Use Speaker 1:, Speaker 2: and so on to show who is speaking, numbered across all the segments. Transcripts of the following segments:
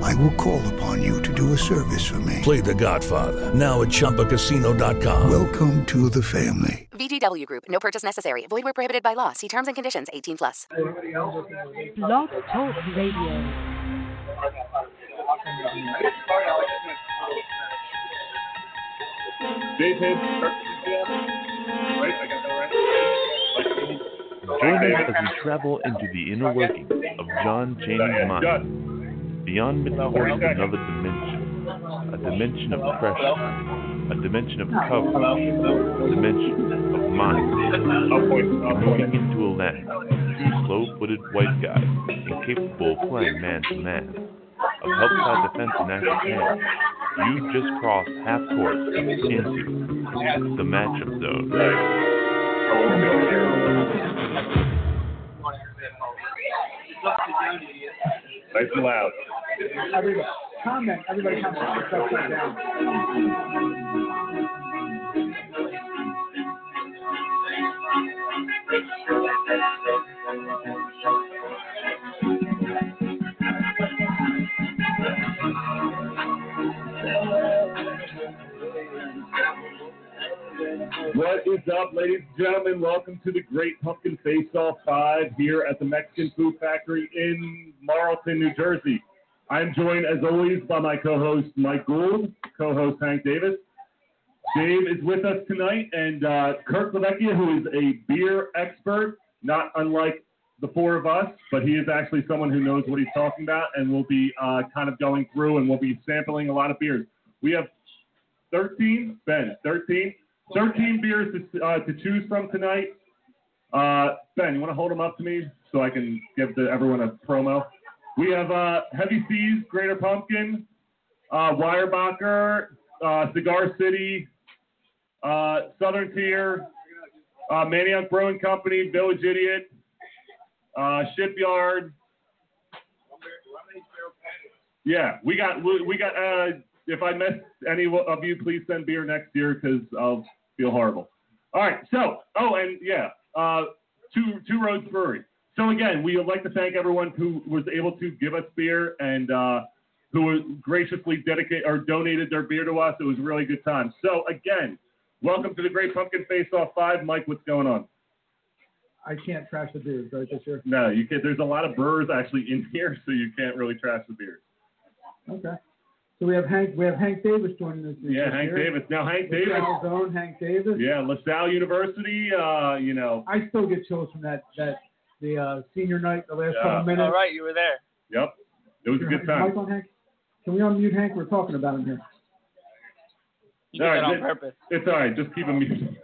Speaker 1: I will call upon you to do a service for me.
Speaker 2: Play The Godfather now at ChumbaCasino.com.
Speaker 1: Welcome to the family.
Speaker 3: VGW Group. No purchase necessary. Void where prohibited by law. See terms and conditions. 18 plus.
Speaker 4: Blog Talk Radio.
Speaker 5: Dated. Right? I got that right?
Speaker 6: Join us as we travel into the inner workings of John Chaney's mind, beyond midpoint of another dimension, a dimension of pressure, a dimension of cover, a dimension of mind. Moving into a land, two slow-footed white guys, incapable of playing man to man, of help side defense and active hand. You just crossed half court into the matchup zone.
Speaker 5: Nice and loud.
Speaker 7: Everybody, comment. Everybody, comment. It's upside down.
Speaker 5: What is up, ladies and gentlemen? Welcome to the Great Pumpkin Face Off 5 here at the Mexican Food Factory in Marlton, New Jersey. I'm joined, as always, by my co host Mike Gould, co host Hank Davis. Dave is with us tonight, and uh, Kirk Lavecchia, who is a beer expert, not unlike the four of us, but he is actually someone who knows what he's talking about and will be uh, kind of going through and will be sampling a lot of beers. We have 13, Ben, 13, 13 beers to, uh, to choose from tonight. Uh, ben, you want to hold them up to me so I can give the, everyone a promo? We have uh, Heavy Seas, Greater Pumpkin, uh, Weyerbacher, uh, Cigar City, uh, Southern Tier, uh, Maniac Brewing Company, Village Idiot, uh, Shipyard. Yeah, we got we got. Uh, if I miss any of you, please send beer next year because I'll feel horrible. All right. So, oh, and yeah, uh, two two roads brewery. So again, we would like to thank everyone who was able to give us beer and uh, who graciously dedicated or donated their beer to us. It was a really good time. So again, welcome to the Great Pumpkin Face Off Five. Mike, what's going on?
Speaker 7: I can't trash the beers, right this year.
Speaker 5: No, you can There's a lot of brewers actually in here, so you can't really trash the beers.
Speaker 7: Okay. So we have Hank. We have Hank Davis joining us. this
Speaker 5: Yeah, Hank
Speaker 7: year.
Speaker 5: Davis. Now Hank
Speaker 7: Davis.
Speaker 5: Davis.
Speaker 7: Zone, Hank Davis.
Speaker 5: Yeah, LaSalle University. Uh, you know.
Speaker 7: I still get chills from that that the uh, senior night, the last
Speaker 5: Yeah.
Speaker 7: couple minutes.
Speaker 8: All right, you were there.
Speaker 5: Yep. It was a good time.
Speaker 7: Mike on Hank. Can we unmute Hank? We're talking about him here.
Speaker 8: You did
Speaker 5: All right,
Speaker 8: that on
Speaker 5: good.
Speaker 8: purpose.
Speaker 5: It's all right. Just keep him muted.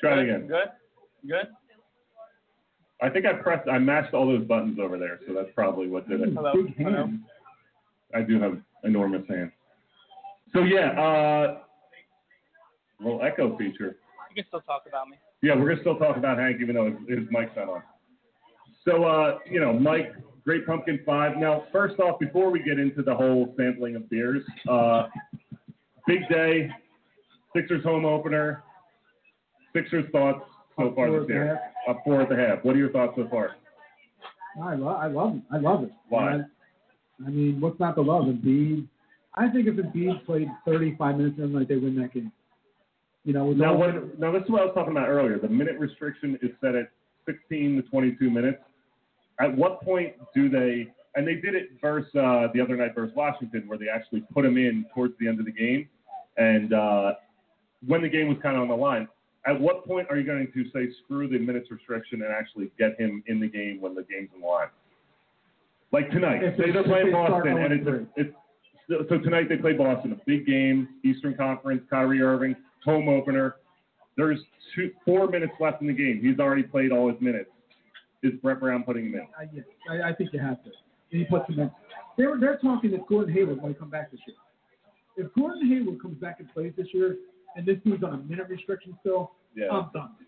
Speaker 5: Try it again.
Speaker 8: Good? Good?
Speaker 5: I think I pressed. I matched all those buttons over there, so that's probably what did it.
Speaker 8: Hello?
Speaker 7: Big hand.
Speaker 8: Hello?
Speaker 5: I do have enormous hands. So yeah, uh, little echo feature.
Speaker 8: You can still talk about me.
Speaker 5: Yeah, we're gonna still talk about Hank, even though his, his mic's not on. So, uh, you know, Mike, Great Pumpkin Five. Now, first off, before we get into the whole sampling of beers, uh, big day, Sixers home opener. Sixers thoughts so
Speaker 7: Up
Speaker 5: far
Speaker 7: four
Speaker 5: this
Speaker 7: at the
Speaker 5: year. Up four at the half. What are your thoughts so far?
Speaker 7: I love, I love it. I love it.
Speaker 5: Why?
Speaker 7: And I, I mean, what's not to love? Embiid. I think if Embiid played 35 minutes in like they win that game. You know, with
Speaker 5: Now,
Speaker 7: all-
Speaker 5: what, now this is what I was talking about earlier. The minute restriction is set at 16 to 22 minutes. At what point do they? And they did it versus uh, the other night versus Washington, where they actually put him in towards the end of the game, and uh, when the game was kind of on the line. At what point are you going to say screw the minutes restriction and actually get him in the game when the game's on the line? Like tonight,
Speaker 7: If
Speaker 5: say
Speaker 7: they-
Speaker 5: they're
Speaker 7: if
Speaker 5: playing
Speaker 7: they start
Speaker 5: Boston, and it's,
Speaker 7: going
Speaker 5: it's so, so tonight they play Boston, a big game, Eastern Conference, Kyrie Irving, home opener. There's two, four minutes left in the game. He's already played all his minutes. Is Brett Brown putting him in?
Speaker 7: I, yeah, I, I think you have to. And you put some in. They're, they're talking that Gordon Hayward might come back this year. If Gordon Hayward comes back and plays this year, and this dude's on a minute restriction still,
Speaker 5: Yeah.
Speaker 7: I'm thumped.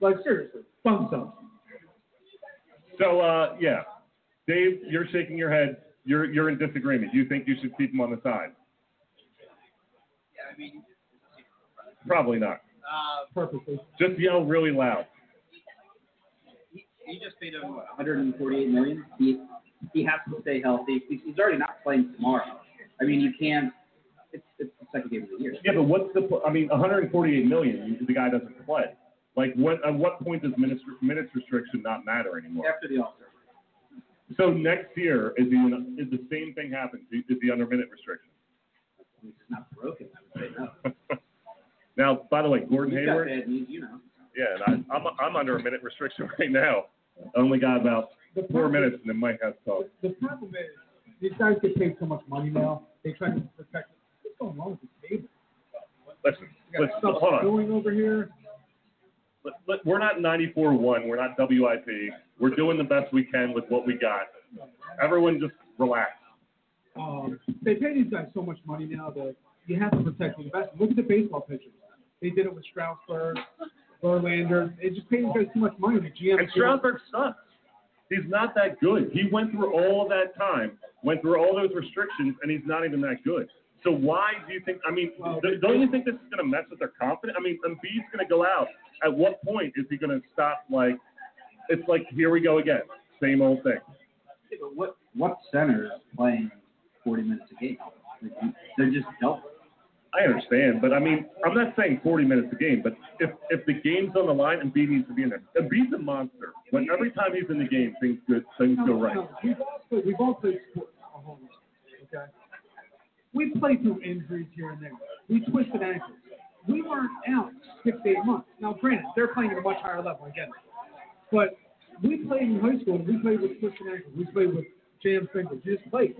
Speaker 7: Like seriously, thumbs up.
Speaker 5: So uh, yeah, Dave, you're shaking your head. You're you're in disagreement. You think you should keep him on the side? Probably not.
Speaker 7: Purposely.
Speaker 5: Just yell really loud.
Speaker 9: He just paid him what, 148 million. He he has to stay healthy. He's, he's already not playing tomorrow. I mean, you can't. It's it's the second game of the year.
Speaker 5: Yeah, but what's the? po- I mean, 148 million. The guy doesn't play. Like, what? At what point does minutes minutes restriction not matter anymore?
Speaker 9: After the All Star.
Speaker 5: So next year is the is the same thing happens? Is the under minute restriction?
Speaker 9: It's not broken. I would say no.
Speaker 5: now, by the way, Gordon
Speaker 9: You've got
Speaker 5: Hayward.
Speaker 9: bad knees, you know.
Speaker 5: Yeah, and I, I'm I'm under a minute restriction right now. I only got about
Speaker 7: The
Speaker 5: four
Speaker 7: problem-
Speaker 5: minutes, and then Mike has to talk.
Speaker 7: The problem is these guys get paid so much money now. They try to protect. What's going on with the table?
Speaker 5: Listen,
Speaker 7: We got
Speaker 5: listen,
Speaker 7: stuff
Speaker 5: hold on.
Speaker 7: going over here.
Speaker 5: Let- let- we're not 94-1. We're not WIP. We're doing the best we can with what we got. Everyone just relax.
Speaker 7: Um, they pay these guys so much money now that you have to protect the investment. Look at the baseball pitchers. They did it with Strasburg, Verlander. They just paid these guys too much money. The GM.
Speaker 5: And Strasburg sucks. He's not that good. He went through all that time, went through all those restrictions, and he's not even that good. So why do you think? I mean, th- don't you think this is going to mess with their confidence? I mean, Embiid's going to go out. At what point is he going to stop? Like, it's like here we go again, same old thing.
Speaker 9: Yeah, but what what center is playing 40 minutes a game? Like, you- they're just dealt. with.
Speaker 5: I understand, but I mean, I'm not saying 40 minutes a game, but if if the game's on the line, Embiid needs to be in there. Embiid's a monster. When every time he's in the game, things good, things go right.
Speaker 7: No, We've all played, we've all played sports a whole lot, okay? We played through injuries here and there. We twisted ankles. We weren't out six, eight months. Now, granted, they're playing at a much higher level, I get it. But we played in high school, and we played with twisted ankles. We played with jammed fingers. You just played.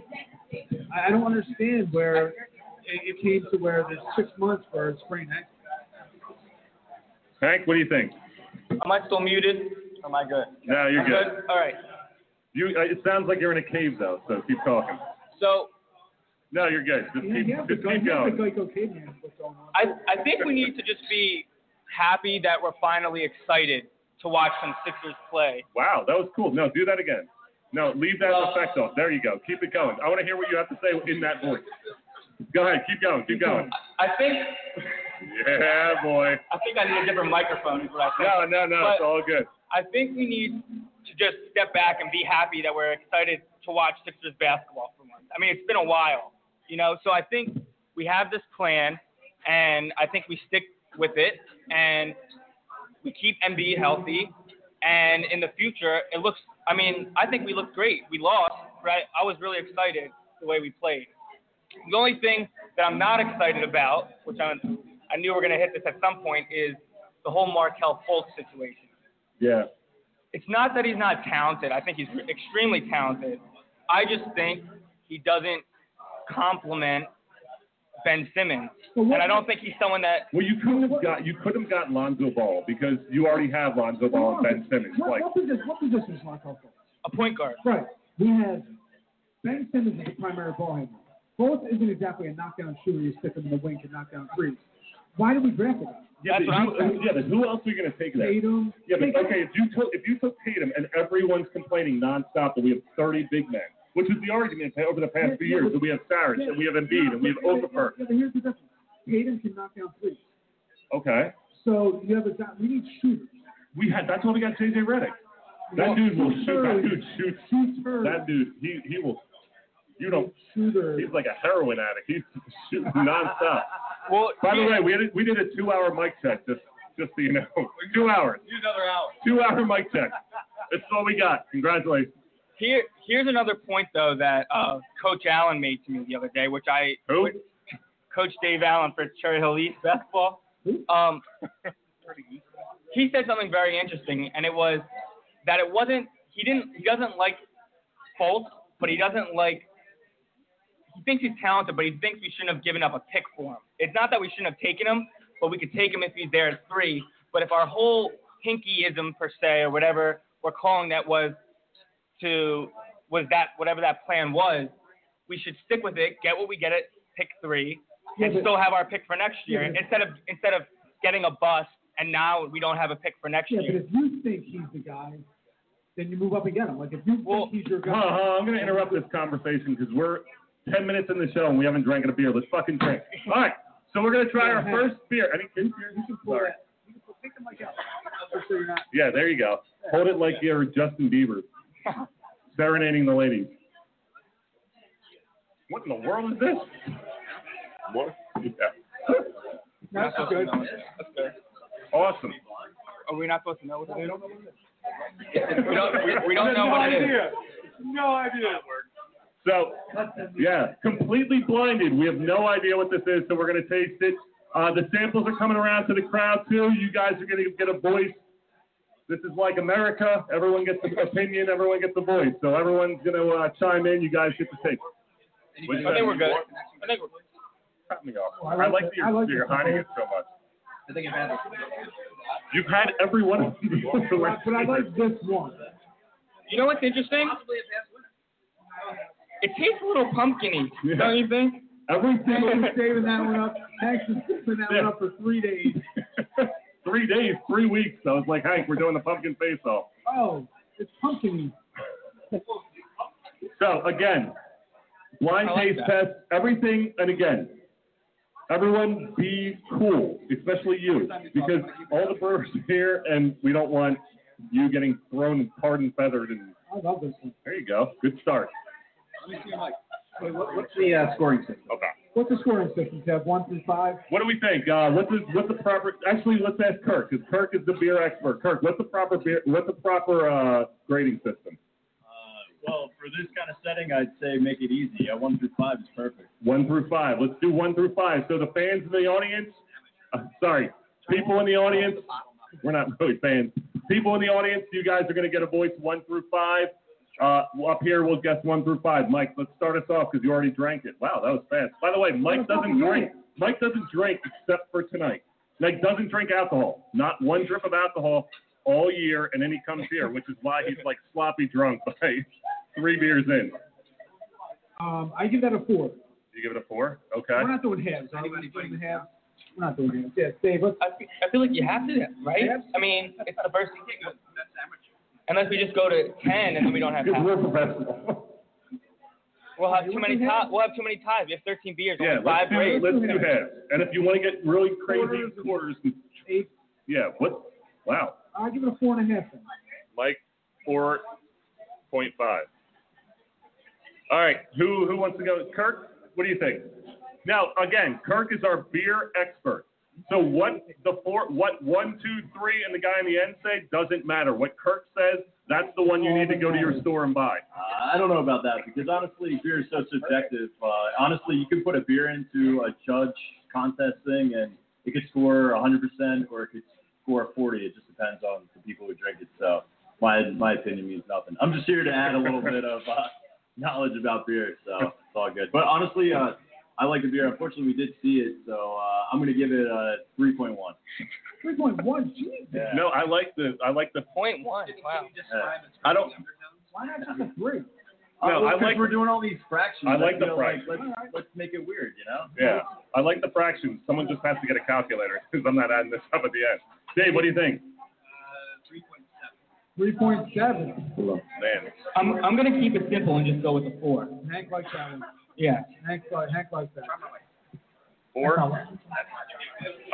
Speaker 7: I, I don't understand where it, it came to where there's six months for a sprained ankle.
Speaker 5: Hank, what do you think?
Speaker 10: Am I still muted? Or am I good?
Speaker 5: No, you're
Speaker 10: I'm
Speaker 5: good.
Speaker 10: All right.
Speaker 5: You, uh, it sounds like you're in a cave though, so keep talking.
Speaker 10: So
Speaker 5: No, you're good. Just
Speaker 7: Yeah,
Speaker 5: keep,
Speaker 7: yeah, the
Speaker 5: just keep
Speaker 7: yeah, the
Speaker 5: going.
Speaker 7: Geico caveman, what's going on.
Speaker 10: I, I think we need to just be happy that we're finally excited to watch some Sixers play.
Speaker 5: Wow, that was cool. No, do that again. No, leave that effect off. There you go. Keep it going. I want to hear what you have to say in that voice. Go ahead. Keep going. Keep going.
Speaker 10: I think
Speaker 5: Yeah, boy.
Speaker 10: I think I need a different microphone. Is what I think.
Speaker 5: No, no, no. It's all good.
Speaker 10: I think we need to just step back and be happy that we're excited to watch Sixers basketball for once. I mean, it's been a while, you know. So I think we have this plan, and I think we stick with it, and we keep MB healthy, and in the future, it looks. I mean, I think we looked great. We lost, right? I was really excited the way we played. The only thing that I'm not excited about, which I'm, I knew we are going to hit this at some point, is the whole Markel Fultz situation
Speaker 5: Yeah.
Speaker 10: it's not that he's not talented. I think he's extremely talented. I just think he doesn't complement Ben Simmons,
Speaker 7: Well, what-
Speaker 10: and I don't think he's someone that.
Speaker 5: Well, you couldn't have got you couldn't have got Lonzo Ball because you already have Lonzo Ball and Ben Simmons.
Speaker 7: What,
Speaker 5: Like,
Speaker 7: what, position, what position is Lockout for?
Speaker 10: A point guard.
Speaker 7: Right. We have Ben Simmons as the primary ball handler. Fultz isn't exactly a knockdown shooter. You stick him in the wing and knock down threes. Why did we draft him?
Speaker 5: yeah,
Speaker 10: That's
Speaker 5: but
Speaker 10: what I'm
Speaker 5: who,
Speaker 10: saying.
Speaker 5: yeah, but who else are you gonna take there?
Speaker 7: Tatum.
Speaker 5: Yeah, but
Speaker 7: Tatum-
Speaker 5: okay, if you took if you took Tatum and everyone's complaining nonstop that we have 30 big men, which is the argument over the past few years that we have Sarge and we have Embiid and we have
Speaker 7: Yeah,
Speaker 5: Okafor.
Speaker 7: but here's the difference. Tatum can knock down threes.
Speaker 5: Okay,
Speaker 7: So you have a guy. We need shooters.
Speaker 5: we had that's why we got JJ Redick. That dude will shoot. That dude shoots.
Speaker 7: Shooters.
Speaker 5: That dude, he he will. You know,
Speaker 7: Shooters.
Speaker 5: he's like a heroin addict. He's shooting nonstop.
Speaker 10: Well,
Speaker 5: By the
Speaker 10: here's-
Speaker 5: way, we had a, we did a two-hour mic check just just so you know, two hours,
Speaker 10: here's another hour.
Speaker 5: two-hour mic check. That's all we got. Congratulations.
Speaker 10: Here, here's another point though that uh, Coach Allen made to me the other day, which I
Speaker 5: Who?
Speaker 10: which- Coach Dave Allen for Cherry Hill East basketball. Um, he said something very interesting, and it was that it wasn't he didn't he doesn't like Fultz, but he doesn't like he thinks he's talented, but he thinks we shouldn't have given up a pick for him. It's not that we shouldn't have taken him, but we could take him if he's there at three. But if our whole hinkyism per se or whatever we're calling that was to was that whatever that plan was, we should stick with it, get what we get at pick three,
Speaker 8: and still have our pick for next year
Speaker 7: Yeah.
Speaker 8: instead of instead of getting a bust and now we don't have a pick for next
Speaker 7: Yeah, but
Speaker 8: year.
Speaker 7: if you think he's the guy, then you move up and get him. Like if you
Speaker 8: Well,
Speaker 7: think he's your guy,
Speaker 5: Hold on, hold on. uh, I'm going to interrupt this conversation because we're 10 minutes in the show and we haven't drank a beer. Let's fucking drink. All right. So we're going to try our first beer. Any two beers?
Speaker 7: pull
Speaker 5: Sorry.
Speaker 7: that. You can pull- Pick him like that. Just so you're not.
Speaker 5: Yeah, there you go. Hold it like you're Justin Bieber. Serenading the ladies. What in the world is this? What? Yeah.
Speaker 7: No, that's good.
Speaker 8: That's good.
Speaker 5: Awesome.
Speaker 8: Are we not supposed to know what it is? We don't, we, we don't know
Speaker 7: no
Speaker 8: what it is.
Speaker 7: idea. No idea.
Speaker 5: So, yeah, completely blinded. We have no idea what this is, so we're going to taste it. Uh, the samples are coming around to the crowd, too. You guys are going to get a voice. This is like America. Everyone gets an opinion, everyone gets a voice. So, everyone's going to uh, chime in. You guys get to taste.
Speaker 8: I think we're good. I think we're good.
Speaker 5: Cut me off.
Speaker 7: I
Speaker 5: I
Speaker 7: like
Speaker 5: like
Speaker 7: it.
Speaker 5: that you're,
Speaker 7: I like
Speaker 5: you're
Speaker 7: it.
Speaker 5: hiding it so much.
Speaker 11: I think I've had it.
Speaker 5: You've had every one of these.
Speaker 7: But I- but I like this one.
Speaker 8: You know what's interesting? It tastes a little pumpkiny,
Speaker 5: Yeah.
Speaker 8: don't you think?
Speaker 5: every
Speaker 7: Thanks
Speaker 5: single
Speaker 7: for saving that one up. Thanks for saving that one up for three days.
Speaker 5: three days, three weeks. I was like, Hank, we're doing the pumpkin face off.
Speaker 7: Oh, it's pumpkin.
Speaker 5: So again, blind
Speaker 8: I like
Speaker 5: taste
Speaker 8: that.
Speaker 5: test, everything, and again, everyone be cool, especially you, because all the brewers are here, and we don't want you getting thrown and tarred and feathered. And
Speaker 7: I love this one.
Speaker 5: there you go, good start.
Speaker 11: Wait, what, what's the uh, scoring system?
Speaker 5: Okay.
Speaker 7: What's the scoring system, Kev? One through five?
Speaker 5: What do we think? Uh, what's the what's the proper? Actually, let's ask Kirk, because Kirk is the beer expert. Kirk, what's the proper beer? What's the proper uh, grading system?
Speaker 9: Uh, Well, for this kind of setting, I'd say make it easy. A one through five is perfect.
Speaker 5: One through five. Let's do one through five. So the fans in the audience, uh, sorry, people in the audience, we're not really fans. People in the audience, you guys are going to get a voice one through five. Uh, up here, we'll guess one through five. Mike, let's start us off because you already drank it. Wow, that was fast. By the way, Mike doesn't drink. Mike doesn't drink except for tonight. Like doesn't drink alcohol. Not one drip of alcohol all year, and then he comes here, which is why he's like sloppy drunk by three beers in.
Speaker 7: Um, I give that a four.
Speaker 5: You give it a four, okay?
Speaker 7: We're not doing halves. Are we doing halves? We're not doing halves. Yeah, Dave, let's,
Speaker 8: I, fe- I feel like you have to, right? I mean, it's the first. Unless we just go to ten and then we don't have
Speaker 5: Because
Speaker 8: half.
Speaker 5: we're professional.
Speaker 8: We'll have too many ties. We'll have too many ties. We have thirteen beers.
Speaker 5: Yeah,
Speaker 8: only
Speaker 5: let's
Speaker 8: five
Speaker 5: do,
Speaker 8: grades.
Speaker 5: let's do halves. And if you want to get really crazy quarters,
Speaker 7: eight.
Speaker 5: yeah, what? Wow.
Speaker 7: I give it a four and a half. Then.
Speaker 5: Mike, 4.5. All right, who who wants to go? Kirk, what do you think? Now, again, Kirk is our beer expert. So what the four, what one, two, three, and the guy in the end say doesn't matter. What Kirk says, that's the one you need to go to your store and buy.
Speaker 9: Uh, I don't know about that because honestly, beer is so subjective. Uh, honestly, you could put a beer into a judge contest thing and it could score 100% or it could score 40. It just depends on the people who drink it. So my my opinion means nothing. I'm just here to add a little bit of uh, knowledge about beer, so it's all good. But honestly, uh, I like the beer. Unfortunately, we did see it, so uh, I'm going to give it a 3.1.
Speaker 7: Three point one. Jesus.
Speaker 9: Yeah.
Speaker 5: No, I like the I like the
Speaker 8: Point one. Wow.
Speaker 9: Yeah.
Speaker 5: I don't
Speaker 7: Why not just a three?
Speaker 5: No,
Speaker 9: Uh, well,
Speaker 5: I
Speaker 9: 'cause
Speaker 5: like-
Speaker 9: we're doing all these fractions.
Speaker 5: I like the
Speaker 9: feel
Speaker 5: fractions.
Speaker 9: let's, let's make it weird, you know?
Speaker 5: Yeah, I like the fractions. Someone just has to get a calculator because I'm not adding this up at the end. Dave, what do you think?
Speaker 7: Three point seven.
Speaker 5: Man,
Speaker 8: I'm I'm gonna keep it simple and just go with the four.
Speaker 7: Hank likes that one.
Speaker 8: Yeah.
Speaker 7: Hank, li- Hank likes that.
Speaker 5: four. All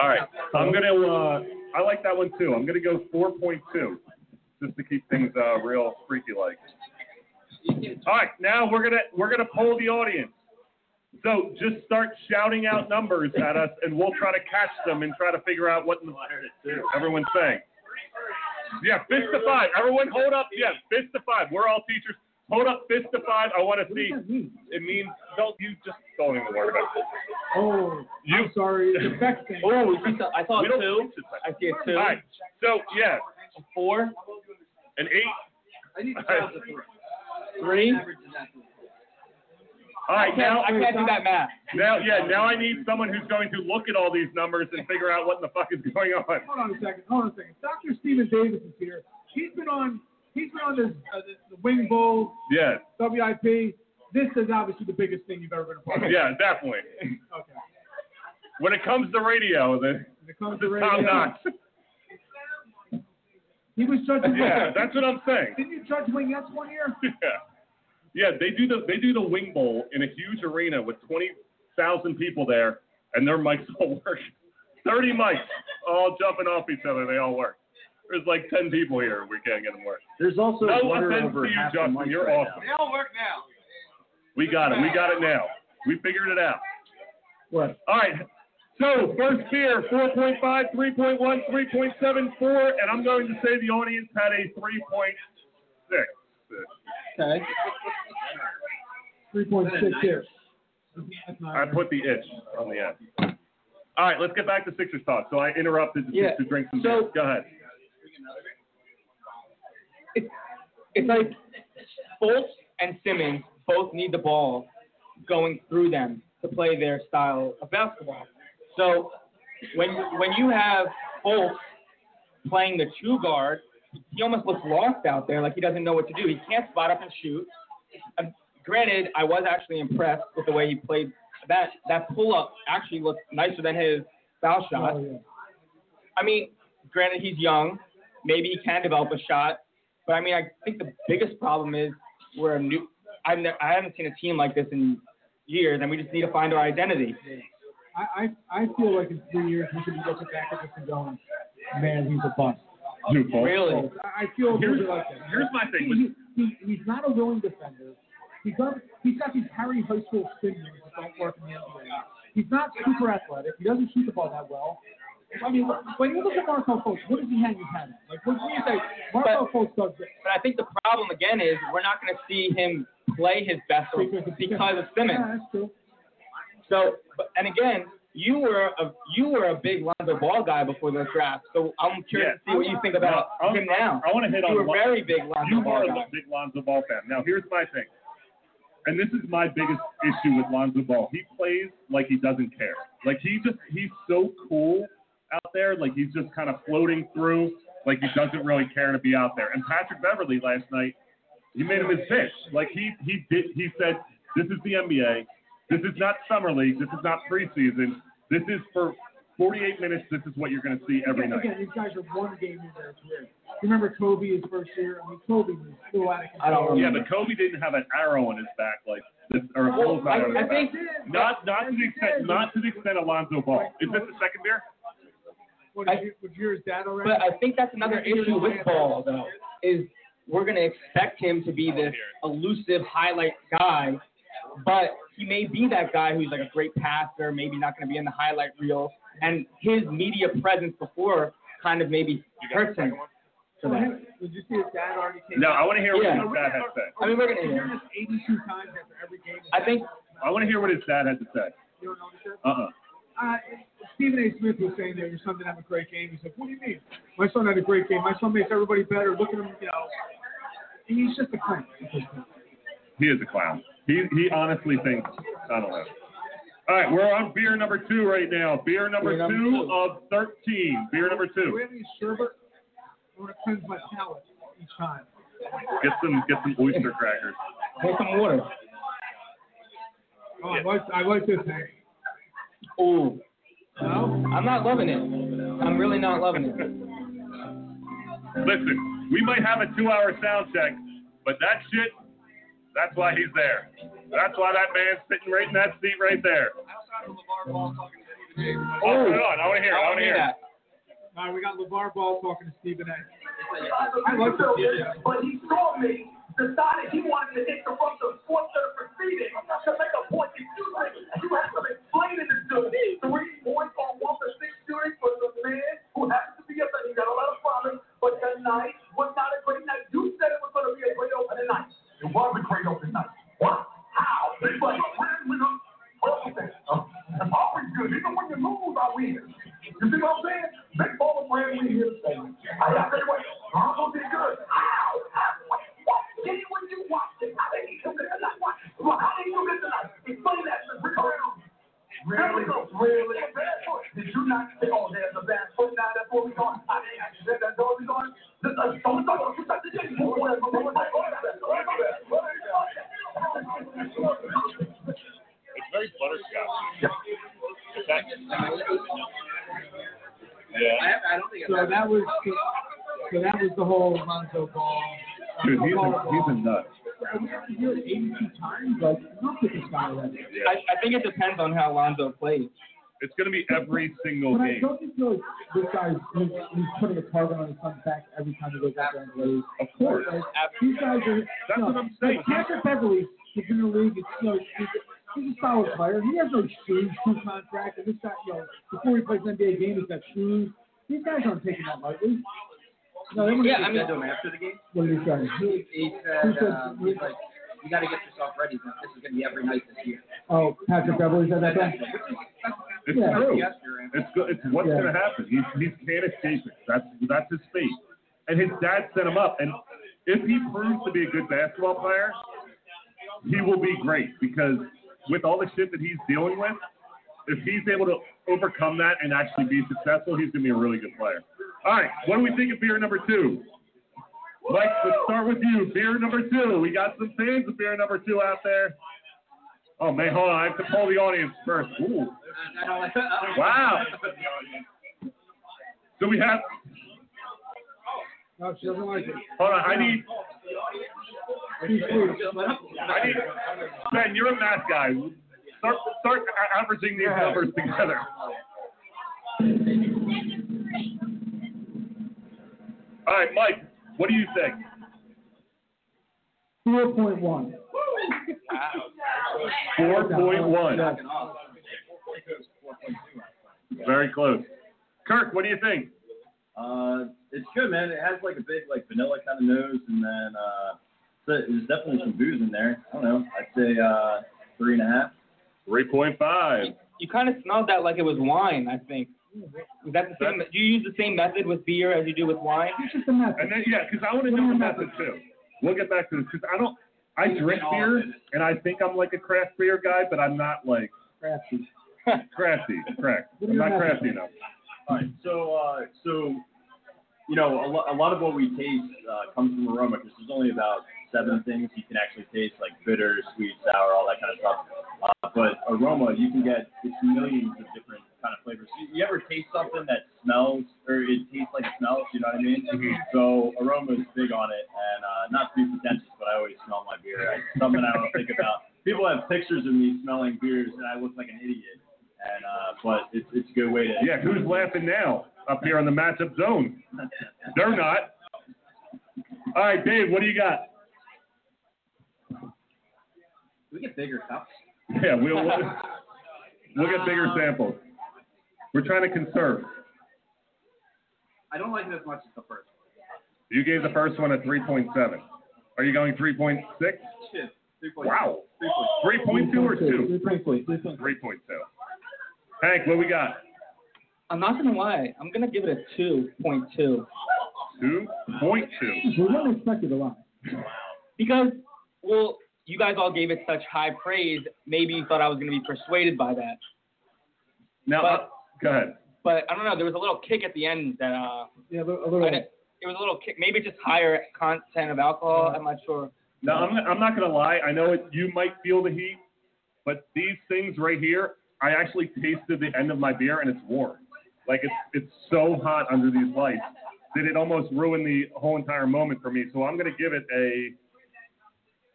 Speaker 5: right, I'm gonna. Uh, I like that one too. I'm gonna go 4.2, just to keep things uh, real freaky like. All right, now we're gonna we're gonna poll the audience. So just start shouting out numbers at us, and we'll try to catch them and try to figure out what in the everyone's saying. Yeah, fist to five. Everyone, hold up. Yeah, fist to five. We're all teachers. Hold up, fist to five. I want to see. It means don't you just don't even worry about it.
Speaker 7: Oh,
Speaker 5: You-
Speaker 7: I'm sorry. It's affecting.
Speaker 8: Oh, I saw
Speaker 5: We don't
Speaker 8: two. I see a two.
Speaker 5: All right. So yeah,
Speaker 8: A four.
Speaker 5: an eight.
Speaker 8: Three. I
Speaker 5: All right,
Speaker 8: can't,
Speaker 5: now
Speaker 8: I can't do that math.
Speaker 5: now yeah now I need someone who's going to look at all these numbers and figure out what in the fuck is going on.
Speaker 7: Hold on a second. Hold on a second. Dr. Stephen Davis is here. He's been on. He's been on this uh, the, the Wing Bowl
Speaker 5: Yeah,
Speaker 7: WIP. This is obviously the biggest thing you've ever been a part of.
Speaker 5: yeah, definitely.
Speaker 7: Okay.
Speaker 5: When it comes to radio, then
Speaker 7: When it comes to
Speaker 5: it's
Speaker 7: radio,
Speaker 5: Tom Knox.
Speaker 7: he was Judge Wing.
Speaker 5: Yeah, that's what I'm saying.
Speaker 7: Didn't you Judge Wing That's one year?
Speaker 5: Yeah, yeah. They do the they do the wing bowl in a huge arena with twenty thousand people there, and their mics all work. Thirty mics all jumping off each other. They all work. There's like ten people here. We can't get them work.
Speaker 9: There's also
Speaker 5: No
Speaker 9: water
Speaker 5: offense
Speaker 9: over
Speaker 5: to you,
Speaker 9: half
Speaker 5: Justin.
Speaker 9: the mic
Speaker 5: You're
Speaker 9: right
Speaker 5: awesome.
Speaker 9: now.
Speaker 10: They all work now.
Speaker 5: We got it. We got it now. We figured it out.
Speaker 7: What?
Speaker 5: All right. So, first beer, 4.5, 3.1, 3.74, and I'm going to say the audience had a 3.6.
Speaker 12: Okay.
Speaker 7: 3.6 years. That's not
Speaker 5: I put the itch on the end. All right, let's get back to Sixers talk. So, I interrupted to,
Speaker 12: Yeah.
Speaker 5: to drink some
Speaker 12: So-
Speaker 5: beer. Go ahead.
Speaker 10: It's, it's like Fultz and Simmons both need the ball going through them to play their style of basketball. So when when you have Fultz playing the two guard, he almost looks lost out there, like he doesn't know what to do. He can't spot up and shoot. Um, granted, I was actually impressed with the way he played. That that pull up actually looked nicer than his foul shot.
Speaker 7: Oh, yeah.
Speaker 10: I mean, granted he's young, maybe he can develop a shot, but I mean, I think the biggest problem is we're a new. I've ne- I haven't seen a team like this in years, and we just need to find our identity.
Speaker 7: I, I, I feel like in three years we should be looking back at this and going, man, he's a bust.
Speaker 5: You, Paul.
Speaker 10: Really,
Speaker 7: I I feel
Speaker 5: Here's-
Speaker 7: really like that.
Speaker 5: here's my thing
Speaker 7: He, he, he- he's not a willing defender. He does, he's got these Harry High School spin moves that don't work in the NBA. He's not super athletic. He doesn't shoot the ball that well. I mean, when you look at Marco Fultz, what does he hang his hat on? Like, what do you say? Marco Fultz does this.
Speaker 10: but I think the problem again is we're not going to see him play his best because of
Speaker 7: Yeah,
Speaker 10: Simmons.
Speaker 7: that's true.
Speaker 10: So, but- and again, you were a you were a big Lonzo Ball guy before the draft. So I'm curious to see what you think about
Speaker 5: Now,
Speaker 10: him now.
Speaker 5: Uh, I want to hit
Speaker 10: You
Speaker 5: on
Speaker 10: were
Speaker 5: one-
Speaker 10: very big
Speaker 5: You
Speaker 10: Lonzo
Speaker 5: are
Speaker 10: Ball
Speaker 5: a
Speaker 10: guy.
Speaker 5: big Lonzo Ball fan. Now, here's my thing, and this is my biggest issue with Lonzo Ball. He plays like he doesn't care. Like he just he's so cool out there. Like he's just kind of floating through. Like he doesn't really care to be out there. And Patrick Beverly last night, he made him his pitch. Like he he did. He said, "This is the NBA. This is not summer league. This is not preseason. This is for 48 minutes. This is what you're going to see every
Speaker 7: Again,
Speaker 5: night."
Speaker 7: again, these guys are one game in their career. Remember Kobe his first year? I mean, Kobe was still out of control.
Speaker 10: I don't
Speaker 5: Yeah,
Speaker 10: remember.
Speaker 5: but Kobe didn't have an arrow in his back like this, or a
Speaker 10: Well,
Speaker 5: bullseye
Speaker 10: I-
Speaker 5: on his
Speaker 10: I
Speaker 5: back.
Speaker 10: think-
Speaker 5: not not to the extent not to the extent Alonzo Ball. Is this the second beer?
Speaker 7: What, did you, would you hear his dad already?
Speaker 10: But I think that's another issue with Ball, though, is we're going to expect him to be this elusive highlight guy, but he may be that guy who's like a great passer, maybe not going to be in the highlight reel, and his media presence before kind of maybe hurts him. for
Speaker 7: Well,
Speaker 10: that.
Speaker 7: hey, Did you see his dad already came
Speaker 5: No,
Speaker 7: out?
Speaker 5: I want to hear
Speaker 10: Yeah.
Speaker 5: what his dad had to say.
Speaker 10: I mean, we're
Speaker 7: Did
Speaker 10: going
Speaker 7: you
Speaker 10: to
Speaker 7: hear this 82 times after every game.
Speaker 10: I think
Speaker 5: I want to hear what his dad had to say.
Speaker 7: You don't notice it?
Speaker 5: Uh uh
Speaker 7: Uh, Stephen A. Smith was saying that your son didn't have a great game. He said, What do you mean? My son had a great game. My son makes everybody better. Look at him, you know. And he's just a clown.
Speaker 5: He is a clown. He he honestly thinks I don't know. All right, we're on beer number two right now. Beer number,
Speaker 10: Beer number
Speaker 5: two,
Speaker 10: two.
Speaker 5: of thirteen. Beer number
Speaker 7: Do we
Speaker 5: two.
Speaker 7: have any sherbet? I want to cleanse my palate each time.
Speaker 5: Get some get some oyster crackers.
Speaker 10: take some water.
Speaker 7: Oh, I like, I like this thing.
Speaker 10: Oh,
Speaker 7: No?
Speaker 10: I'm not loving it. I'm really not loving it.
Speaker 5: Listen, we might have a two-hour sound check, but that shit. That's why he's there. That's why that man's sitting right in that seat right there. Oh, put it on. I want to hear. it. I want to hear. it.
Speaker 10: that.
Speaker 7: All right, we got LeVar Ball talking to Stephen A. I like this. video.
Speaker 13: But he saw me, decided he wanted to interrupt the course of the proceeding to make a point. Excuse me, you have to explain it to dude. Three points on one to six series for the man who happens to be up there. He got a lot of problems, but tonight was not a great night. You said it was going to be a great opening night. It was a great opening night. What? How? But when we look- Oh, it's always good. Even when you lose, I win. You see what I'm saying? Big ball was playing we here today. I got to tell you what, Lonzo did good. How? How? What? What? Did he when you watched it? How did he do this tonight? What? Well, how did he do this tonight? Explain that to Rick Around. Really? Really? Bad foot. Did you not say, oh, there's a bad foot now, that's what we going? I didn't actually say that's what we going. Just, uh, Don't stop. Don't stop. Just, just, whatever. Whatever. Whatever.
Speaker 5: It's very butterscotch. That-
Speaker 7: So that was the, so that was the whole Lonzo Ball.
Speaker 5: Dude, he's a, he's a nut.
Speaker 7: You're 82 times, like, look at this guy already.
Speaker 8: I, I think it depends on how Lonzo plays.
Speaker 5: It's going to be every single
Speaker 7: But I
Speaker 5: game.
Speaker 7: don't you feel like this guy's he's, he's putting a target on his son's back every time he goes out there and plays.
Speaker 5: Of course.
Speaker 7: Like, these guys are.
Speaker 5: That's
Speaker 7: no,
Speaker 5: what I'm saying.
Speaker 7: Like, Patrick Beverly is in the league. It's, you know, he's, he's a solid player. He has no shoes shoe contract. And this guy, you know, before he plays an NBA game, he's got shoes. These guys aren't taking that lightly. No, they wouldn't
Speaker 11: yeah,
Speaker 7: take
Speaker 11: I mean,
Speaker 7: that.
Speaker 11: after the game,
Speaker 7: what did he say?
Speaker 11: he, he said, uh, he's like, you got to get yourself ready. because This is going to be every night this year.
Speaker 7: Oh, Patrick Beverly said that.
Speaker 11: That's-
Speaker 7: Thing?
Speaker 5: It's
Speaker 7: Yeah.
Speaker 5: true.
Speaker 11: Yes, you're in.
Speaker 5: It's go- it's what's
Speaker 7: Yeah.
Speaker 5: going to happen. He's he's can't escape it. That's that's his fate. And his dad set him up. And if he proves to be a good basketball player, he will be great because with all the shit that he's dealing with, if he's able to overcome that and actually be successful, he's going to be a really good player. All right, what do we think of beer number two? Mike, let's start with you. Beer number two. We got some fans of beer number two out there. Oh man, hold on. I have to poll the audience first. Ooh.
Speaker 11: I don't like-
Speaker 5: Wow. So we have.
Speaker 7: No, she doesn't like it.
Speaker 5: Hold on. I need.
Speaker 7: She's weird.
Speaker 5: I need. Ben, you're a math guy. Start start a- averaging these numbers together. All right, Mike. What do you think?
Speaker 7: 4.1.
Speaker 5: Four point one. Very close. Kirk, what do you think?
Speaker 9: Uh, it's good, man. It has like a big like vanilla kind of nose, and then uh, so there's definitely some booze in there. I don't know. I'd say uh, three and a half.
Speaker 5: Three point five.
Speaker 8: You kind of smelled that like it was wine. I think. Is that the same? Do you use the same method with beer as you do with wine?
Speaker 7: It's just a mess.
Speaker 5: And then yeah, because I want to know the method too. We'll get back to this because I don't. I drink beer and I think I'm like a craft beer guy, but I'm not like
Speaker 7: Crafty.
Speaker 5: crafty. Correct. I'm not crafty enough.
Speaker 9: All right. So, uh, so you know, a, lo- a lot of what we taste uh, comes from aroma because there's only about seven things you can actually taste, like bitter, sweet, sour, all that kind of stuff. Uh, but aroma, you can get it's millions of different kind of flavors. You, you ever taste something that smells or it tastes like it smells? You know what I mean? So aroma is big on it, and uh, not to be pretentious, but I always smell my beer. It's something I don't think about. People have pictures of me smelling beers, and I look like an idiot. And uh, but it's it's a good way to
Speaker 5: Yeah, who's laughing now up here on the matchup zone? They're not. All right, Dave, what do you got?
Speaker 11: we get bigger cups.
Speaker 5: Yeah, we'll we'll, we'll get
Speaker 11: Uh,
Speaker 5: bigger samples. We're trying to conserve.
Speaker 11: I don't like it as much as the first.
Speaker 5: You gave the first one a 3.7. Are you going 3.6?
Speaker 11: Two, three point-
Speaker 5: Wow.
Speaker 11: three point-
Speaker 5: 3.2 or 2?
Speaker 7: Pretty quick.
Speaker 5: 3.2. Hank, what we got?
Speaker 8: I'm not gonna lie. I'm gonna give it a two point two
Speaker 5: 2.2.
Speaker 7: We don't expect it a lot.
Speaker 8: because well, you guys all gave it such high praise. Maybe you thought I was gonna be persuaded by that,
Speaker 5: Now, uh, go ahead.
Speaker 8: but I don't know. There was a little kick at the end that uh,
Speaker 7: Yeah, a little.
Speaker 8: I didn't- it was a little kick. Maybe just higher content of alcohol. I'm not sure.
Speaker 5: No, I'm, I'm not going to lie. I know it, you might feel the heat, but these things right here, I actually tasted the end of my beer and it's warm. Like it's it's so hot under these lights that it almost ruined the whole entire moment for me. So I'm going to give it a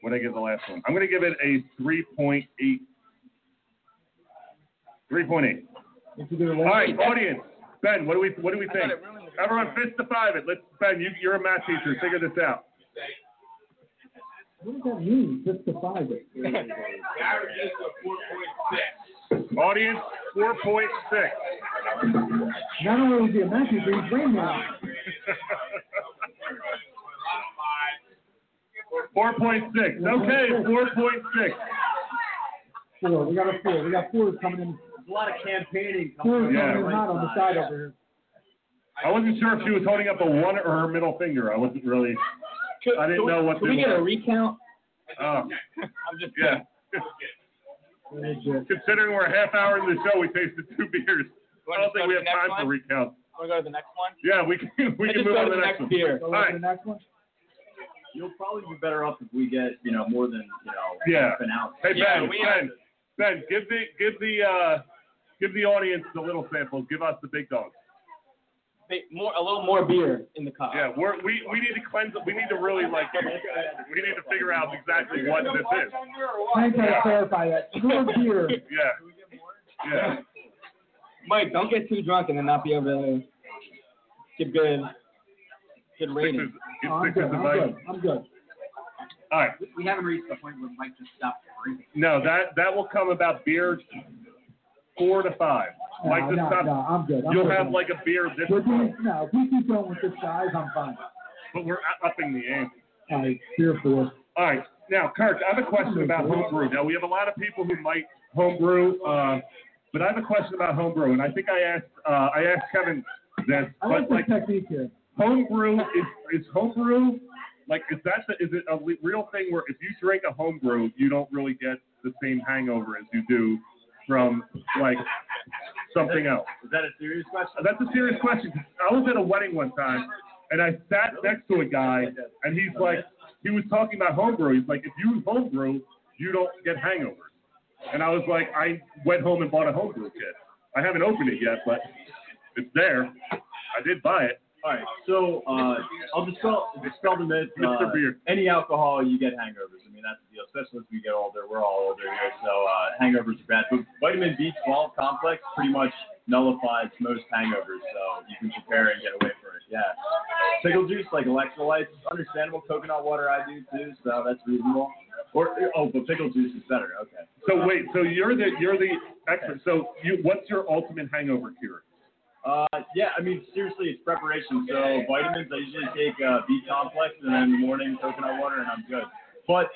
Speaker 5: what did I give the last one? I'm going to give it a 3.8. 3.8. All right, audience. Ben, what do we what do we think? Everyone fist to five it. Let's Ben, you, you're a math teacher. Figure this out.
Speaker 7: What does that mean? Just defy it.
Speaker 5: Audience 4.6.
Speaker 7: Not only is he a math teacher, he's brain now.
Speaker 5: 4.6. Okay, 4.6.
Speaker 7: Four. We got a four. We got fours coming in.
Speaker 11: There's a lot of campaigning
Speaker 7: Fours
Speaker 11: coming
Speaker 5: Yeah.
Speaker 7: coming in hot on the side over here.
Speaker 5: I wasn't sure if she was holding up a one or her middle finger. I wasn't really.
Speaker 8: Could-
Speaker 5: I didn't
Speaker 8: could-
Speaker 5: know what
Speaker 8: Can
Speaker 5: they
Speaker 8: we get
Speaker 5: were.
Speaker 8: a recount?
Speaker 5: Uh,
Speaker 8: I'm just
Speaker 5: yeah.
Speaker 7: Legit.
Speaker 5: Considering we're a half hour into the show, we tasted two beers. I don't think we have time for recount.
Speaker 8: Want to go to the next one?
Speaker 5: Yeah, we can, we
Speaker 8: Let's just
Speaker 5: can move
Speaker 8: go
Speaker 5: on
Speaker 8: to
Speaker 5: to
Speaker 8: the next
Speaker 5: one.
Speaker 8: beer.
Speaker 7: Go
Speaker 5: All
Speaker 7: over
Speaker 5: right.
Speaker 7: to the next one.
Speaker 9: You'll probably be better off if we get, you know, more than, you know,
Speaker 5: Yeah.
Speaker 9: half an hour.
Speaker 5: Hey
Speaker 8: Yeah,
Speaker 5: Ben,
Speaker 8: we
Speaker 5: Ben, Ben, give the give the uh, give the audience the little samples. Give us the big dogs.
Speaker 8: more, a little more beer in the cup.
Speaker 5: Yeah, we're, we we need to cleanse it. We need to really like we need to figure out exactly what this is.
Speaker 7: I'm trying to clarify that. Pure beer.
Speaker 5: Yeah. Yeah.
Speaker 8: Mike, don't get too drunk and then not be able to get good good ratings.
Speaker 5: Get
Speaker 7: I'm
Speaker 5: Sixers
Speaker 7: good. I'm
Speaker 5: advice.
Speaker 7: good. I'm good.
Speaker 5: All right.
Speaker 11: We haven't reached the point where Mike just stopped drinking.
Speaker 5: No, that that will come about beer four to five.
Speaker 7: No,
Speaker 5: Mike, just
Speaker 7: no,
Speaker 5: stop.
Speaker 7: no, I'm good. I'm
Speaker 5: You'll
Speaker 7: good.
Speaker 5: have like a beer this
Speaker 7: We're doing, no, if we keep going with this size, I'm fine.
Speaker 5: but we're u- upping the ante.
Speaker 7: All right, beer four.
Speaker 5: All right. Now, Kirk, I have a question about homebrew. Now, we have a lot of people who might homebrew, uh, but I have a question about homebrew, and I think I asked uh, I asked Kevin this,
Speaker 7: I
Speaker 5: but
Speaker 7: like
Speaker 5: like
Speaker 7: the technique here.
Speaker 5: homebrew is is homebrew like is that the, is it a le- real thing where if you drink a homebrew, you don't really get the same hangover as you do from like something else?
Speaker 9: Is that a serious question?
Speaker 5: That's a serious question. 'cause I was at a wedding one time, and I sat next to a guy, and he's like, he was talking about homebrew. He's like, if you homebrew, you don't get hangovers. And I was like, I went home and bought a homebrew kit. I haven't opened it yet, but it's there. I did buy it.
Speaker 9: All right, so uh, I'll dispel dispel the myth.
Speaker 5: Mr.
Speaker 9: Uh,
Speaker 5: Beer.
Speaker 9: Any alcohol, you get hangovers. I mean, that's the deal. Especially as we get older, we're all older here, so uh, hangovers are bad. But vitamin B12 complex pretty much nullifies most hangovers, so you can prepare and get away from it. Yeah, pickle juice, like electrolytes, understandable. Coconut water, I do too, so that's reasonable. Or oh, but pickle juice is better. Okay.
Speaker 5: So wait, so you're the you're the expert. So you, what's your ultimate hangover cure?
Speaker 9: Uh, yeah, I mean, seriously, it's preparation. So vitamins, I usually take uh, B complex and then in the morning coconut water, and I'm good. But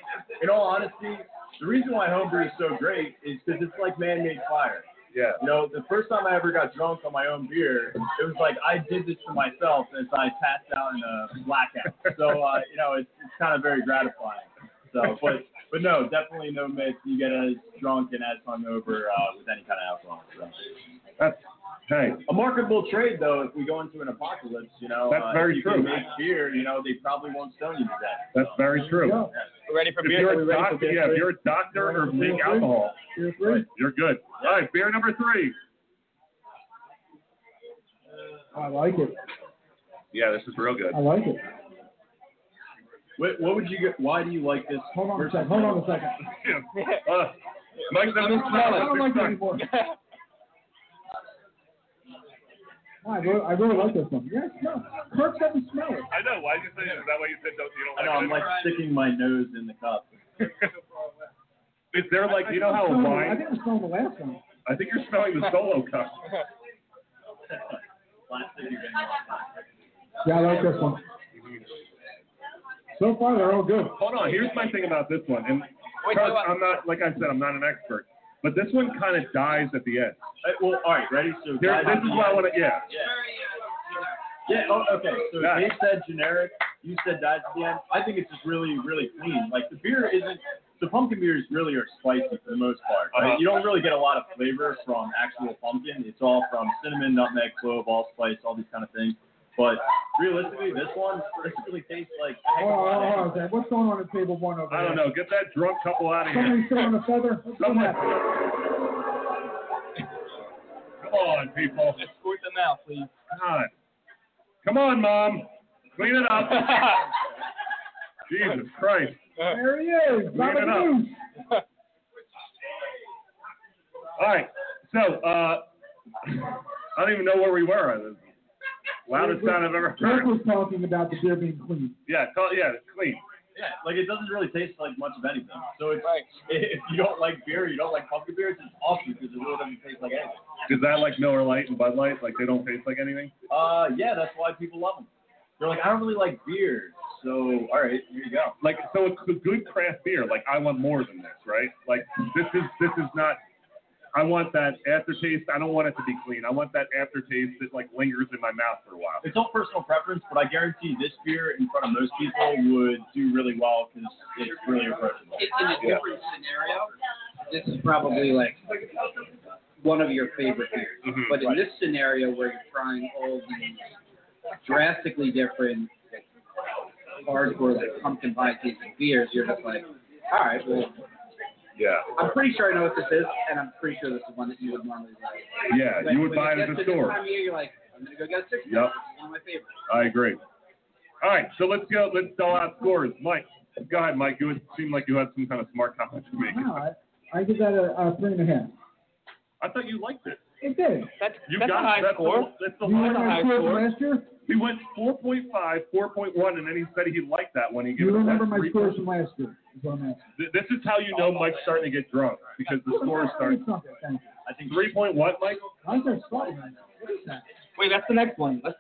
Speaker 9: in all honesty, the reason why homebrew is so great is because it's like man-made fire.
Speaker 5: Yeah.
Speaker 9: You know, the first time I ever got drunk on my own beer, it was like I did this to myself as I passed out in a blackout. So uh, you know, it's, it's kind of very gratifying. So, but but no, definitely no myth. You get as drunk and as hungover uh, with any kind of alcohol. So.
Speaker 5: That's hey.
Speaker 9: A marketable trade, though, if we go into an apocalypse, you know,
Speaker 5: That's
Speaker 9: uh,
Speaker 5: very
Speaker 9: if you
Speaker 5: true.
Speaker 9: Can make beer, you know, they probably won't stone you to death.
Speaker 5: That's very true.
Speaker 7: Yeah.
Speaker 8: We're ready for
Speaker 5: If
Speaker 8: beer. Are
Speaker 5: you're
Speaker 8: we ready
Speaker 5: a
Speaker 8: for
Speaker 5: doctor,
Speaker 8: beer?
Speaker 5: yeah, if you're a doctor or take alcohol,
Speaker 7: Beer three.
Speaker 5: you're good. All right, beer number three.
Speaker 7: I like it.
Speaker 5: Yeah, this is real good.
Speaker 7: I like it.
Speaker 9: What, what would you get? Why do you like this?
Speaker 7: Hold on a
Speaker 9: versus-
Speaker 7: second. Hold on a second.
Speaker 5: Yeah. Uh, Mike,
Speaker 8: Let me smell
Speaker 7: I don't like it anymore. No, I really, I really like this one. Yeah, no. Kirk doesn't smell it.
Speaker 5: I know. Why did you say that? Is that why you said don't, you
Speaker 9: I know, I'm
Speaker 5: don't
Speaker 9: like
Speaker 5: like
Speaker 9: sticking my nose in the cup.
Speaker 5: it? Is there like you know how
Speaker 7: I,
Speaker 5: a
Speaker 7: I
Speaker 5: wine?
Speaker 7: think it's from the last one.
Speaker 5: I think you're smelling the solo cup.
Speaker 9: Plastic you're getting
Speaker 7: Yeah, I like this one. So far, they're all good. Oh,
Speaker 5: Hold on. Here's my thing about this one, and
Speaker 8: Wait,
Speaker 5: Kirk,
Speaker 8: wait, wait.
Speaker 5: I'm not like I said, I'm not an expert, but this one kind of dies at the end.
Speaker 9: Uh, well, all right, ready? So
Speaker 5: There,
Speaker 9: guys,
Speaker 5: this is why I want to. Yeah.
Speaker 9: Yeah. Yeah. Oh, okay. So
Speaker 5: Yeah.
Speaker 9: they said generic. You said dies at the end. I think it's just really, really clean. Like the beer isn't. The pumpkin beers really are spicy for the most part. Right?
Speaker 5: Uh-huh.
Speaker 9: You don't really get a lot of flavor from actual pumpkin. It's all from cinnamon, nutmeg, clove, allspice, all these kind of things. But realistically, this one this really tastes like.
Speaker 7: Oh, oh, oh, what's going on at table one over
Speaker 5: I don't
Speaker 7: there?
Speaker 5: know. Get that drunk couple out of
Speaker 7: Somebody
Speaker 5: here.
Speaker 7: sit on a feather? What's going
Speaker 5: Someone.
Speaker 7: on?
Speaker 5: Come on, people.
Speaker 8: Just squirt them out, please.
Speaker 5: God. Come on, mom. Clean it up. Jesus Christ.
Speaker 7: There he is. Robin
Speaker 5: it up.
Speaker 7: Moose.
Speaker 5: All right. So uh, I don't even know where we were. It was the Loudest sound I've ever
Speaker 7: Kirk
Speaker 5: heard.
Speaker 7: was talking about the beer being clean.
Speaker 5: Yeah, call, yeah, it's clean.
Speaker 9: Yeah, like it doesn't really taste like much of anything. So it's
Speaker 8: Right.
Speaker 9: if you don't like beer, you don't like pumpkin beers. It's awesome because it really doesn't taste like anything.
Speaker 5: Is that like Miller Lite and Bud Light? Like they don't taste like anything?
Speaker 9: Uh, yeah, that's why people love them. They're like, I don't really like beer, so all right, here you go.
Speaker 5: Like so, it's a good craft beer. Like I want more than this, right? Like this is this is not. I want that aftertaste. I don't want it to be clean. I want that aftertaste that like lingers in my mouth for a while.
Speaker 9: It's all personal preference, but I guarantee this beer in front of most people would do really well because it's really approachable.
Speaker 11: In in a
Speaker 5: Yeah.
Speaker 11: different scenario, this is probably like one of your favorite beers.
Speaker 5: Mhm.
Speaker 11: But in this scenario where you're trying all these drastically different hardcore like pumpkin pie tasting beers, you're just like, all right, well,
Speaker 5: Yeah,
Speaker 11: I'm pretty sure I know what this is, and I'm pretty sure this is one that you would normally like.
Speaker 5: yeah.
Speaker 11: When-
Speaker 5: You would
Speaker 11: when
Speaker 5: buy
Speaker 11: it
Speaker 5: it at
Speaker 11: gets
Speaker 5: the
Speaker 11: to this
Speaker 5: store.
Speaker 11: Time of year, you're like,
Speaker 14: I'm gonna go get a 60.
Speaker 5: Yep.
Speaker 14: One of my favorites.
Speaker 5: I agree. All right, so let's go. Let's go out scores. Mike, go ahead, Mike. You would seem like you had some kind of smart comment to make.
Speaker 7: No, I, I give that a, a three and a half.
Speaker 5: I thought you liked it.
Speaker 7: It did.
Speaker 10: That's,
Speaker 5: You
Speaker 10: that's
Speaker 5: got
Speaker 10: a high
Speaker 5: that's
Speaker 10: score.
Speaker 5: The, that's the
Speaker 7: You
Speaker 5: high
Speaker 7: remember our
Speaker 5: high
Speaker 7: score
Speaker 5: score.
Speaker 7: from last year?
Speaker 5: We went 4.5, 4.1, and then he said he liked that one. He gave
Speaker 7: You
Speaker 5: it a
Speaker 7: remember my
Speaker 5: three.
Speaker 7: scores from last year? Is what I'm asking.
Speaker 5: Th- This is how you know Mike's starting to get drunk because the scores
Speaker 7: Three
Speaker 5: start.
Speaker 7: something, thank
Speaker 5: I
Speaker 7: you.
Speaker 5: think 3.1, Mike.
Speaker 7: Mine's are slightly higher. What is that?
Speaker 10: Wait, that's the next one. Let's,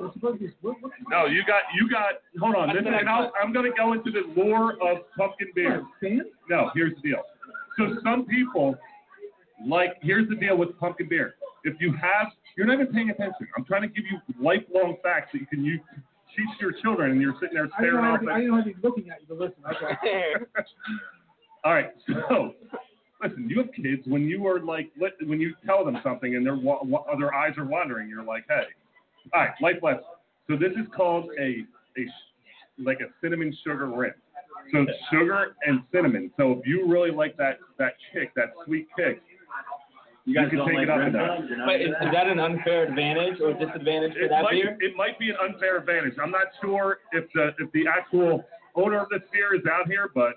Speaker 7: It's supposed to be- what- what-
Speaker 5: No, you got you got. Hold on, this, and I'll, I'm going to go into the lore of pumpkin beer.
Speaker 7: Fan?
Speaker 5: No, here's the deal. So some people like here's the deal with pumpkin beer. If you have you're not even paying attention. I'm trying to give you lifelong facts that you can use teach your children and you're sitting there
Speaker 7: I didn't
Speaker 5: staring
Speaker 7: know I'd
Speaker 5: off
Speaker 7: be- I
Speaker 5: at
Speaker 7: didn't know I'd be looking at you to listen. Okay.
Speaker 5: All right, so listen, you have kids when you are like let, when you tell them something and their wa- wa- their eyes are wandering, you're like, "Hey." All right, life lesson. So this is called a a sh- like a cinnamon sugar rim. So sugar and cinnamon. So if you really like that that kick, that sweet kick,
Speaker 9: You guys
Speaker 5: can
Speaker 9: don't
Speaker 5: take
Speaker 9: like
Speaker 5: it up a
Speaker 9: Red
Speaker 5: notch.
Speaker 9: Zone? You're not
Speaker 10: but is,
Speaker 9: into
Speaker 10: is that an unfair advantage or disadvantage for
Speaker 5: It
Speaker 10: that
Speaker 5: might,
Speaker 10: beer?
Speaker 5: it might be an unfair advantage. I'm not sure if the if the actual owner of this beer is out here, but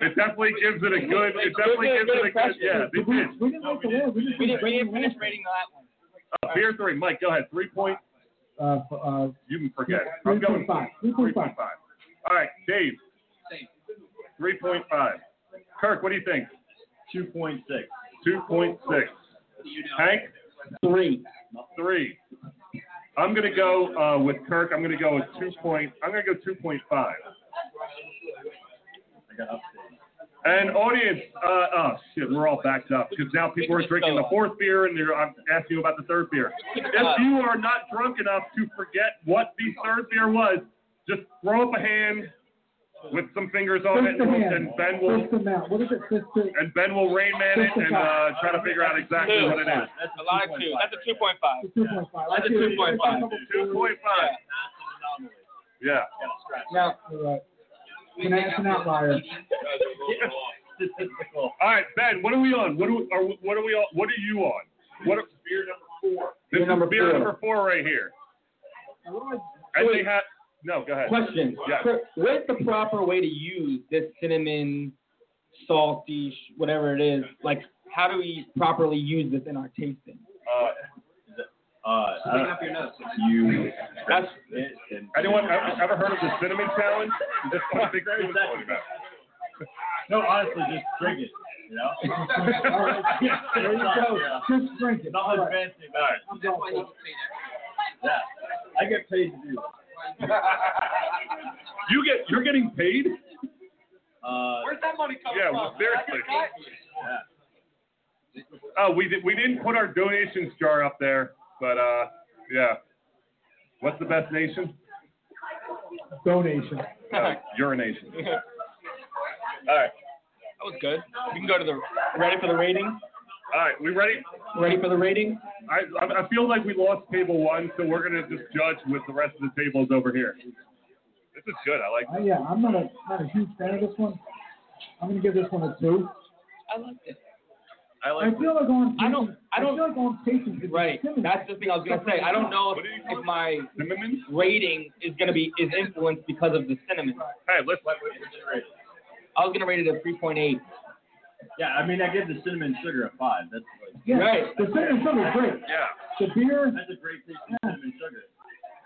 Speaker 5: it definitely gives it a good. It definitely gives it a good. Yeah, they did.
Speaker 7: We didn't like the last. We just
Speaker 10: We
Speaker 7: didn't like
Speaker 10: didn't, we didn't
Speaker 7: the
Speaker 10: finish
Speaker 7: last.
Speaker 10: rating that one.
Speaker 5: Uh, beer three, Mike. Go ahead. Three point.
Speaker 7: Uh, f- uh,
Speaker 5: You can forget. I'm going
Speaker 7: 3.5.
Speaker 5: Three point five. All right, Dave.
Speaker 14: Same.
Speaker 5: Three point five. Kirk, what do you think?
Speaker 9: 2.6.
Speaker 5: Two point six. Hank.
Speaker 10: Three.
Speaker 5: Three. I'm gonna go uh, with Kirk. I'm gonna go with two point. I'm gonna go two point five.
Speaker 9: I got updated.
Speaker 5: And audience, uh, oh shit, we're all backed up because now people are drinking the fourth beer and they're I'm asking you about the third beer. If you are not drunk enough to forget what the third beer was, just throw up a hand with some fingers on it,
Speaker 7: Fist
Speaker 5: and,
Speaker 7: them
Speaker 5: and Ben will
Speaker 7: Fist them out. What is it? Fist to.
Speaker 5: and Ben will rain man it and uh, try to figure out exactly what it is.
Speaker 9: That's
Speaker 10: A lot of two. That's a two point five.
Speaker 7: It's 2.5. I
Speaker 10: That's a
Speaker 7: see what you're-
Speaker 10: 2.5.
Speaker 7: I see
Speaker 5: Two
Speaker 7: what
Speaker 5: point five. Yeah.
Speaker 7: you're- You're right. Can I ask an outlier?
Speaker 9: Statistical.
Speaker 5: All right, Ben, what are we on? What are we, are, we- what are we on? What are you on? What are, beer number four? This is
Speaker 10: number
Speaker 5: beer
Speaker 10: four.
Speaker 5: number four right here. And they have no. Go ahead.
Speaker 10: Question.
Speaker 5: Yeah.
Speaker 10: Kurt, What's the proper way to use this cinnamon, salty, sh- whatever it is? Like, how do we properly use this in our tasting?
Speaker 5: Uh,
Speaker 9: Uh, I
Speaker 14: Pick
Speaker 9: don't-
Speaker 14: up your notes.
Speaker 9: you.
Speaker 10: That's
Speaker 9: it, and-
Speaker 5: anyone ever, ever heard of the cinnamon challenge? This is what a big food is all about.
Speaker 9: No, honestly, just drink it. You know.
Speaker 7: All right. There you go.
Speaker 9: Yeah.
Speaker 7: Just drink it. All
Speaker 9: Nothing
Speaker 7: right.
Speaker 9: fancy about it.
Speaker 7: I'm going
Speaker 14: Why
Speaker 7: for
Speaker 14: you
Speaker 7: it.
Speaker 14: say that?
Speaker 9: Yeah. I get paid to do. that.
Speaker 5: You get you're getting paid?
Speaker 9: Uh,
Speaker 10: Where's that money coming
Speaker 5: Yeah, well, seriously.
Speaker 9: yeah.
Speaker 5: Oh, we did, we didn't put our donations jar up there, but uh, yeah. What's the best nation?
Speaker 7: Donation. Uh,
Speaker 5: No, urination.
Speaker 10: that
Speaker 5: All right,
Speaker 10: was good. We can go to the. Ready for the rating?
Speaker 5: all right. We ready?
Speaker 10: Ready for the rating?
Speaker 5: I I- I feel like we lost table one, so we're gonna just judge with the rest of the tables over here. This is good. I like.
Speaker 7: Uh, yeah, I'm not a not a huge fan of this one. I'm gonna give this one a two.
Speaker 10: I liked it.
Speaker 5: I
Speaker 7: I
Speaker 5: like.
Speaker 7: feel like on
Speaker 10: I don't- I don't-
Speaker 7: feel like on patience. it's
Speaker 10: Right.
Speaker 7: cinnamon.
Speaker 10: That's the thing I was gonna say. I don't know if, if my
Speaker 5: Cinnamon.
Speaker 10: rating is gonna be is influenced because of the cinnamon.
Speaker 5: Hey, let's.
Speaker 10: I was gonna rate it a three point eight.
Speaker 9: Yeah, I mean, I give the cinnamon sugar a five. That's like,
Speaker 7: yeah,
Speaker 10: right.
Speaker 7: The cinnamon sugar is great.
Speaker 5: Yeah,
Speaker 7: The beer,
Speaker 9: that's a great taste of cinnamon sugar.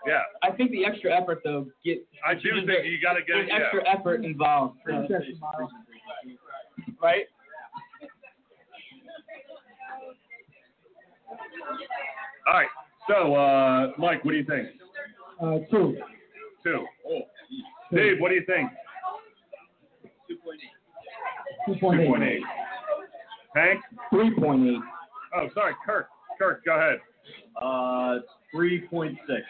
Speaker 5: yeah.
Speaker 10: I think the extra effort though get
Speaker 5: I do think you gotta get.
Speaker 10: there's
Speaker 5: Yeah.
Speaker 10: extra effort involved.
Speaker 7: Three sets of miles.
Speaker 10: Right?
Speaker 5: All right. So, uh, Mike, what do you think?
Speaker 7: uh, two.
Speaker 5: Two. Oh. Dave, what do you think?
Speaker 7: 2.8.
Speaker 5: 2.8. Hank?
Speaker 10: Three point eight.
Speaker 5: Oh, sorry, Kirk. Kirk, go ahead.
Speaker 9: Uh, three point six.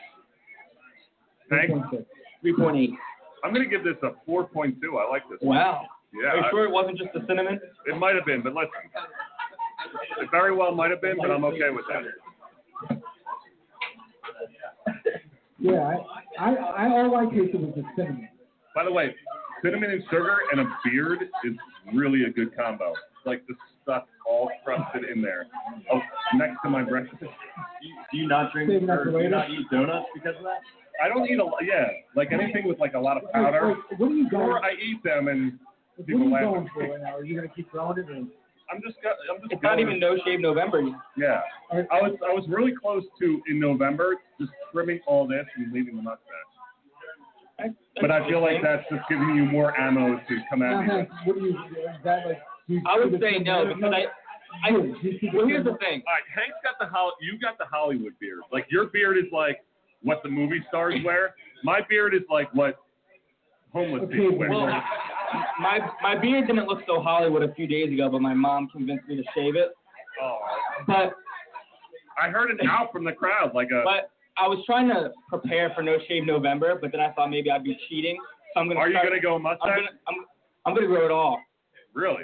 Speaker 5: Hank?
Speaker 7: 2.6.
Speaker 10: Three point eight.
Speaker 5: I'm going to give this a 4.2. I like this.
Speaker 10: Wow.
Speaker 5: Yeah,
Speaker 10: Are you
Speaker 5: I-
Speaker 10: sure it wasn't just the cinnamon?
Speaker 5: it might have been, but listen. It very well might have been, but I'm okay with that.
Speaker 7: Yeah, I, I, I all I tasted was the cinnamon.
Speaker 5: By the way,
Speaker 9: cinnamon and sugar and a beard is really a good combo. Like the stuff all crusted in there. Oh, next to my breakfast.
Speaker 15: Do you, do you not drink
Speaker 7: Saving up
Speaker 15: or
Speaker 7: the
Speaker 15: do you
Speaker 7: waiter.
Speaker 15: not eat donuts because of that?
Speaker 9: I don't eat a lot. Yeah, like anything with like a lot of powder.
Speaker 7: What are you going?
Speaker 9: Or I eat them and
Speaker 7: What are
Speaker 9: people
Speaker 7: you
Speaker 9: laugh.
Speaker 7: going
Speaker 9: at
Speaker 7: for
Speaker 9: me.
Speaker 7: right now? Are you gonna keep throwing it? Or?
Speaker 9: I'm just. go- I'm just.
Speaker 10: It's not
Speaker 9: going-
Speaker 10: even No Shave November yet.
Speaker 9: Yeah. I was. I was really close to in November just trimming all this and leaving the mustache. But I feel like that's just giving you more ammo to come
Speaker 7: Now,
Speaker 9: at me.
Speaker 7: Hank,
Speaker 9: with.
Speaker 7: what do you? Is that like? do you
Speaker 10: I would
Speaker 7: keep it
Speaker 10: say
Speaker 7: trimmed
Speaker 10: no
Speaker 7: down?
Speaker 10: because I, I.
Speaker 7: do you keep it
Speaker 10: Well, here's the
Speaker 7: trimmed
Speaker 10: thing.
Speaker 9: All right, Hank's got the Hol- you got the Hollywood beard. Like your beard is like what the movie stars wear. My beard is like what homeless
Speaker 7: Okay,
Speaker 9: people wear.
Speaker 10: Well, my my beard didn't look so Hollywood a few days ago, but my mom convinced me to shave it.
Speaker 9: oh,
Speaker 10: But
Speaker 9: I heard an out from the crowd, like a.
Speaker 10: but I was trying to prepare for No Shave November, but then I thought maybe I'd be cheating, so I'm gonna.
Speaker 9: Are you
Speaker 10: start-
Speaker 9: gonna go mustache?
Speaker 10: I'm gonna I'm, I'm gonna grow it all.
Speaker 9: Really?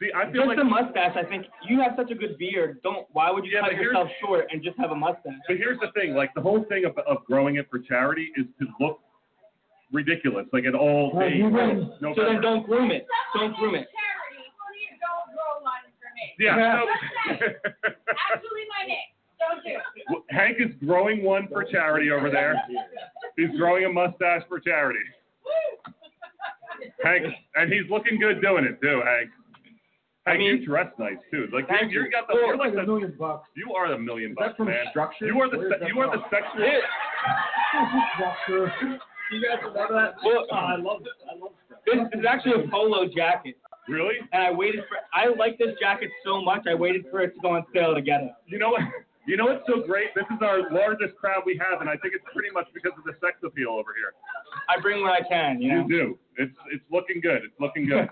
Speaker 9: See, I feel
Speaker 10: Just
Speaker 9: like.
Speaker 10: the mustache. I think you have such a good beard. Don't. Why would you
Speaker 9: Yeah,
Speaker 10: cut
Speaker 9: but here's-
Speaker 10: yourself short and just have a mustache?
Speaker 9: But here's the thing, like the whole thing of, of growing it for charity is to look ridiculous, like at all
Speaker 7: Well,
Speaker 9: days.
Speaker 7: you win.
Speaker 9: No
Speaker 10: So then
Speaker 9: matter-
Speaker 10: don't groom it. Don't groom it.
Speaker 16: Charity, please don't grow one for me.
Speaker 9: Yeah. so-
Speaker 16: Actually, my name. Don't do it.
Speaker 9: Hank is growing one for charity over there. He's growing a mustache for charity. Hank, and he's looking good doing it too, Hank.
Speaker 10: I
Speaker 9: Hank,
Speaker 10: mean-
Speaker 9: you dress nice too. Like
Speaker 10: Thank
Speaker 9: you,
Speaker 10: you.
Speaker 9: you got the,
Speaker 7: Well,
Speaker 9: you're
Speaker 7: it's
Speaker 9: like
Speaker 7: like a
Speaker 9: the,
Speaker 7: million bucks.
Speaker 9: you are the million
Speaker 7: Is
Speaker 9: bucks,
Speaker 7: that from
Speaker 9: man.
Speaker 7: structure?
Speaker 9: You are the,
Speaker 7: Where is
Speaker 9: se-
Speaker 7: that
Speaker 9: you are the
Speaker 7: from?
Speaker 9: sexual.
Speaker 10: Yeah.
Speaker 7: Structure.
Speaker 15: You guys remember that?
Speaker 10: Well-
Speaker 15: Oh, I love it. I love it.
Speaker 10: This is actually a polo jacket,
Speaker 9: Really?
Speaker 10: and I waited for. I like this jacket so much. I waited for it to go on sale to get it.
Speaker 9: You know what? You know what's so great? This is our largest crowd we have, and I think it's pretty much because of the sex appeal over here.
Speaker 10: I bring what I can. You know.
Speaker 9: You do. It's it's looking good. It's looking good.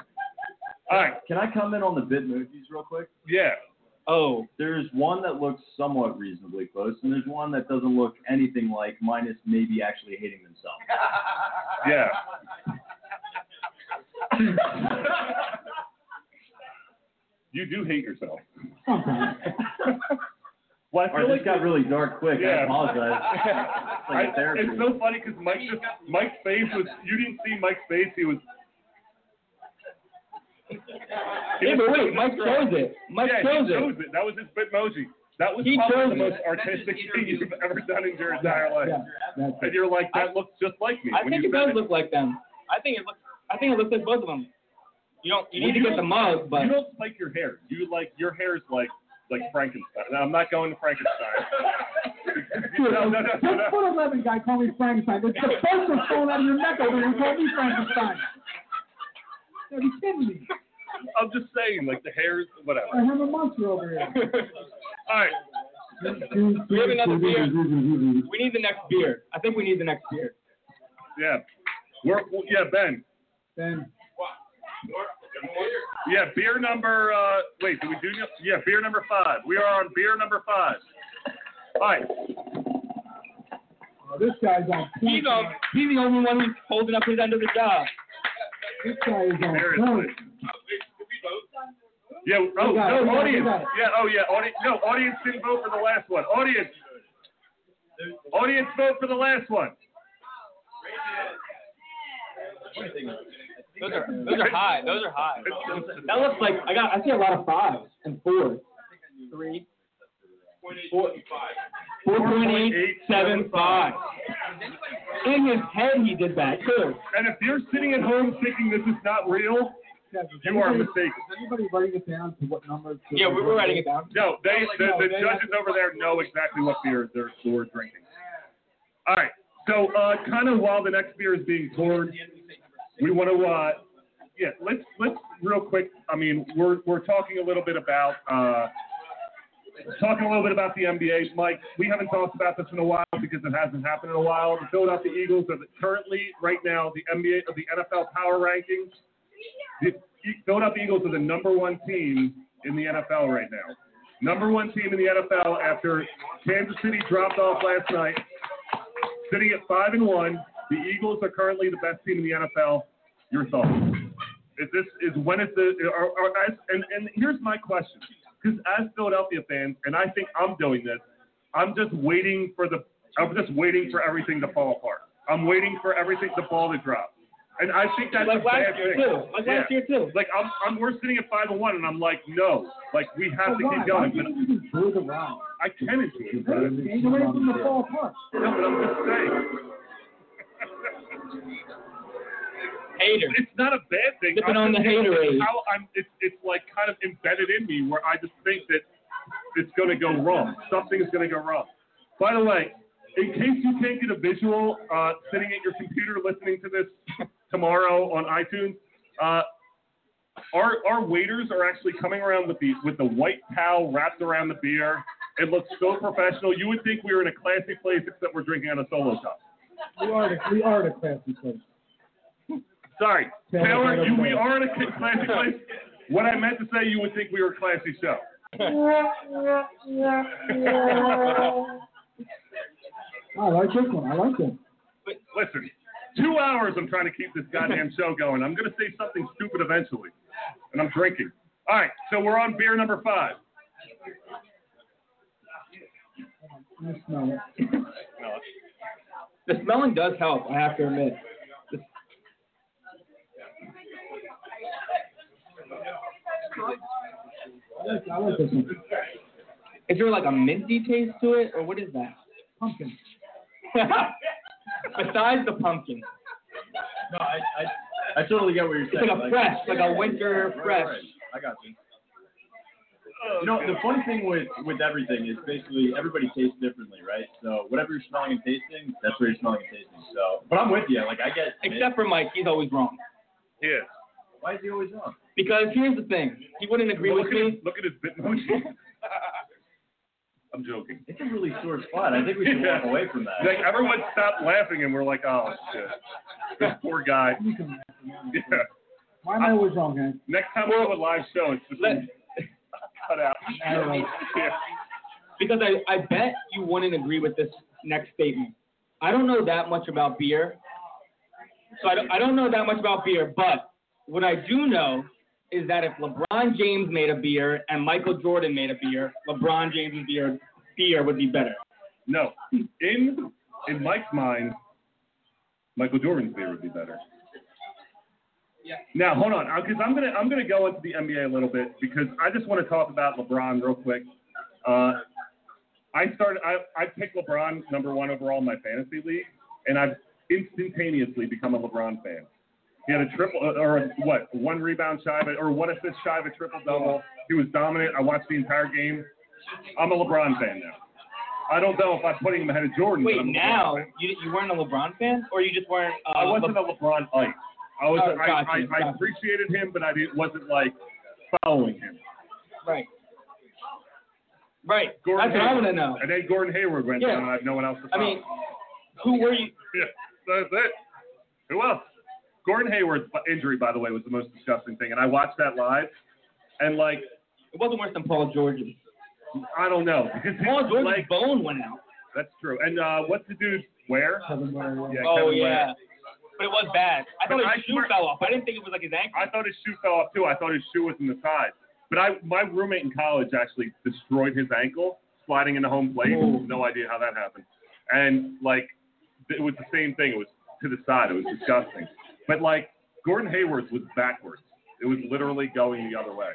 Speaker 9: All right.
Speaker 15: Can I comment on the bit movies real quick?
Speaker 9: Yeah.
Speaker 10: Oh,
Speaker 15: There's one that looks somewhat reasonably close, and there's one that doesn't look anything like, minus maybe actually hating themselves.
Speaker 9: Yeah. you do hate yourself. well, I
Speaker 15: All right,
Speaker 9: feel
Speaker 15: this
Speaker 9: like
Speaker 15: got really dark quick. I
Speaker 9: Yeah.
Speaker 15: apologize. It's like a
Speaker 9: I-
Speaker 15: therapy.
Speaker 9: it's so funny because Mike just Mike's face was you didn't see Mike's face. He was.
Speaker 10: yeah, but wait, Mike chose it. Mike
Speaker 9: yeah,
Speaker 10: chose
Speaker 9: he chose
Speaker 10: it.
Speaker 9: it. That was his Bitmoji. That was
Speaker 10: He
Speaker 9: probably
Speaker 10: chose
Speaker 9: the
Speaker 10: it.
Speaker 9: most artistic thing you've ever done in your entire life.
Speaker 7: Yeah, that's
Speaker 9: And you're like, that looks just like me.
Speaker 10: I
Speaker 9: when
Speaker 10: think
Speaker 9: you
Speaker 10: it
Speaker 9: said
Speaker 10: does look like them. I think it looks. I think it looks like both of them. You don't. You
Speaker 9: Well,
Speaker 10: need to
Speaker 9: you
Speaker 10: get the
Speaker 9: don't-
Speaker 10: mug, but
Speaker 9: You don't like your hair. You like your hair is like like Frankenstein. No, I'm not going to Frankenstein. no, no, no, no,
Speaker 7: Six
Speaker 9: no.
Speaker 7: foot eleven guy called me Frankenstein. The the first was falling out of your neck over here. You called me Frankenstein. Are you kidding me?
Speaker 9: I'm just saying, like the hair is whatever.
Speaker 7: I have a monster over here.
Speaker 9: All right.
Speaker 10: we have another beer. We need the next beer. I think we need the next beer.
Speaker 9: Yeah. We're well, yeah, Ben.
Speaker 7: Then
Speaker 9: Yeah, beer number uh wait, did we do no- yeah, beer number five. We are on beer number five. All right.
Speaker 7: oh, this guy's on
Speaker 10: He's
Speaker 7: point.
Speaker 10: on. He's the only one who's holding up his end of the job.
Speaker 7: This guy is on
Speaker 9: Seriously.
Speaker 7: point.
Speaker 9: Yeah, oh
Speaker 7: got it, we got it, we
Speaker 9: no, audience.
Speaker 7: got it.
Speaker 9: Yeah, oh yeah, audience no, audience didn't vote for the last one. Audience Audience vote for the last one.
Speaker 10: Those are those are high. Those are high. That looks like I got. I see a lot of fives and fours. Three. Four point eight seven five. In his head, he did that too.
Speaker 9: And if you're sitting at home thinking this is not real, you are mistaken.
Speaker 7: Is anybody writing it down to what number? To
Speaker 10: Yeah, we were writing it down.
Speaker 9: No, they, the,
Speaker 7: No,
Speaker 9: the
Speaker 7: they-
Speaker 9: judges over there know exactly what beer they're, they're drinking. All right. So, uh, kind of while the next beer is being poured, we want to, uh, yeah, let's let's real quick. I mean, we're we're talking a little bit about uh, talking a little bit about the NBA. Mike, we haven't talked about this in a while because it hasn't happened in a while. The Philadelphia Eagles are the, currently right now the NBA of the NFL power rankings. The E- Philadelphia Eagles are the number one team in the NFL right now. Number one team in the NFL after Kansas City dropped off last night. Sitting at five and one, the Eagles are currently the best team in the NFL. Your thoughts? Is this is when is the are, are, as, and and here's my question because as Philadelphia fans, and I think I'm doing this, I'm just waiting for the I'm just waiting for everything to fall apart. I'm waiting for everything the ball to drop. And I think that's
Speaker 10: like
Speaker 9: a bad
Speaker 10: last year
Speaker 9: thing.
Speaker 10: too. Like last
Speaker 9: Yeah.
Speaker 10: year too.
Speaker 9: Like I'm, I'm we're sitting at five and one, and I'm like, no, like we have
Speaker 17: So
Speaker 9: to
Speaker 17: why?
Speaker 9: keep going.
Speaker 17: Why
Speaker 9: But
Speaker 17: can't you just enjoy the ride?
Speaker 9: I can enjoy it. but-
Speaker 17: Ain't no way for them to fall apart.
Speaker 9: No, but I'm just saying.
Speaker 18: Hater.
Speaker 9: It's not a bad thing.
Speaker 10: Sipping
Speaker 9: I'm
Speaker 10: on
Speaker 9: just
Speaker 10: the
Speaker 9: saying,
Speaker 10: haterade.
Speaker 9: It's, how I'm, it's, it's like kind of embedded in me where I just think that it's going to go wrong. Something is going to go wrong. By the way, in case you can't get a visual uh, sitting at your computer listening to this tomorrow on iTunes, uh, our our waiters are actually coming around with the with the white towel wrapped around the beer. It looks so professional. You would think we were in a classy place, except we're drinking out of solo cups.
Speaker 17: We are the, we are the classy place.
Speaker 9: Sorry,
Speaker 17: Yeah, I
Speaker 9: Taylor,
Speaker 17: don't
Speaker 9: you, we
Speaker 17: know.
Speaker 9: are in a classy place. What I meant to say, you would think we were a classy show.
Speaker 17: I like this one. I like that.
Speaker 9: Listen, two hours I'm trying to keep this goddamn show going. I'm going to say something stupid eventually, and I'm drinking. All right, so we're on beer number five.
Speaker 17: I smell it.
Speaker 10: The smelling does help. I have to admit.
Speaker 17: I like this one.
Speaker 10: Is there like a minty taste to it, or what is that?
Speaker 17: Pumpkin.
Speaker 10: Besides the pumpkin,
Speaker 7: No, I, I, I totally get what you're
Speaker 10: It's
Speaker 7: saying.
Speaker 10: like a fresh, like a winter
Speaker 7: right,
Speaker 10: fresh.
Speaker 7: right. I got you. You know, the funny thing with with everything is basically everybody tastes differently, right? So whatever you're smelling and tasting, that's what you're smelling and tasting. So, but I'm with you. Like I get.
Speaker 10: except for Mike, he's always wrong.
Speaker 9: Yeah.
Speaker 7: Why is he always wrong?
Speaker 10: Because here's the thing, he wouldn't agree
Speaker 9: Look
Speaker 10: with
Speaker 9: at his,
Speaker 10: me.
Speaker 9: look at his bitmoji. I'm joking.
Speaker 7: It's a really sore spot. I think we should walk away from that.
Speaker 9: Like everyone stopped laughing, and we're like, oh shit, this poor guy. Yeah.
Speaker 17: Why am I always wrong, man?
Speaker 9: Next time we do a live show, it's just
Speaker 10: Let-
Speaker 9: cut out.
Speaker 10: I don't know.
Speaker 9: Yeah.
Speaker 10: Because I, I bet you wouldn't agree with this next statement. I don't know that much about beer. So I don't, I don't know that much about beer, but what I do know is that if LeBron James made a beer and Michael Jordan made a beer, LeBron James' beer beer would be better.
Speaker 9: No, in in Mike's mind, Michael Jordan's beer would be better. Now hold on, because I'm gonna I'm gonna go into the NBA a little bit because I just want to talk about LeBron real quick. Uh, I started I, I picked LeBron number one overall in my fantasy league, and I've instantaneously become a LeBron fan. He had a triple uh, or a, what one rebound shy of a, or one assist shy of a triple double. He was dominant. I watched the entire game. I'm a LeBron fan now. I don't know if I'm putting him ahead of Jordan. but
Speaker 10: Wait,
Speaker 9: I'm a LeBron
Speaker 10: now
Speaker 9: fan.
Speaker 10: you, you weren't a LeBron fan, or you just weren't? Uh,
Speaker 9: I wasn't a LeBron like. I was.
Speaker 10: Oh,
Speaker 9: I,
Speaker 10: gotcha,
Speaker 9: I, I
Speaker 10: gotcha.
Speaker 9: appreciated him, but I didn't, wasn't like following him.
Speaker 10: right. Right.
Speaker 9: Gordon
Speaker 10: That's what I
Speaker 9: Hayward.
Speaker 10: want to know.
Speaker 9: And then Gordon Hayward went
Speaker 10: Yeah.
Speaker 9: down, and I have no one else to
Speaker 10: I
Speaker 9: follow.
Speaker 10: mean, who were you?
Speaker 9: yeah, that's it. Who else? Gordon Hayward's bu- injury, by the way, was the most disgusting thing, and I watched that live, and like
Speaker 10: It wasn't worse than Paul George's.
Speaker 9: I don't know because his
Speaker 10: Paul George's
Speaker 9: leg-
Speaker 10: bone went out.
Speaker 9: That's true. And uh, what's the dude's where?
Speaker 17: Kevin Warren.
Speaker 9: Yeah,
Speaker 10: oh
Speaker 9: Kevin
Speaker 10: yeah,
Speaker 9: Ware.
Speaker 10: but it was bad. I
Speaker 9: But
Speaker 10: thought his
Speaker 9: I
Speaker 10: shoe
Speaker 9: swear-
Speaker 10: fell off. I didn't think it was like his ankle.
Speaker 9: I thought his shoe fell off too. I thought his shoe was in the side. But I, my roommate in college actually destroyed his ankle sliding into home plate.
Speaker 10: Ooh.
Speaker 9: No idea how that happened. And like, it was the same thing. It was to the side. It was disgusting. But like, Gordon Hayward's was backwards. It was literally going the other way.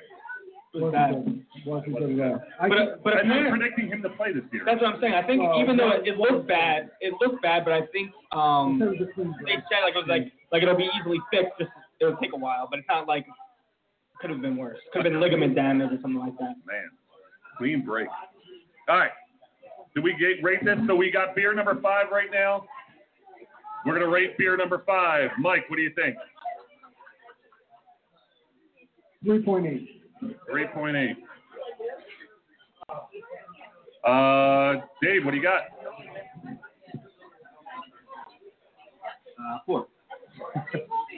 Speaker 10: It was bad.
Speaker 17: Wasn't good. Wasn't good at all. I
Speaker 10: But
Speaker 17: can-
Speaker 10: but
Speaker 9: and they're
Speaker 10: apparently,
Speaker 9: predicting him to play this year.
Speaker 10: that's what I'm saying. I think
Speaker 17: Oh,
Speaker 10: even though
Speaker 17: no.
Speaker 10: it, it looked bad, it looked bad, but I think um
Speaker 17: That was a clean
Speaker 10: they
Speaker 17: break.
Speaker 10: said like it was like like it'll be easily fixed. Just it'll take a while, but it's not like could have been worse. Could have been ligament damage or something like that.
Speaker 9: Man, clean break. All right. Did we get, rate this? So we got beer number five right now. We're going to rate beer number five. Mike, what do you think?
Speaker 17: 3.8.
Speaker 9: 3.8. Uh, Dave, what do you got?
Speaker 19: Uh, four.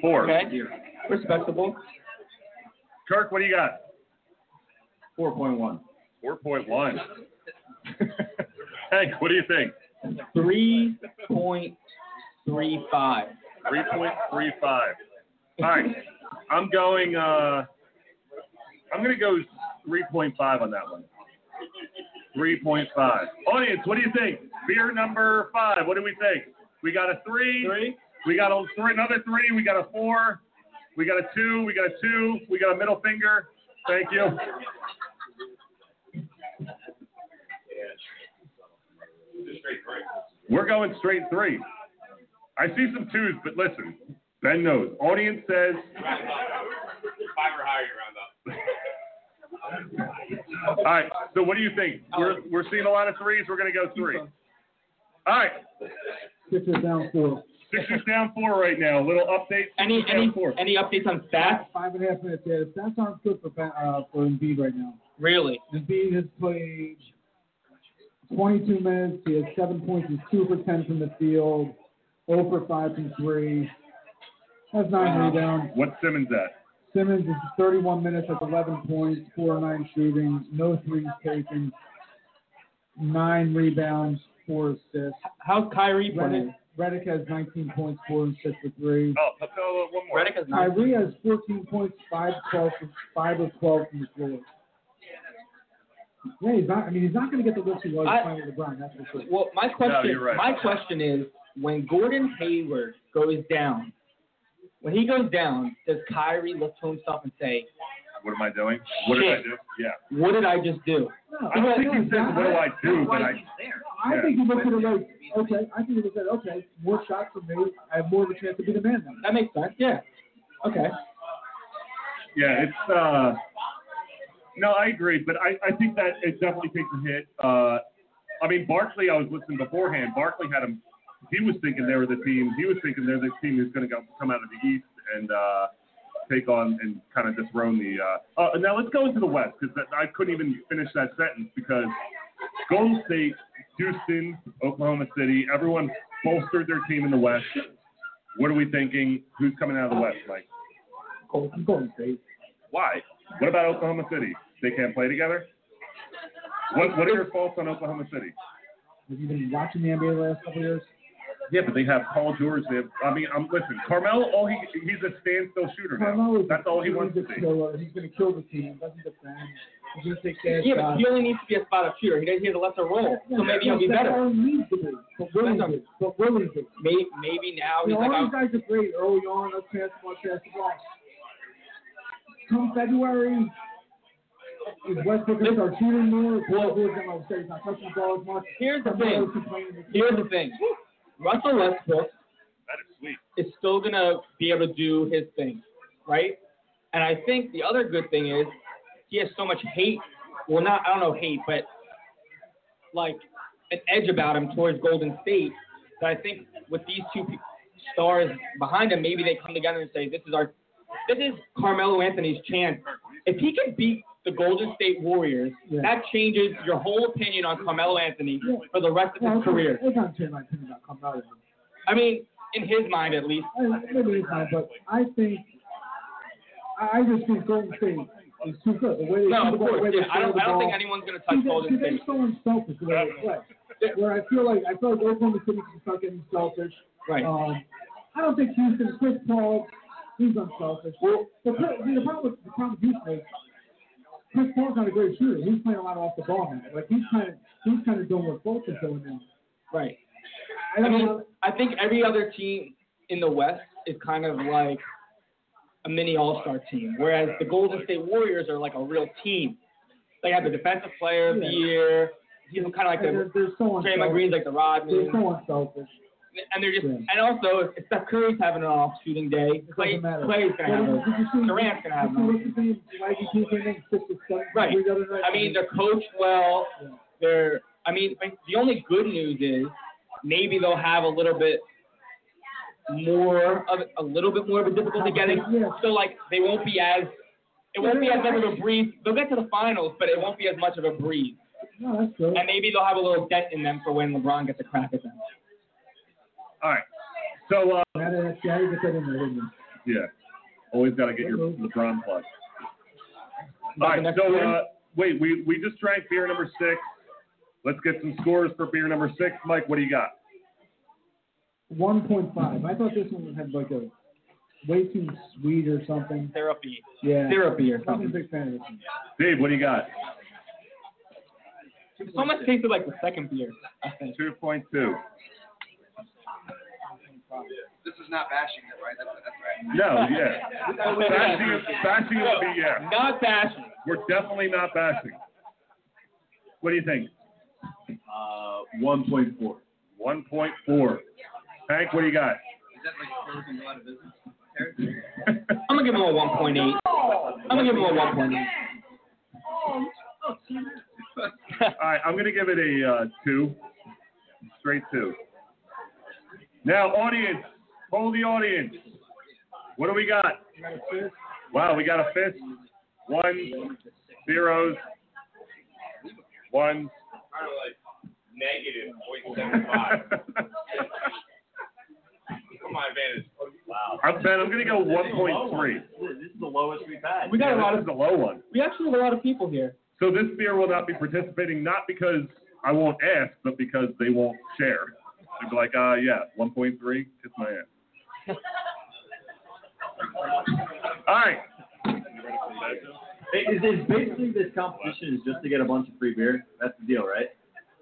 Speaker 9: Four.
Speaker 10: Okay,
Speaker 19: Zero.
Speaker 10: respectable.
Speaker 9: Kirk, what do you got?
Speaker 7: Four point one.
Speaker 9: 4.1. Hank, what do you think?
Speaker 10: Three point three five.
Speaker 9: 3.35. All right. I'm going, uh, I'm going to go 3.5 on that one. 3.5. Audience, what do you think? Beer number five. What do we think? We got a three.
Speaker 10: Three.
Speaker 9: We got a three, another three. We got a four. We got a two. We got a two. We got a middle finger. Thank you. We're going straight three. I see some twos, but listen, Ben knows. Audience says
Speaker 20: Five or higher, you round up.
Speaker 9: All right. So what do you think? We're we're seeing a lot of threes. We're gonna go three. All right.
Speaker 7: Sixers down four.
Speaker 9: Sixers down four right now. Little update.
Speaker 10: Any
Speaker 9: Sixers
Speaker 10: any
Speaker 9: down four.
Speaker 10: any updates on stats?
Speaker 7: Five and a half minutes. Yeah, the stats aren't good for Ba- uh, for Embiid right now.
Speaker 10: Really?
Speaker 7: Embiid has played 22 minutes. He has seven points. He's two for 10 from the field. 0 for 5 from three. Has nine rebounds.
Speaker 9: What's Simmons at?
Speaker 7: Simmons is 31 minutes at 11 points, four nine shooting, no threes taken, nine rebounds, four assists.
Speaker 10: How's Kyrie
Speaker 7: Redick,
Speaker 10: playing?
Speaker 7: Redick has 19 points, four and six for three.
Speaker 9: Oh, let's go one more.
Speaker 10: Redick is not.
Speaker 7: Kyrie has 14 points, five, 12, from- five of 12 from the floor. Yeah, he's not. I mean, he's not going to get the looks he was
Speaker 10: I-
Speaker 7: playing with LeBron. That's for sure.
Speaker 10: Well, my question,
Speaker 9: you're right.
Speaker 10: my question is, when Gordon Hayward goes down, when he goes down, does Kyrie look to himself and say,
Speaker 9: What am I doing? What did I
Speaker 10: Shit.
Speaker 9: do? Yeah.
Speaker 10: "What did I just do"?
Speaker 7: No,
Speaker 9: I don't think he says what do I do, but I
Speaker 7: I
Speaker 9: Yeah.
Speaker 7: think he looked at it like, okay, I think he looked at it, okay, more shots for me, I have more of a chance to be the man now.
Speaker 10: That makes sense. Yeah. Okay.
Speaker 9: yeah, it's uh no, I agree, but I, I think that it definitely takes a hit. Uh I mean Barkley I was listening beforehand, Barkley had him he was thinking they were the team he was thinking they're the team who's gonna go come out of the east and uh take on and kind of dethrone the uh, uh now let's go into the west because I couldn't even finish that sentence because Golden State, Houston, Oklahoma City, everyone bolstered their team in the West. What are we thinking? Who's coming out of the West, Mike?
Speaker 7: Golden- I'm going State.
Speaker 9: Why? What about Oklahoma City? They can't play together? What What are your thoughts on Oklahoma City?
Speaker 7: Have you been watching the NBA the last couple of years?
Speaker 9: Yeah, but they have Paul George. They have, I mean, I'm listen. Carmelo, all he he's a standstill shooter
Speaker 7: Carmelo
Speaker 9: now.
Speaker 7: is-
Speaker 9: That's all he
Speaker 7: he's
Speaker 9: wants
Speaker 7: a
Speaker 9: to be.
Speaker 7: killer. He's going to kill the team. Doesn't defend. He's going to take that.
Speaker 10: Yeah, but he only needs to be a spot up shooter. He doesn't have a lesser role, so maybe he'll be better.
Speaker 7: But Willie
Speaker 10: That's a-
Speaker 7: did. But Willie did.
Speaker 10: Maybe, maybe now
Speaker 7: You know,
Speaker 10: he's like, um,
Speaker 7: all
Speaker 10: I'm,
Speaker 7: these guys are great early on. Let's pass the ball, pass the ball. Come February, if Westbrook can start shooting more, Paul George is going to say he's not touching the ball as much.
Speaker 10: Here's the
Speaker 7: Carmelo's
Speaker 10: thing.
Speaker 7: complaining that-
Speaker 10: Here's the thing. Russell Westbrook
Speaker 9: That is sweet.
Speaker 10: is still gonna be able to do his thing, right? And I think the other good thing is he has so much hate. Well, not I don't know hate, but like an edge about him towards Golden State. That I think with these two pe- stars behind him, maybe they come together and say, "This is our, this is Carmelo Anthony's chance." If he can beat the Golden State Warriors,
Speaker 7: Yeah.
Speaker 10: that changes your whole opinion on Carmelo Anthony for the rest of
Speaker 7: Well,
Speaker 10: his career.
Speaker 7: It's not changed my opinion about Carmelo.
Speaker 10: I mean, in his mind at least.
Speaker 7: I- Maybe it's not, but I think I I just think Golden State is too good. The way they shoot
Speaker 10: No,
Speaker 7: the
Speaker 10: of
Speaker 7: ball, the
Speaker 10: course.
Speaker 7: way they
Speaker 10: Yeah, I
Speaker 7: throw
Speaker 10: don't.
Speaker 7: the
Speaker 10: I don't think
Speaker 7: ball.
Speaker 10: anyone's gonna
Speaker 7: See,
Speaker 10: touch
Speaker 7: they-
Speaker 10: Golden
Speaker 7: see, They're
Speaker 10: State.
Speaker 7: so unselfish the way they play. Where I feel like I feel like Oklahoma City is start getting selfish.
Speaker 10: Right.
Speaker 7: Um, I don't think Houston. Chris Paul, he's unselfish. Well, the, pro- see, the problem with the problem with Houston is Chris Paul's not a great shooter. He's playing a lot off the ball now. Like he's kind of he's kind of doing what Fulton's doing now.
Speaker 10: Right.
Speaker 7: I
Speaker 10: I
Speaker 7: don't
Speaker 10: mean,
Speaker 7: know.
Speaker 10: I think every other team in the West is kind of like a mini All Star team, whereas the Golden State Warriors are like a real team. They have the Defensive Player of the
Speaker 7: Yeah.
Speaker 10: Year. You know, kind of like
Speaker 7: they're,
Speaker 10: the
Speaker 7: they're so
Speaker 10: Draymond
Speaker 7: unselfish.
Speaker 10: Green's like the Rodman,
Speaker 7: They're so unselfish.
Speaker 10: and they're just
Speaker 7: Yeah.
Speaker 10: and also if Steph Curry's having an off shooting day,
Speaker 7: It
Speaker 10: Clay,
Speaker 7: doesn't matter.
Speaker 10: Clay's gonna have
Speaker 7: Well,
Speaker 10: those.
Speaker 7: did you see-
Speaker 10: Durant's gonna have
Speaker 7: did you
Speaker 10: those.
Speaker 7: look at the Maggie Keith came in six or seven
Speaker 10: Right.
Speaker 7: three the other night?
Speaker 10: I mean, they're coached well.
Speaker 7: Yeah.
Speaker 10: They're, I mean, like, the only good news is maybe they'll have a little bit more of a little bit more of a difficulty getting.
Speaker 7: Yeah.
Speaker 10: So like they won't be as it won't be as much of a breeze. They'll get to the finals, but it won't be as much of a breeze.
Speaker 7: no, that's good.
Speaker 10: And maybe they'll have a little dent in them for when LeBron gets a crack at them.
Speaker 9: All right. So uh,
Speaker 7: Now that- yeah, you get that in there, didn't you?
Speaker 9: yeah, always got to get your LeBron plug. All
Speaker 10: About the
Speaker 9: right,
Speaker 10: next
Speaker 9: so
Speaker 10: year.
Speaker 9: uh, wait, we, we just drank beer number six. Let's get some scores for beer number six. Mike, what do you got?
Speaker 7: 1.5. I thought this one had like a way too sweet or something.
Speaker 10: therapy,
Speaker 7: Yeah.
Speaker 10: therapy or
Speaker 7: I'm a
Speaker 10: something.
Speaker 7: big fan of this one.
Speaker 9: Dave, what do you got?
Speaker 10: It almost tasted like the second beer. I think.
Speaker 9: 2.2.
Speaker 20: This
Speaker 11: This is not bashing it, right? That's, that's right.
Speaker 5: No, yeah. bashing, is, bashing would be yeah.
Speaker 10: Not bashing.
Speaker 5: We're definitely not bashing. What do you think?
Speaker 9: Uh, 1.4.
Speaker 5: 1.4. Hank, what do you got?
Speaker 11: Is that like closing a lot of business?
Speaker 10: I'm gonna give him a 1.8. I'm gonna give him a 1.8.
Speaker 5: All right, I'm gonna give it a uh, two, straight two. Now, audience, hold the audience. What do we got? Wow, we got a fist. One, zeros, one.
Speaker 21: Kind of like negative 0.75. Come on, man.
Speaker 5: Wow. I'm, ben, I'm gonna go 1.3.
Speaker 9: This is the lowest we've had.
Speaker 10: We got a lot
Speaker 5: This
Speaker 10: of
Speaker 5: is the low one.
Speaker 10: we actually have a lot of people here.
Speaker 5: So this beer will not be participating, not because I won't ask, but because they won't share. They'd be like, uh, yeah, 1.3, kiss my ass. All right.
Speaker 9: It- It's, it's basically this competition is just to get a bunch of free beer. That's the deal, right?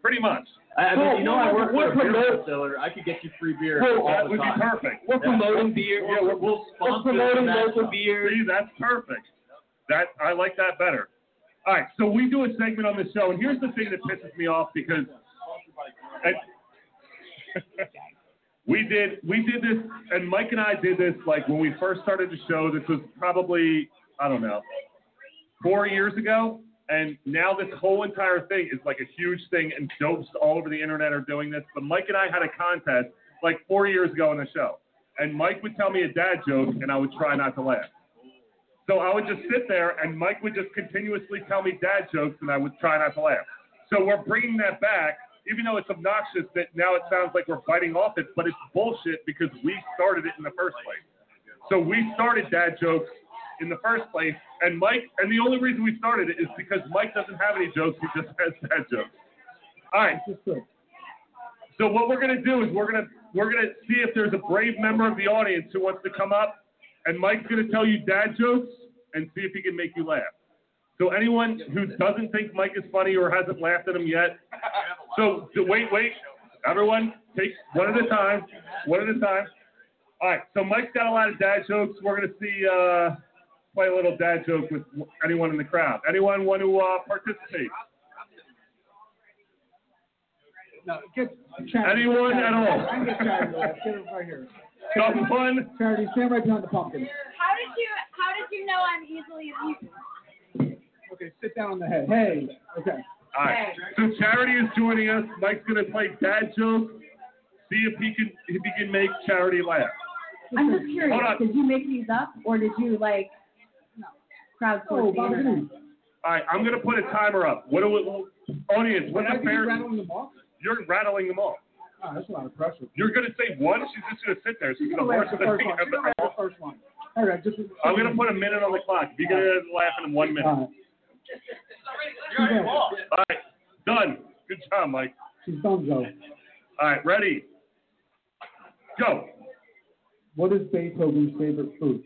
Speaker 5: Pretty much.
Speaker 9: I, I
Speaker 5: Cool.
Speaker 9: mean, you know, I work
Speaker 5: We're
Speaker 9: for a beer
Speaker 5: promoting-
Speaker 9: distiller. I could get you free beer
Speaker 5: Cool.
Speaker 9: all
Speaker 5: That
Speaker 9: the
Speaker 5: would be
Speaker 9: time.
Speaker 5: perfect.
Speaker 10: We're
Speaker 9: Yeah.
Speaker 10: promoting beer.
Speaker 9: Yeah, we're, we'll
Speaker 10: We're
Speaker 9: sponsor
Speaker 10: promoting
Speaker 9: that
Speaker 10: local
Speaker 9: stuff.
Speaker 10: beer.
Speaker 5: See, that's perfect. That I like that better. All right, so we do a segment on the show, and here's the thing that pisses me off because and- we did we did this, and Mike and I did this like when we first started the show. This was probably I don't know four years ago, and now this whole entire thing is like a huge thing, and dopes all over the internet are doing this. But Mike and I had a contest like four years ago on the show, and Mike would tell me a dad joke, and I would try not to laugh. So I would just sit there, and Mike would just continuously tell me dad jokes, and I would try not to laugh. So we're bringing that back, even though it's obnoxious that now it sounds like we're biting off it, but it's bullshit because we started it in the first place. So we started dad jokes in the first place, and Mike, and the only reason we started it is because Mike doesn't have any jokes; he just has dad jokes. All right. So what we're gonna do is we're gonna we're gonna see if there's a brave member of the audience who wants to come up, and Mike's gonna tell you dad jokes and see if he can make you laugh. So anyone who doesn't think Mike is funny or hasn't laughed at him yet, so so wait, wait, everyone take one at a time, one at a time. All right, so Mike's got a lot of dad jokes. We're gonna see uh, play a little dad joke with anyone in the crowd. Anyone want to uh, participate?
Speaker 7: No, get Chad.
Speaker 5: Anyone
Speaker 7: Chad,
Speaker 5: at all?
Speaker 7: I can get Chad. uh, Get him right here.
Speaker 5: Something fun?
Speaker 7: Charity, stand right behind the pumpkin.
Speaker 22: How did you How did you know I'm easily abused?
Speaker 7: Okay, sit down on the head. Hey. Okay.
Speaker 5: All right. So Charity is joining us. Mike's gonna play dad jokes. See if he can if he can make Charity laugh.
Speaker 23: I'm just curious.
Speaker 5: Hold on.
Speaker 23: Did you make these up, or did you like crowdsource
Speaker 7: Oh,
Speaker 23: the
Speaker 7: Bob,
Speaker 23: internet?
Speaker 7: you
Speaker 5: All right, I'm gonna put a timer up. What do we, audience? What's
Speaker 7: Did
Speaker 5: a
Speaker 7: I
Speaker 5: fair?
Speaker 7: be rattling them off?
Speaker 5: You're rattling them off.
Speaker 7: Oh, that's a lot of pressure.
Speaker 5: You're gonna say one. She's just gonna sit there. She's
Speaker 7: You're
Speaker 5: gonna
Speaker 7: gonna
Speaker 5: watch
Speaker 7: laugh
Speaker 5: the
Speaker 7: the first
Speaker 5: thing.
Speaker 7: one. You're gonna laugh the first one. All right, just.
Speaker 5: I'm gonna put a minute on the clock. If you get it laughing in one minute.
Speaker 7: All right.
Speaker 21: You're already lost.
Speaker 5: All right, done. Good job, Mike.
Speaker 7: She's done though.
Speaker 5: All right, ready? Go.
Speaker 7: What is Beethoven's favorite food?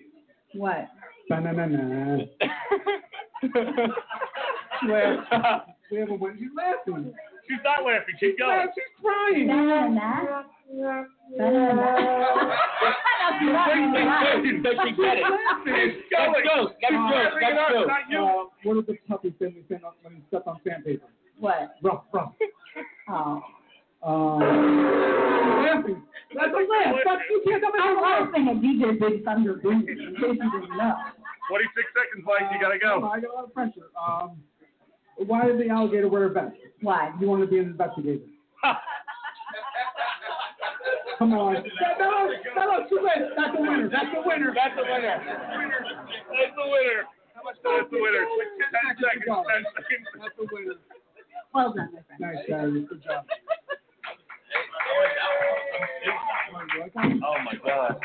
Speaker 23: What?
Speaker 7: Banana. Swear. We have a one. She's laughing.
Speaker 5: She's not laughing. Keep
Speaker 7: Yeah,
Speaker 5: going.
Speaker 7: she's crying.
Speaker 23: Banana. Banana.
Speaker 10: Does she get it?
Speaker 5: It's
Speaker 10: Next
Speaker 5: going.
Speaker 10: joke. Next
Speaker 5: Bring
Speaker 10: joke.
Speaker 5: it
Speaker 10: Next
Speaker 5: up,
Speaker 10: joke.
Speaker 5: not you.
Speaker 7: Uh, what are the puppy things we send up when you step on sandpaper?
Speaker 23: What?
Speaker 7: Rough, rough.
Speaker 23: Oh.
Speaker 7: Um, laughing. That's a laugh. That's, you can't tell me
Speaker 23: I'm
Speaker 7: how laugh.
Speaker 23: laughing at DJ Big Thunder Boom in case you didn't know.
Speaker 5: 26 seconds, Mike. You gotta
Speaker 7: Uh,
Speaker 5: go.
Speaker 7: I got a lot of pressure. Um, why did the alligator wear a vest?
Speaker 23: Why?
Speaker 7: You want to be an investigator. Come on. That, that, that, that's the winner. That's the winner. That's the winner.
Speaker 10: That's the winner.
Speaker 5: That's the winner. That's the winner. 10 seconds. 10 seconds.
Speaker 7: That's the winner.
Speaker 23: Well done, my friend.
Speaker 7: Nice, Saturday. Good job.
Speaker 9: Oh my god.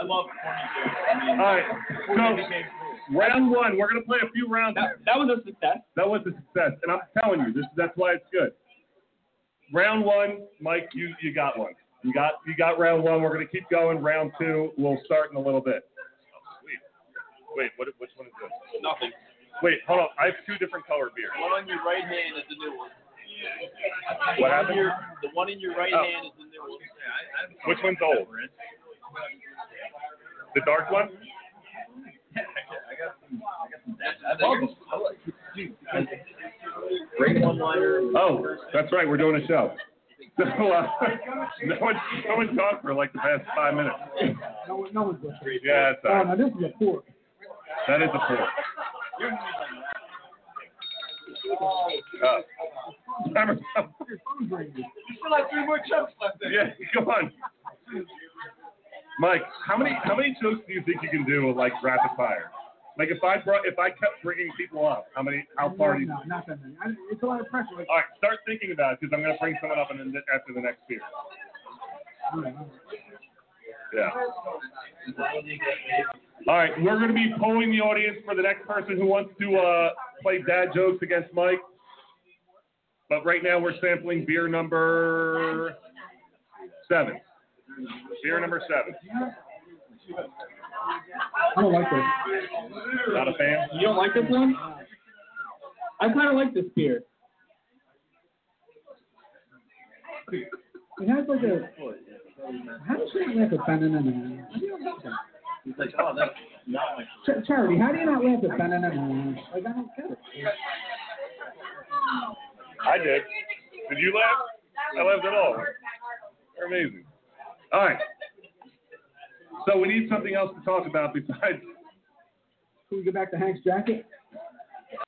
Speaker 9: I love corny jokes. I mean,
Speaker 5: All right. So round one, we're gonna play a few rounds.
Speaker 10: That, that was a success.
Speaker 5: That was a success, and I'm telling you, this that's why it's good. Round one, Mike, you you got one. You got you got round one. We're gonna keep going. Round two, we'll start in a little bit. Wait, what? Which one is this?
Speaker 21: Nothing.
Speaker 5: Wait, hold on. I have two different colored beers.
Speaker 21: One on your right hand is the new one.
Speaker 5: What happened?
Speaker 21: The one in your right
Speaker 5: Oh.
Speaker 21: hand is the new one.
Speaker 5: Which one's old? The dark one? Oh, that's right. We're doing a show. So, uh, no, one, no one talked for like the past five minutes.
Speaker 7: No, one- no one's listening.
Speaker 5: Yeah, it's all
Speaker 7: Oh,
Speaker 5: right.
Speaker 7: now this is a four.
Speaker 5: That is a four. Uh, timer's up.
Speaker 24: You still have three more chunks left there.
Speaker 5: yeah, come on. Mike, how many how many jokes do you think you can do with like rapid fire? Like if I brought if I kept bringing people up, how many how far
Speaker 7: No,
Speaker 5: do you?
Speaker 7: no, not that many. I, it's a lot of pressure. Like,
Speaker 5: All right, start thinking about it because I'm gonna bring someone up and then after the next beer. Yeah. All right, we're going to be polling the audience for the next person who wants to uh, play dad jokes against Mike. But right now we're sampling beer number seven. Beer number seven.
Speaker 7: I don't like this.
Speaker 5: Not a fan.
Speaker 10: You don't like this one? I kind of like this beer.
Speaker 7: It has like a. How does she not laugh at banana?
Speaker 11: He's like, oh, that's not my.
Speaker 7: Ch- Charity, how do you not laugh at banana? Like I don't get it.
Speaker 5: I did. Did you laugh? I laughed at all. They're amazing. All right. So we need something else to talk about besides
Speaker 7: Can we go back to Hank's jacket?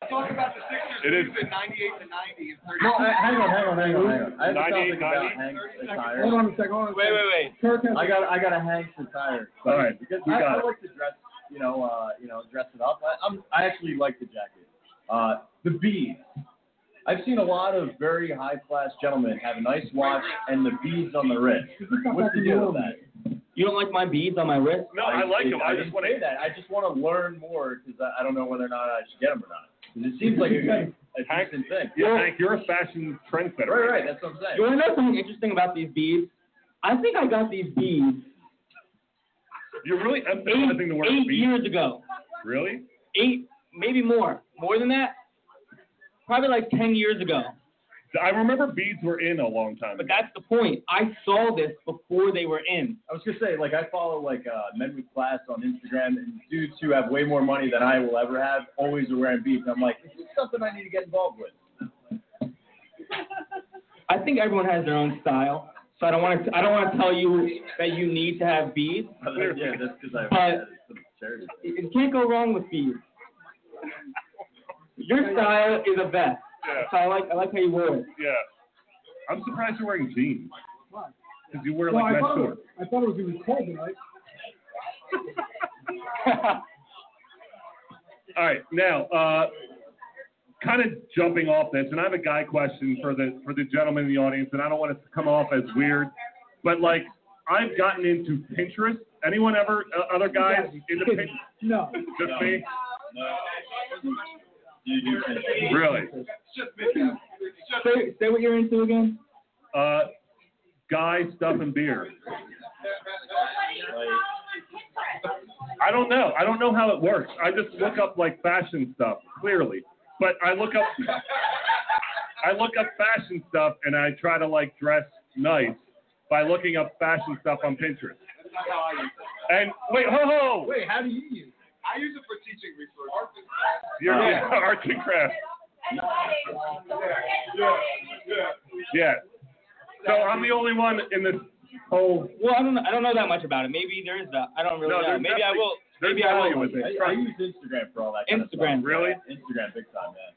Speaker 24: Talk about the Sixers
Speaker 5: It is-
Speaker 24: losing 98 to 90 and 30.
Speaker 9: No, I- hang on, hang on, hang on, hang on. I have a
Speaker 5: 98,
Speaker 9: topic about
Speaker 5: 90?
Speaker 9: Hank's attire.
Speaker 7: Hold on a second. Hold on a
Speaker 9: Wait,
Speaker 7: second.
Speaker 9: wait, wait.
Speaker 7: Kirk has-
Speaker 9: I got, I got a Hank's attire.
Speaker 5: All right,
Speaker 9: because
Speaker 5: we
Speaker 9: I,
Speaker 5: got
Speaker 9: I
Speaker 5: it.
Speaker 9: like to dress, you know, uh, you know, dress it up. I, I'm, I actually like the jacket. Uh, the beads. I've seen a lot of very high class gentlemen have a nice watch and the beads on the wrist. What's the deal with that?
Speaker 10: You don't like my beads on my wrist?
Speaker 5: No, I like them. I
Speaker 9: didn't
Speaker 5: just want
Speaker 9: say that. I just want to learn more because I, I don't know whether or not I should get them or not. 'Cause It seems like a, good- a
Speaker 5: Hank-
Speaker 9: decent thing.
Speaker 5: Yeah, Hank, you're a fashion trendsetter.
Speaker 9: Right, right. That's what I'm
Speaker 10: You
Speaker 9: saying.
Speaker 10: want to know something interesting about these beads? I think I got these beads
Speaker 5: You're really emphasizing
Speaker 10: eight,
Speaker 5: the word
Speaker 10: eight
Speaker 5: beat.
Speaker 10: years ago.
Speaker 5: Really?
Speaker 10: Eight, maybe more. More than that? Probably like 10 years ago.
Speaker 5: I remember beads were in a long time
Speaker 10: But
Speaker 5: ago.
Speaker 10: that's the point. I saw this before they were in.
Speaker 9: I was gonna say, like, I follow like uh, men with class on Instagram, and dudes who have way more money than I will ever have always are wearing beads. I'm like, this is something I need to get involved with.
Speaker 10: I think everyone has their own style. So I don't want to. I don't want to tell you that you need to have beads.
Speaker 9: yeah, that's because I
Speaker 10: But-
Speaker 9: had some charity.
Speaker 10: You you can't go wrong with beads. Your style is a vest.
Speaker 5: Yeah.
Speaker 10: So I like. I like how you wore it.
Speaker 5: Yeah. I'm surprised you're wearing jeans. Because you wear
Speaker 7: Well,
Speaker 5: like men's
Speaker 7: I, thought it was,
Speaker 5: shorts.
Speaker 7: I thought it was gonna be cold tonight.
Speaker 5: All right, now, uh, kind of jumping off this, and I have a guy question for the for the gentleman in the audience, and I don't want it to come off as weird, but like I've gotten into Pinterest. Anyone ever uh, other guys into Pinterest?
Speaker 7: No.
Speaker 5: Just me?
Speaker 9: You do think-
Speaker 5: Really?
Speaker 10: Say, say what you're into again.
Speaker 5: Uh, guy stuff and beer. I don't know. I don't know how it works. I just look up like fashion stuff, clearly. But I look up I look up fashion stuff and I try to like dress nice by looking up fashion stuff on Pinterest. And wait, ho ho!
Speaker 7: Wait, how do you use? it?
Speaker 24: I use it for teaching resources.
Speaker 5: You're
Speaker 9: Uh,
Speaker 5: yeah, arts and crafts. Yeah. So I'm the only one in this whole
Speaker 10: Oh, Well, I don't. know- I don't know that much about it. Maybe there is that. I don't really
Speaker 5: No,
Speaker 10: know.
Speaker 5: there's
Speaker 10: Maybe I
Speaker 5: definitely-
Speaker 10: will.
Speaker 5: there's
Speaker 10: Maybe I
Speaker 5: value
Speaker 10: will.
Speaker 5: with it.
Speaker 9: I, I use Instagram for all that. Kind
Speaker 10: Instagram.
Speaker 9: Of stuff.
Speaker 5: Really?
Speaker 9: Instagram, big time, man.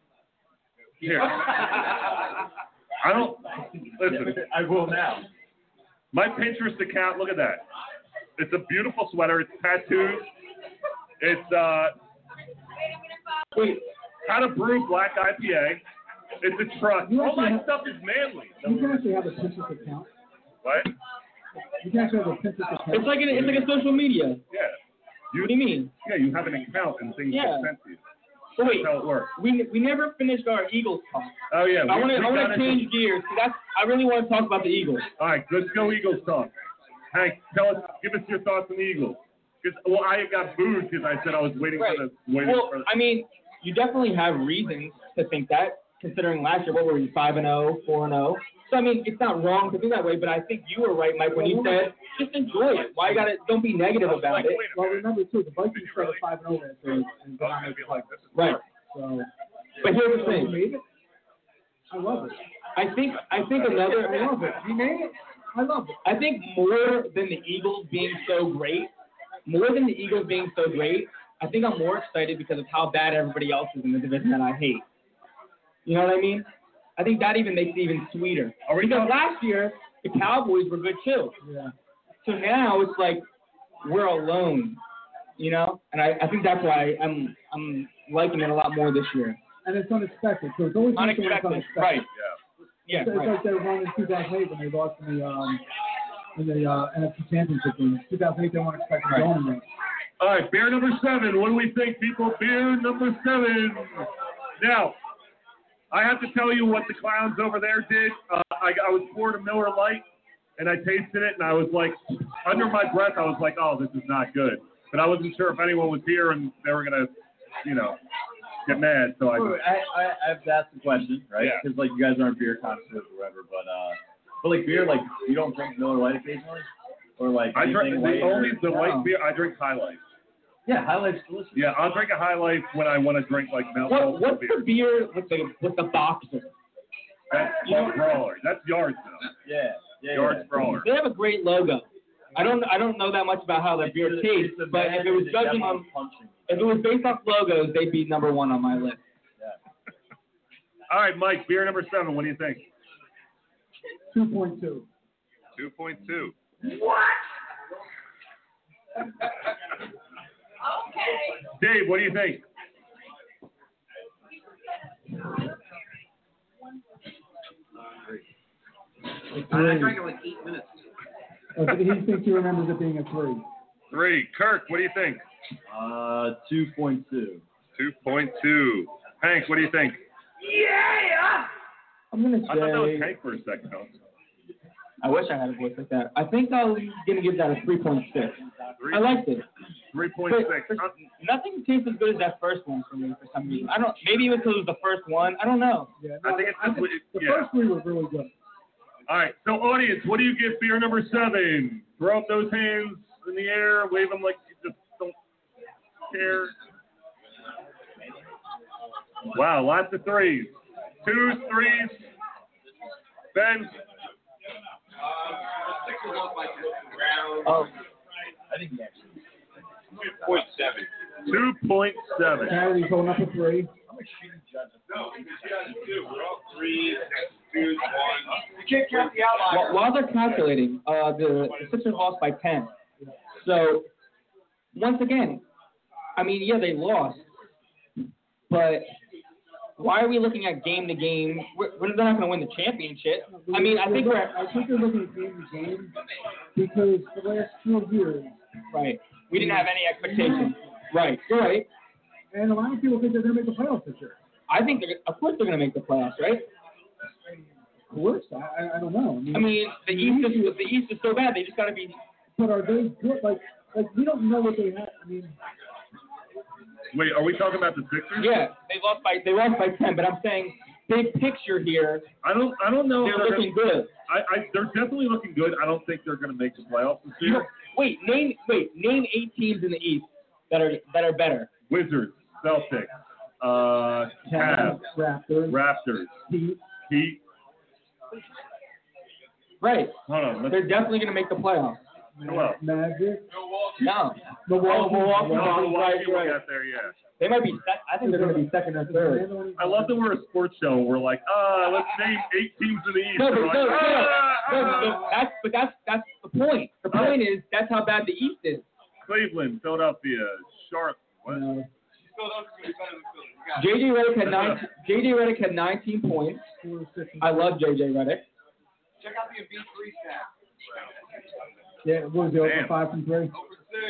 Speaker 5: Here. I don't listen.
Speaker 9: Yeah, I will now.
Speaker 5: My Pinterest account, look at that. It's a beautiful sweater. It's tattoos. It's uh,
Speaker 10: Wait,
Speaker 5: how to brew black IPA. It's a truck. All my stuff is manly.
Speaker 7: You can actually have a Pinterest account.
Speaker 5: What?
Speaker 7: You can actually have a Pinterest account.
Speaker 10: it's like an, it's like a social media.
Speaker 5: Yeah.
Speaker 10: What do you mean?
Speaker 5: Yeah, you have an account and things
Speaker 10: Yeah.
Speaker 5: get sent to you.
Speaker 10: But
Speaker 5: That's
Speaker 10: wait,
Speaker 5: how it works.
Speaker 10: we we never finished our Eagles talk.
Speaker 5: Oh yeah.
Speaker 10: I
Speaker 5: we-
Speaker 10: want to
Speaker 5: we
Speaker 10: I want
Speaker 5: got
Speaker 10: to
Speaker 5: into-
Speaker 10: change gears. That's I really want to talk about the Eagles.
Speaker 5: All right, let's go Eagles talk. Hank, tell us, give us your thoughts on the Eagles. 'Cause- well, I got booed because I said I was waiting
Speaker 10: Right.
Speaker 5: for the waiting
Speaker 10: Well,
Speaker 5: for the.
Speaker 10: I mean, you definitely have reasons to think that considering last year, what were we, 5 and 0, 4 and 0? So, I mean, it's not wrong to be that way, but I think you were right, Mike, when you said just enjoy it. Why got to, don't be negative about it.
Speaker 7: Well, remember, too, the Vikings started 5 and 0 last year. and did not make the playoffs.
Speaker 10: Right.
Speaker 7: So,
Speaker 10: But here's the thing.
Speaker 7: Made it? I love it.
Speaker 10: I think I think another
Speaker 7: I love it. He made it. I love it.
Speaker 10: I think more than the Eagles being so great, more than the Eagles being so great, I think I'm more excited because of how bad everybody else is in the division that I hate. You know what I mean? I think that even makes it even sweeter. Already because last year the Cowboys were good too.
Speaker 7: Yeah.
Speaker 10: So now it's like we're alone. You know? And I, I think that's why I'm I'm liking it a lot more this year.
Speaker 7: And it's unexpected, so it's always something that's
Speaker 10: Unexpected. Right. Yeah.
Speaker 7: it's
Speaker 10: right.
Speaker 7: like they were running in 2008 when they lost in the um, in the uh, NFC Championship game. 2008, they weren't expected to go in there.
Speaker 5: All right, beer number seven. What do we think, people? Beer number seven. Now, I have to tell you what the clowns over there did. Uh, I, I was poured a Miller Lite, and I tasted it, and I was like, under my breath, I was like, oh, this is not good. But I wasn't sure if anyone was here, and they were gonna, you know, get mad. So I.
Speaker 9: Wait, wait, I, I, I've asked the question, right?
Speaker 5: Yeah.
Speaker 9: Because like you guys aren't beer connoisseurs or whatever, but uh, but like beer, like you don't drink Miller Lite occasionally, or like
Speaker 5: I
Speaker 9: anything
Speaker 5: drink the
Speaker 9: lighter?
Speaker 5: only the
Speaker 9: No.
Speaker 5: white beer. I drink High Life.
Speaker 9: Yeah, High Life's delicious.
Speaker 5: Yeah, I'll drink a High Life when I want to drink like Mount
Speaker 10: What,
Speaker 5: Rushmore
Speaker 10: what's
Speaker 5: beer.
Speaker 10: the beer with the with the boxer?
Speaker 5: That's
Speaker 10: you know-
Speaker 5: Punk Brawler. That's Yards though.
Speaker 9: Yeah, yeah,
Speaker 5: Yards
Speaker 9: yeah.
Speaker 5: Brawler.
Speaker 10: They have a great logo. I don't I don't know that much about how their beer tastes, but if it was judging on
Speaker 9: punching.
Speaker 10: if it was based off logos, they'd be number one on my list.
Speaker 5: All right, Mike, beer number seven. What do you think?
Speaker 7: 2.2.
Speaker 5: Two point two.
Speaker 22: Okay.
Speaker 5: Dave, what do you think?
Speaker 7: A
Speaker 11: I
Speaker 7: three.
Speaker 11: drank it like eight minutes.
Speaker 7: Uh, but he thinks he remembers it being a three.
Speaker 5: Three. Kirk, what do you think?
Speaker 9: Uh, two point two.
Speaker 5: Two point two. Hank, what do you think?
Speaker 22: Yeah!
Speaker 7: I'm gonna say.
Speaker 5: I thought that was Hank for a second.
Speaker 10: I wish I had a voice like that. I think I was gonna give that a three point six. I liked it.
Speaker 5: Three point
Speaker 10: But
Speaker 5: six.
Speaker 10: nothing tastes as good as that first one for me for some reason. I don't maybe it was 'cause it was the first one. I don't know.
Speaker 7: Yeah,
Speaker 5: I think it's
Speaker 7: I think
Speaker 5: the-
Speaker 7: the
Speaker 5: yeah.
Speaker 7: first three were really good.
Speaker 5: All right. So, audience, what do you give beer number seven? Throw up those hands in the air, wave them like you just don't care. Wow, lots of threes. Two threes. Ben,
Speaker 10: Oh,
Speaker 9: I think he actually.
Speaker 21: Point seven.
Speaker 5: 2.7.
Speaker 7: Charity's going up a three.
Speaker 9: I'm a shitty judge.
Speaker 21: No, we just got two. We're all three, two, one.
Speaker 11: Can't count the
Speaker 10: While, while they're calculating, uh, the the Sixers lost by 10. So, once again, I mean, yeah, they lost, but why are we looking at game to game? We're, we're not going to win the championship. I mean, I think we're
Speaker 7: I think they're looking at game to game because the last few years,
Speaker 10: right. We didn't have any expectations. Right. You're right.
Speaker 7: and a lot of people think they're going to make the playoffs this year.
Speaker 10: I think they're, of course they're going to make the playoffs, right?
Speaker 7: Of course, I, I, I don't know. I mean,
Speaker 10: I mean, the East is the East is so bad. They just got to be
Speaker 7: but are they good? Like, like we don't know what they have. I mean,
Speaker 5: Wait, are we talking about the Sixers?
Speaker 10: yeah. They lost by they lost by 10, but I'm saying big picture here,
Speaker 5: I don't. I don't know. if
Speaker 10: they're
Speaker 5: gonna-
Speaker 10: looking good.
Speaker 5: I, I, they're definitely looking good. I don't think they're going to make the playoffs this
Speaker 10: You
Speaker 5: year.
Speaker 10: don't- wait, name wait, name eight teams in the East that are that are better.
Speaker 5: Wizards, Celtics, uh, Cavs,
Speaker 7: Cavs, Raptors,
Speaker 5: Raptors,
Speaker 7: Heat.
Speaker 5: Heat.
Speaker 10: Right.
Speaker 5: Hold on. Let's,
Speaker 10: They're definitely gonna make the playoffs.
Speaker 5: hello.
Speaker 7: Magic,
Speaker 10: No.
Speaker 7: Milwaukee,
Speaker 10: Milwaukee.
Speaker 5: Hello, Milwaukee,
Speaker 10: Right, right.
Speaker 5: we got there, yeah.
Speaker 10: They might be sec- I think they're gonna be second or third.
Speaker 5: I love that we're a sports show. and We're like, ah, let's name eight teams in the East.
Speaker 10: No, but
Speaker 5: We're
Speaker 10: no,
Speaker 5: like,
Speaker 10: no,
Speaker 5: ah,
Speaker 10: no,
Speaker 5: ah,
Speaker 10: but that's but that's that's the point. The point is that's how bad the East is.
Speaker 5: Cleveland, Philadelphia, Charlotte. What?
Speaker 7: No.
Speaker 10: JJ Redick had nine JJ Redick had nineteen points. I love JJ Redick.
Speaker 21: Check out the B three stat.
Speaker 7: Yeah, what was it, over
Speaker 5: Damn.
Speaker 7: five from three?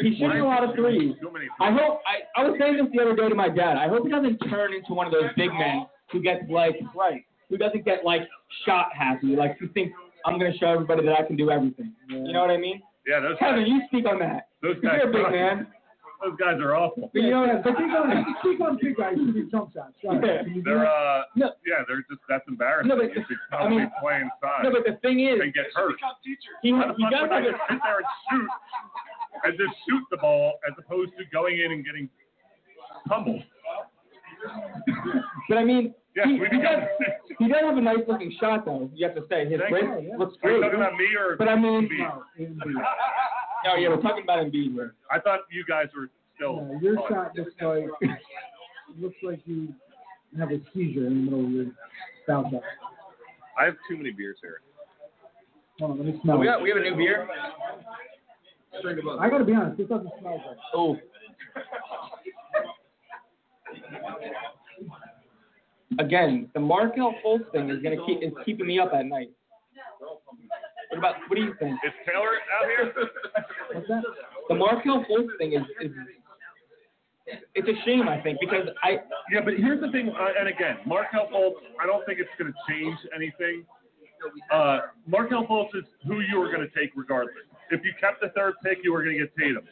Speaker 10: He's shooting a lot of threes.
Speaker 5: Too many.
Speaker 10: I hope I, I was saying this the other day to my dad. I hope he doesn't turn into one of those big men who gets like right, who doesn't get like shot happy, like who thinks I'm gonna show everybody that I can do everything. You know what I mean?
Speaker 5: Yeah, those guys,
Speaker 10: Kevin, you speak on that.
Speaker 5: those guys.
Speaker 10: You're a big
Speaker 5: suck.
Speaker 10: man.
Speaker 9: Those guys are awful.
Speaker 7: But you know what? But keep going. Keep going, big guys. You need jump shots. Sorry.
Speaker 9: They're uh, yeah, they're just that's embarrassing.
Speaker 10: No, but-
Speaker 9: if it's
Speaker 10: I mean-
Speaker 9: playing size,
Speaker 10: No, but the thing is,
Speaker 9: they get hurt.
Speaker 10: He, he
Speaker 9: How the fuck
Speaker 10: got
Speaker 9: would
Speaker 10: like
Speaker 9: I just sit
Speaker 10: a,
Speaker 9: there and shoot and just shoot the ball as opposed to going in and getting pummeled.
Speaker 10: but I mean,
Speaker 9: Yeah,
Speaker 10: he,
Speaker 9: we
Speaker 10: he,
Speaker 9: got-
Speaker 10: does, he does have a nice looking shot though. You have to say his
Speaker 9: Thank
Speaker 10: wrist
Speaker 9: you.
Speaker 10: looks
Speaker 9: Are
Speaker 10: great.
Speaker 9: you talking about me or
Speaker 10: But I mean,
Speaker 9: Embiid?
Speaker 10: no, yeah, we're talking about Embiid. Bro.
Speaker 9: I thought you guys were still.
Speaker 7: Yeah, your shot looks like looks like you have a seizure in the middle of your foul shot.
Speaker 9: I have too many beers here.
Speaker 7: Hold on, let me smell.
Speaker 10: we
Speaker 7: it.
Speaker 10: got we have a new beer.
Speaker 7: I gotta be honest, this doesn't smell good.
Speaker 10: Oh. Again, the Markel Fultz thing is gonna keep is keeping me up at night. What about what do you think?
Speaker 9: Is Taylor out here?
Speaker 7: What's that?
Speaker 10: The Markel Fultz thing is, is it's a shame I think because I
Speaker 9: Yeah, but here's the thing, uh, and again, Markel Fultz, I don't think it's going to change anything. Uh, Markel Fultz is who you were going to take regardless. If you kept the third pick, you were going to get Tatum.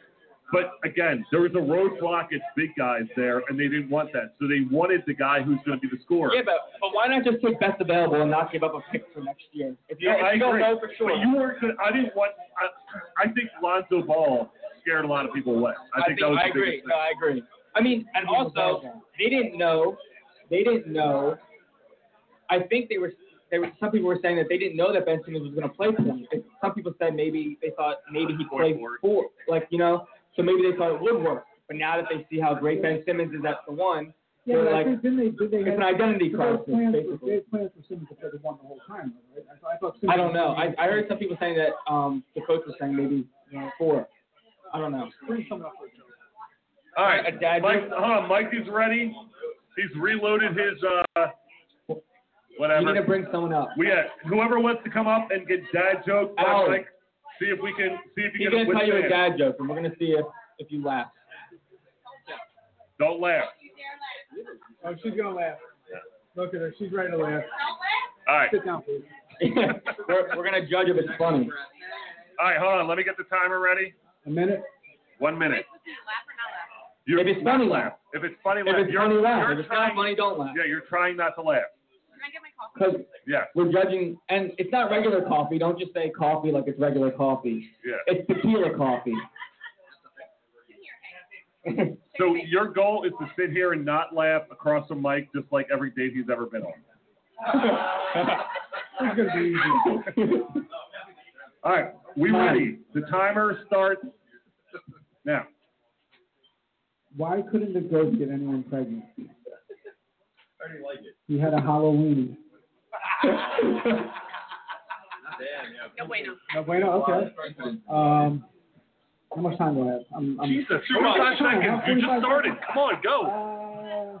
Speaker 9: But again, there was a roadblock. It's big guys there, and they didn't want that, so they wanted the guy who's going to be the scorer.
Speaker 10: yeah, but but why not just take best available and not give up a pick for next year? If you,
Speaker 9: No,
Speaker 10: if you
Speaker 9: I
Speaker 10: don't
Speaker 9: agree.
Speaker 10: know for sure,
Speaker 9: But you weren't going. I didn't want. I, I think Lonzo Ball scared a lot of people away. I think, that was
Speaker 10: I
Speaker 9: the
Speaker 10: agree.
Speaker 9: biggest thing.
Speaker 10: No, I agree. I mean, and also they didn't know. They didn't know. I think they were. They were. Some people were saying that they didn't know that Ben Simmons was going to play for them. They- Some people said maybe they thought maybe he played for, like you know. So maybe they thought it would work. But now that they see how great Ben Simmons is at the one,
Speaker 7: Yeah,
Speaker 10: they're
Speaker 7: but I
Speaker 10: like,
Speaker 7: think didn't they did they
Speaker 10: it's
Speaker 7: have-
Speaker 10: an identity
Speaker 7: did they have
Speaker 10: crisis,
Speaker 7: plans for-
Speaker 10: basically.
Speaker 7: They had plans for Simmons to play the one the whole time, right? I thought- I thought
Speaker 10: I
Speaker 7: Simmons
Speaker 10: don't know.
Speaker 7: was
Speaker 10: I, I heard some people saying that um, the coach was saying maybe you know, four. I don't know.
Speaker 7: Bring someone up for a joke.
Speaker 9: All right,
Speaker 10: A dad
Speaker 9: Mike.
Speaker 10: joke?
Speaker 9: Huh, Mike is ready. He's reloaded his uh,
Speaker 10: You need to
Speaker 9: whatever.
Speaker 10: bring someone up.
Speaker 9: We uh, whoever wants to come up and get dad joke. by
Speaker 10: Alan.
Speaker 9: Mike, see if we can see if you
Speaker 10: He's
Speaker 9: can
Speaker 10: gonna tell you a
Speaker 9: withstand.
Speaker 10: dad joke, and we're gonna see if if you laugh.
Speaker 9: Don't laugh.
Speaker 7: Oh, she's gonna laugh. Look at her. She's ready to laugh.
Speaker 9: All right,
Speaker 7: Sit down, please.
Speaker 10: we're, we're gonna judge if it's funny.
Speaker 9: all right. Hold on. Let me get the timer ready.
Speaker 7: A minute.
Speaker 9: One minute. You're
Speaker 10: If it's
Speaker 9: not
Speaker 10: funny,
Speaker 9: laugh.
Speaker 10: laugh.
Speaker 9: If it's funny,
Speaker 10: If
Speaker 9: laugh.
Speaker 10: it's
Speaker 9: you're,
Speaker 10: funny, laugh.
Speaker 9: You're
Speaker 10: If it's not
Speaker 9: trying,
Speaker 10: funny, don't laugh.
Speaker 9: yeah, you're trying not to laugh.
Speaker 10: Because
Speaker 9: Yeah,
Speaker 10: we're judging, and it's not regular coffee. Don't just say coffee like it's regular coffee.
Speaker 9: yeah.
Speaker 10: It's tequila coffee.
Speaker 9: So your goal is to sit here and not laugh across a mic, just like every date he's ever been on.
Speaker 7: It's gonna be easy.
Speaker 9: All right, we ready. The timer starts uh, now.
Speaker 7: Why couldn't the ghost get anyone pregnant?
Speaker 25: I already like it.
Speaker 7: He had a Halloween.
Speaker 25: Damn, yeah.
Speaker 7: No, wait, no, okay. Um, how much time do I have? I'm, I'm,
Speaker 9: Jesus, 45 seconds. You just started. Come on, go.
Speaker 7: Uh,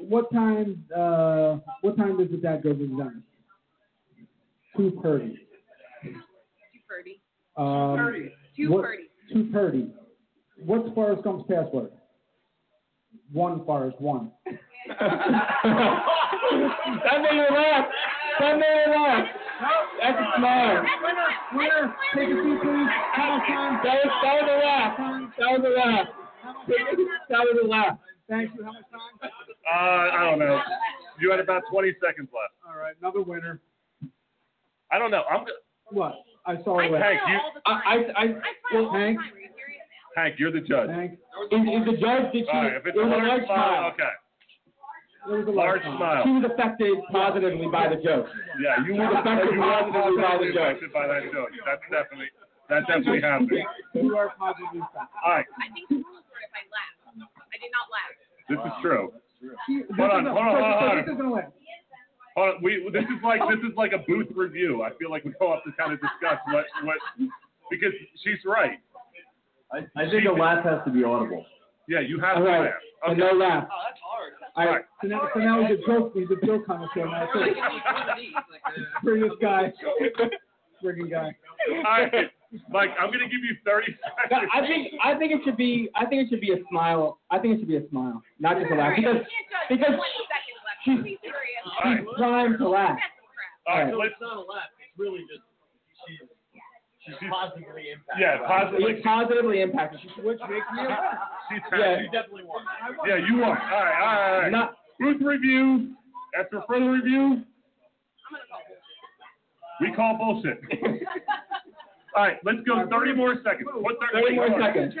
Speaker 7: what time? Uh, what time does the dad go to the dentist? Two thirty. Um, what- Two thirty. What's Forrest Gump's password? One Forrest, one.
Speaker 10: that made you laugh. That made you laugh. That's a smile.
Speaker 7: Winner, take a seat, please. Out of time.
Speaker 10: That was that was a laugh. That was a laugh. That was a laugh.
Speaker 7: Thank you. How much time?
Speaker 9: Uh, I don't know. You had about 20 seconds left.
Speaker 7: All right, another winner.
Speaker 9: I don't know. I'm go-
Speaker 7: What? I saw it.
Speaker 9: Hank. You,
Speaker 10: I I, I well,
Speaker 7: Hank,
Speaker 9: Hank, you're the judge.
Speaker 7: Hank.
Speaker 10: is, is the judge did she?
Speaker 9: All right, if it's
Speaker 10: it
Speaker 9: a
Speaker 10: was a
Speaker 9: large
Speaker 10: large
Speaker 9: smile,
Speaker 10: smile.
Speaker 9: okay.
Speaker 7: It was a
Speaker 9: Large
Speaker 10: She
Speaker 9: smile.
Speaker 10: was affected positively by the joke.
Speaker 9: Yeah, you were
Speaker 10: You're affected
Speaker 9: you were
Speaker 10: positively by the
Speaker 9: positively
Speaker 10: judge.
Speaker 9: affected by that joke. That's definitely that definitely happened. Uh,
Speaker 7: You are positively affected.
Speaker 9: All right,
Speaker 3: I think the rules were if I laughed. I did not laugh.
Speaker 9: this is true.
Speaker 7: She- this
Speaker 9: on,
Speaker 7: is a-
Speaker 9: hold on, hold on.
Speaker 7: This is gonna win.
Speaker 9: Hold on, we this is like this is like a booth review. I feel like we all have to kind of discuss what what because she's right.
Speaker 25: I, I think a laugh has to be audible.
Speaker 9: Yeah, you have
Speaker 10: All
Speaker 9: to
Speaker 10: right.
Speaker 9: laugh.
Speaker 10: And
Speaker 9: Okay.
Speaker 10: no laugh.
Speaker 9: All right.
Speaker 7: So now, so now he's a joke. He's a joke connoisseur. Now too. Prettiest guy. Friggin' guy.
Speaker 9: All right. Mike, I'm gonna give you 30
Speaker 10: No,
Speaker 9: seconds.
Speaker 10: I think I think it should be I think it should be a smile. I think it should be a smile, not just a laugh, because because she's she's primed to laugh.
Speaker 9: All right, let's
Speaker 25: not a laugh. It's really just she's
Speaker 9: she's-
Speaker 26: positively impacted.
Speaker 9: Yeah, positively.
Speaker 5: He's positively impacted. She- Which makes me.
Speaker 9: She's
Speaker 5: yeah.
Speaker 9: happy.
Speaker 26: definitely won.
Speaker 9: Yeah, you won. All right, all right, all right.
Speaker 5: Not-
Speaker 9: Booth review. After further review, we call bullshit. all right, let's go. Thirty more seconds. What
Speaker 5: 30
Speaker 9: wait,
Speaker 5: more
Speaker 9: hold on.
Speaker 5: seconds.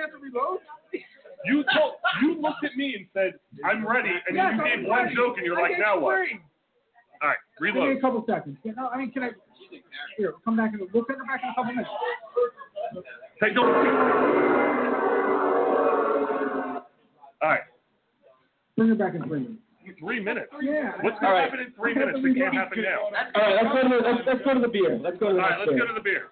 Speaker 9: You told, you looked at me and said, "I'm ready," and
Speaker 7: Yes,
Speaker 9: you
Speaker 7: I'm
Speaker 9: gave one
Speaker 7: ready.
Speaker 9: joke, and you're
Speaker 7: I
Speaker 9: like,
Speaker 7: gave
Speaker 9: "Now what?"
Speaker 7: three.
Speaker 9: All right,
Speaker 7: Give me
Speaker 9: reload.
Speaker 7: a couple seconds. Yeah, no, I mean, can I? Here, come back and we'll take her back in a couple minutes.
Speaker 9: Take the. All right,
Speaker 7: Bring her back in three minutes. Oh,
Speaker 9: three minutes.
Speaker 7: Yeah.
Speaker 9: What's
Speaker 5: All
Speaker 9: gonna
Speaker 5: right.
Speaker 9: happen in three minutes that can't happen now?
Speaker 5: All right, let's go to the let's, let's go to the beer. Let's go to
Speaker 9: All
Speaker 5: the
Speaker 9: right,
Speaker 5: next
Speaker 9: let's
Speaker 5: beer.
Speaker 9: go to the beer.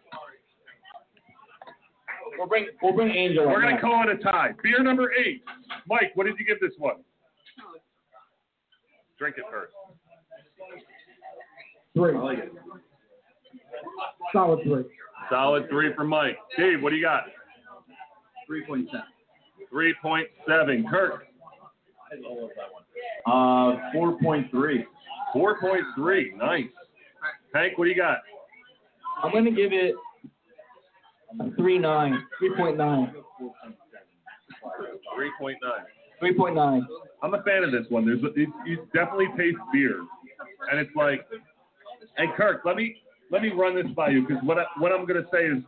Speaker 5: We'll bring we'll bring Angel.
Speaker 9: We're
Speaker 5: up
Speaker 9: gonna
Speaker 5: next.
Speaker 9: call it a tie. Beer number eight. Mike, what did you give this one? Drink it first.
Speaker 7: Three.
Speaker 5: Oh,
Speaker 7: Solid three.
Speaker 9: Solid three for Mike. Dave, what do you got?
Speaker 27: Three point seven.
Speaker 9: Three point seven. Kirk,
Speaker 10: Uh, four point three.
Speaker 9: four point three. Nice. Hank, what do you got?
Speaker 5: I'm gonna give it a three nine, three point nine,
Speaker 9: Three point nine.
Speaker 5: three point nine.
Speaker 9: I'm a fan of this one. There's it, you definitely taste beer, and it's like, and Kirk, let me let me run this by you because what I, what I'm gonna say is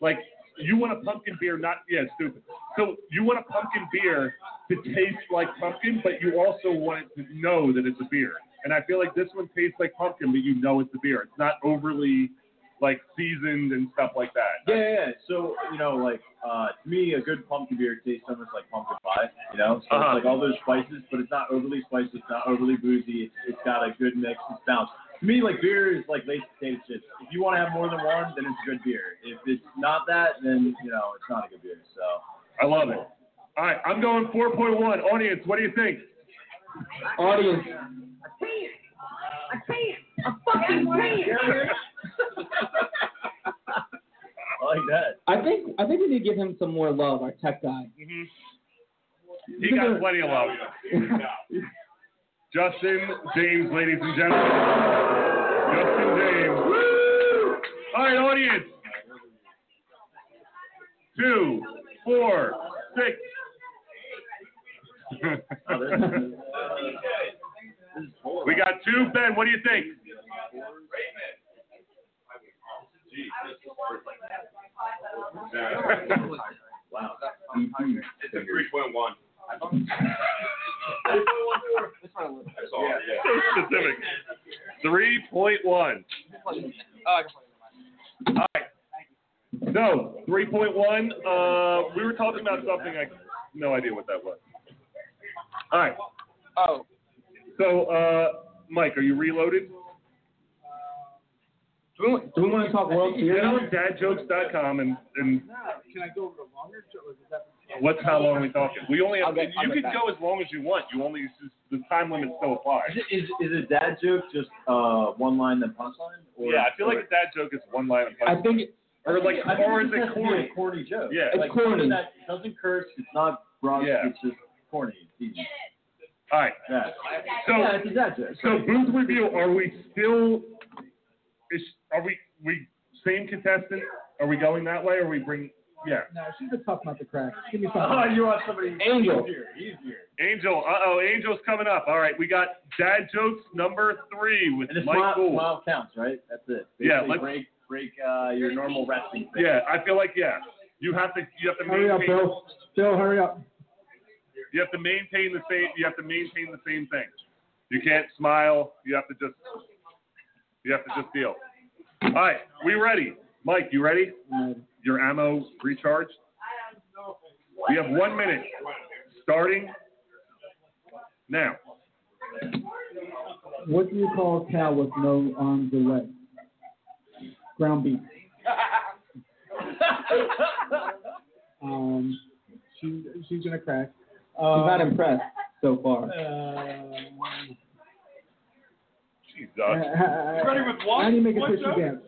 Speaker 9: like you want a pumpkin beer, not yeah, stupid. So you want a pumpkin beer to taste like pumpkin, but you also want it to know that it's a beer. And I feel like this one tastes like pumpkin, but you know it's a beer. It's not overly like seasoned and stuff like that.
Speaker 10: Yeah, yeah, yeah. So you know, like uh, to me, a good pumpkin beer tastes almost like pumpkin pie. You know, so
Speaker 9: Uh-huh.
Speaker 10: it's like all those spices, but it's not overly spicy. It's not overly boozy. It's, it's got a good mix. It's balanced. To me, like beer is like late potato chips. If you want to have more than one, then it's good beer. If it's not that, then you know it's not a good beer. So
Speaker 9: I love it. All right, I'm going 4.1. Audience, what do you think?
Speaker 5: Audience,
Speaker 28: I can't. I fucking can't.
Speaker 10: I like that.
Speaker 5: I think I think we need to give him some more love.
Speaker 7: Oh,
Speaker 5: Our tech guy.
Speaker 9: He got plenty of love. Justin James, ladies and gentlemen. Justin James. Woo! All right, audience. Two, four, six. we got two. Ben, what do you think?
Speaker 10: Wow.
Speaker 26: It's a 3.1. That's all.
Speaker 9: so specific. 3.1. All right. No, 3.1. Uh, we were talking about something. I no idea what that was. All right.
Speaker 5: Oh,
Speaker 9: So, uh, Mike, are you reloaded?
Speaker 5: do we, want- do we want to talk World
Speaker 9: Get
Speaker 5: Series?
Speaker 9: on dadjokes.com and, and
Speaker 7: Can I go over the longer? Or is that
Speaker 9: what's how long we talking? We only have,
Speaker 5: I'll get- I'll
Speaker 9: you
Speaker 5: get
Speaker 9: can
Speaker 5: back.
Speaker 9: go as long as you want. You only the time limit still applies.
Speaker 10: Is, is, is a dad joke just uh, one line then punchline? Or,
Speaker 9: Yeah, I feel like a
Speaker 10: or,
Speaker 9: dad joke is one line of
Speaker 5: I think
Speaker 9: or like
Speaker 10: I think
Speaker 9: or
Speaker 10: it
Speaker 9: is
Speaker 10: just has to
Speaker 9: it
Speaker 10: be
Speaker 9: corny?
Speaker 10: a corny joke.
Speaker 9: Yeah.
Speaker 5: It's
Speaker 10: like,
Speaker 5: corny.
Speaker 10: something That doesn't curse. It's not broad.
Speaker 9: Yeah.
Speaker 10: It's just corny. It's easy.
Speaker 9: All right.
Speaker 10: Yeah.
Speaker 9: So
Speaker 10: yeah, it's a dad joke.
Speaker 9: So booth review, are we still? Is are we we same contestant? Are we going that way? Or we bring? Yeah,
Speaker 7: No, she's a tough nut to crack. Give me something.
Speaker 10: Oh, you want somebody
Speaker 5: Angel.
Speaker 10: easier? Easier.
Speaker 9: Angel. Uh oh, Angel's coming up. All right, we got dad jokes number three with
Speaker 10: And it's
Speaker 9: Mike
Speaker 10: smile,
Speaker 9: Bull.
Speaker 10: smile counts, right? That's it.
Speaker 9: Yeah,
Speaker 10: Basically
Speaker 9: let's-
Speaker 10: break break uh, your normal wrestling. Thing.
Speaker 9: Yeah, I feel like yeah. You have to you have to
Speaker 7: Hurry up,
Speaker 9: maintain
Speaker 7: Bill. Bill, hurry up.
Speaker 9: you have to maintain the same you have to maintain the same thing. You can't smile. You have to just you have to just deal. All right, we ready? Mike, you ready? Your ammo recharged. We have one minute starting now.
Speaker 7: What do you call a cow with no arms or legs? Ground beef. Um, she, she's gonna crack.
Speaker 5: I'm
Speaker 7: Um,
Speaker 5: not impressed so far.
Speaker 7: um,
Speaker 9: Jesus.
Speaker 7: You
Speaker 26: ready with one?
Speaker 7: How do you make a
Speaker 26: One
Speaker 7: tissue
Speaker 26: joke?
Speaker 7: dance?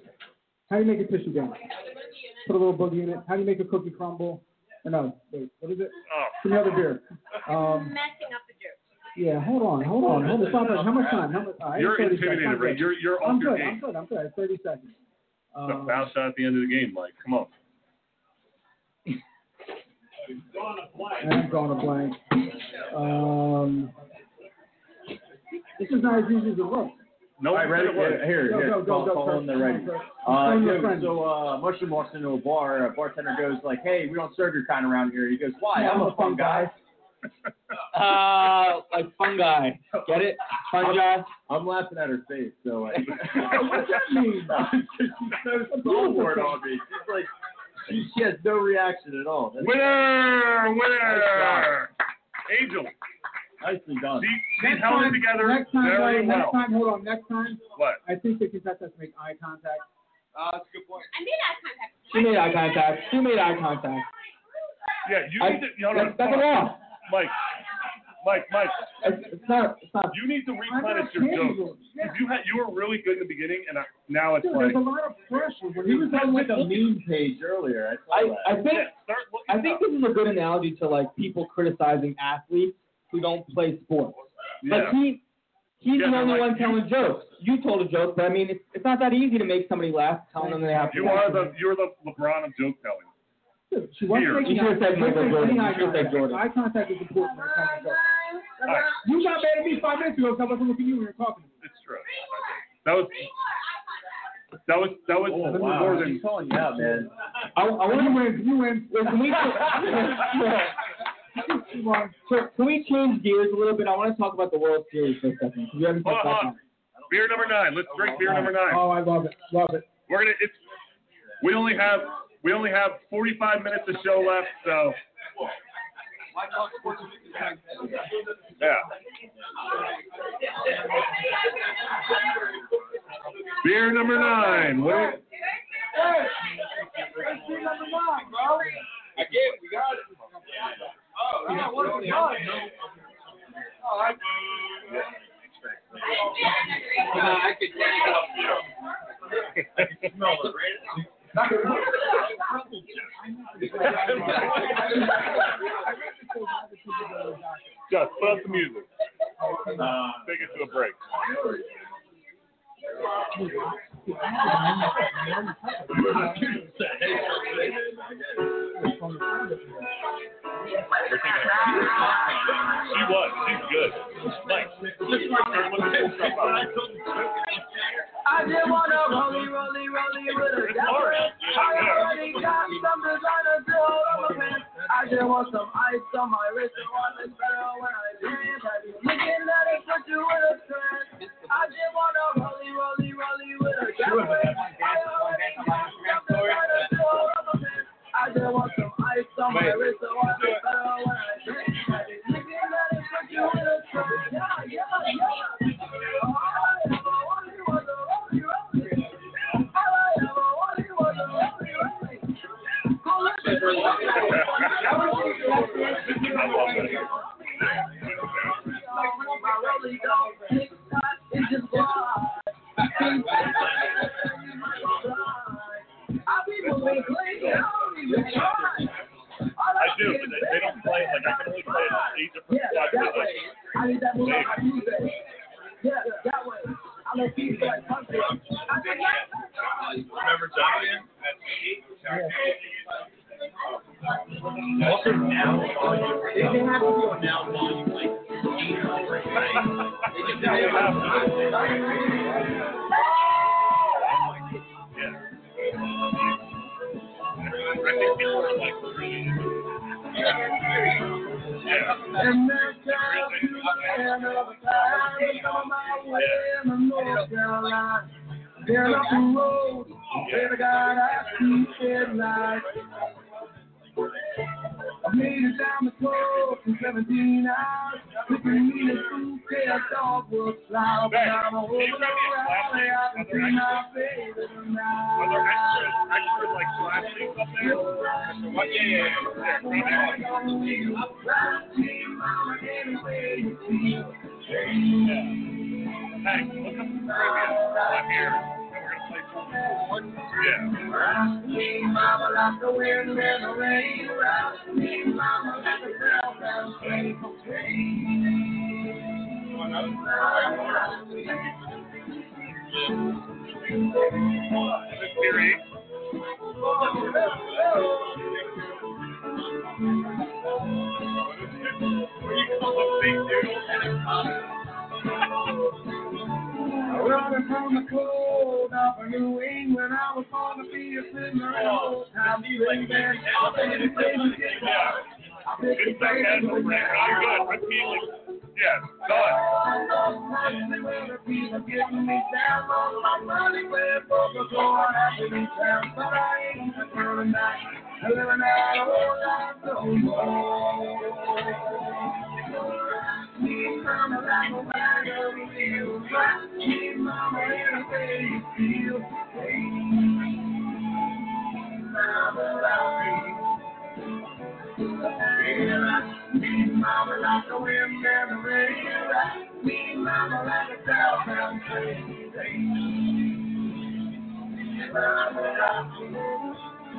Speaker 7: How do you make a tissue dance? Put a little boogie in it. How do you make a cookie crumble? Or no, wait, what is it?
Speaker 9: Oh,
Speaker 7: Give me another beer. Um,
Speaker 29: Messing up the joke.
Speaker 7: yeah, hold on, hold on, hold on. Stop it. How much time? How much? all right,
Speaker 9: you're
Speaker 7: 30 seconds.
Speaker 9: intimidated,
Speaker 7: I'm
Speaker 9: right?
Speaker 7: good.
Speaker 9: You're you're off
Speaker 7: I'm
Speaker 9: your
Speaker 7: good.
Speaker 9: game.
Speaker 7: I'm good. I'm good. I have 30 seconds. Um,
Speaker 9: It's a foul shot at the end of the game, Mike. Come on.
Speaker 5: I'm drawing a blank. Um, this is not as easy as it looks.
Speaker 30: No, I read it. Here, here,
Speaker 5: Go, go,
Speaker 30: call,
Speaker 5: go, go,
Speaker 30: call
Speaker 5: Kurt.
Speaker 30: in the
Speaker 5: Come
Speaker 30: ready.
Speaker 5: on, Kurt.
Speaker 30: Uh,
Speaker 5: Phone your
Speaker 30: yo,
Speaker 5: friend.
Speaker 30: so uh, Mushroom walks into a bar. A bartender goes like, "Hey, we don't serve your kind around here." He goes, "Why?
Speaker 10: No,
Speaker 30: I'm a fun guy."
Speaker 10: Uh, like fungi. Get it? Fungi.
Speaker 30: I'm laughing at her face, so like.
Speaker 10: What's that mean?
Speaker 30: She's so stalwart on me. She's like, she, she has no reaction at all. That's-
Speaker 9: Winner!
Speaker 30: Nice
Speaker 9: Winner! Angel,
Speaker 30: job. Nicely done.
Speaker 9: she, she held it together
Speaker 5: next time,
Speaker 9: very
Speaker 5: buddy,
Speaker 9: well.
Speaker 5: next time, hold on, next time.
Speaker 9: What?
Speaker 5: I think they can us to make eye contact.
Speaker 30: Ah,
Speaker 10: Uh, that's a good point.
Speaker 31: I made eye contact.
Speaker 10: She made eye contact. She made eye contact.
Speaker 9: Yeah, you
Speaker 10: I-
Speaker 9: need to. No, no,
Speaker 10: That's second off.
Speaker 9: Mike, Mike, Mike,
Speaker 10: It's, it's not. It's not.
Speaker 9: you need to replenish
Speaker 5: I'm
Speaker 9: your
Speaker 5: not
Speaker 9: jokes.
Speaker 5: changing.
Speaker 9: 'Cause You had you were really good in the beginning, and I, now it's
Speaker 5: Dude,
Speaker 9: like
Speaker 5: there's a lot of pressure when
Speaker 30: He
Speaker 5: you
Speaker 30: was on like a meme page earlier. I saw
Speaker 10: I,
Speaker 30: that.
Speaker 10: I think
Speaker 9: yeah, start looking
Speaker 10: I think
Speaker 9: up.
Speaker 10: this is a good analogy to like people criticizing athletes who don't play sports.
Speaker 9: Yeah.
Speaker 10: Like he, he's
Speaker 9: Yeah,
Speaker 10: the
Speaker 9: they're
Speaker 10: only
Speaker 9: like,
Speaker 10: one telling jokes. You told a joke, but I mean, it's, it's not that easy to make somebody laugh telling them they have to.
Speaker 9: You
Speaker 10: laugh.
Speaker 9: are the you're the LeBron of joke telling.
Speaker 5: She wants
Speaker 9: Here.
Speaker 5: to make
Speaker 10: You should've said Michael Jordan. You should've said Jordan.
Speaker 5: Eye contact is important. when it comes to-
Speaker 9: All right,
Speaker 5: You got mad at me five minutes ago because I wasn't looking at you when you were talking to me.
Speaker 9: it's true. That was that was that was
Speaker 30: Oh,
Speaker 9: more
Speaker 30: wow.
Speaker 9: than
Speaker 30: He's calling you out, man.
Speaker 10: I, I want
Speaker 5: You
Speaker 10: to.
Speaker 5: win. You win.
Speaker 10: Can we,
Speaker 5: You won.
Speaker 10: So, can we change gears a little bit? I want to talk about the World Series for a second. 'cause We haven't
Speaker 9: Hold
Speaker 10: talked
Speaker 9: on,
Speaker 10: about
Speaker 9: hold on. Beer number nine. Let's drink beer number nine.
Speaker 5: Oh, I love it. Love it.
Speaker 9: We're gonna. It's. We only have we only have 45 minutes of show left, so yeah. Beer number nine. What do we-
Speaker 32: Again, we got it. Oh, yeah, what a job. Oh, I- Yeah, I could drink it up, you know. Smell it, right?
Speaker 9: Just put up the music.
Speaker 30: Uh,
Speaker 9: Take it to a break. We're taking a She was. She's good. Mike.
Speaker 7: I just wanna rollie, rollie, rollie with a
Speaker 9: It's hard.
Speaker 7: Everybody got some designer to hold on my pants. I just want some ice on my wrist and want this better when I dance. I be looking at it, put you in a trance. I just wanna rollie, rollie, rollie with a gatling. I already got some designer to hold on my pants. I just want some ice on my wrist and want this better when I dance. I be looking at it, put you in a trance. Yeah, yeah, yeah. All I ever wanted was a rollie, rollie. All I ever wanted was a rollie, rollie.
Speaker 9: I
Speaker 7: I
Speaker 9: do, but they, they don't play it. Like, I can only play it on eight
Speaker 7: Yeah,
Speaker 9: different
Speaker 7: that
Speaker 9: like,
Speaker 7: way. I need that move on my music. Yeah, that way. I'm a beat that country. I think that's-
Speaker 32: Remember Zion? Also, now, they can have you on now volume like eight over They can tell you about
Speaker 7: And that's how you stand up high. Look on my way in North Carolina. Down up the road, pray to God I see it light. I made it down the road in 17 hours. Looking me in the suitcase, dog was loud. But I'm a woman around there, I can see my baby
Speaker 9: Are there extras,
Speaker 7: tonight.
Speaker 9: extras like flashing up there? What? Yeah, yeah, yeah. There, right now. Hank, look up the Caribbean. I'm here. And we're going to play some. Yeah.
Speaker 7: Running from the cold up in New England, I was gonna be a sinner in old time. You ain't been out in the city. I think it's like that. I'm good. Repeat it.
Speaker 33: Yes,
Speaker 7: done. Me mama like a wind and the rain. Me mama like a southbound train. Me mama like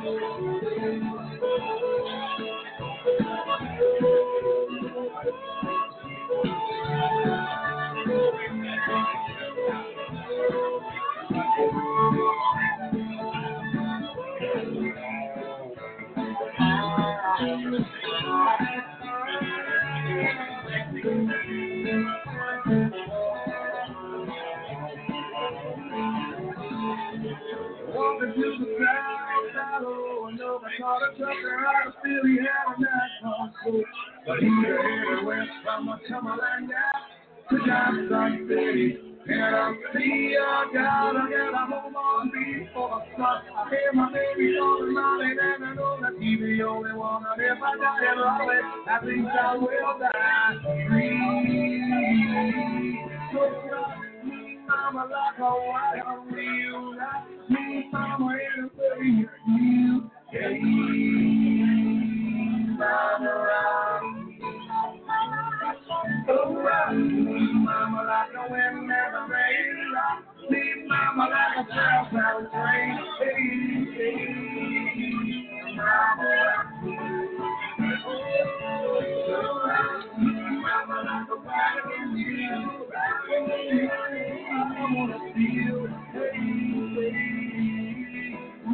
Speaker 7: a Walking to the ground, saddle, and over caught a trucker out of Philly, had a nice on foot. But he had a west from a Cumberland gap to Johnson City. And I'm see a guy to get a home on me for a spot. I hear my baby calling out and I know that he the only one. And if I die in Raleigh, at least I will die free. So rock me, mama, like a wild wheel. Rock me, mama, in a way you can. Mama, rock me. Oh, rock me, mama, like a wind never rain. Rock me, mama, like a southbound train. Hey, hey, mama, rock me. Oh, rock me, mama, like a wild wheel.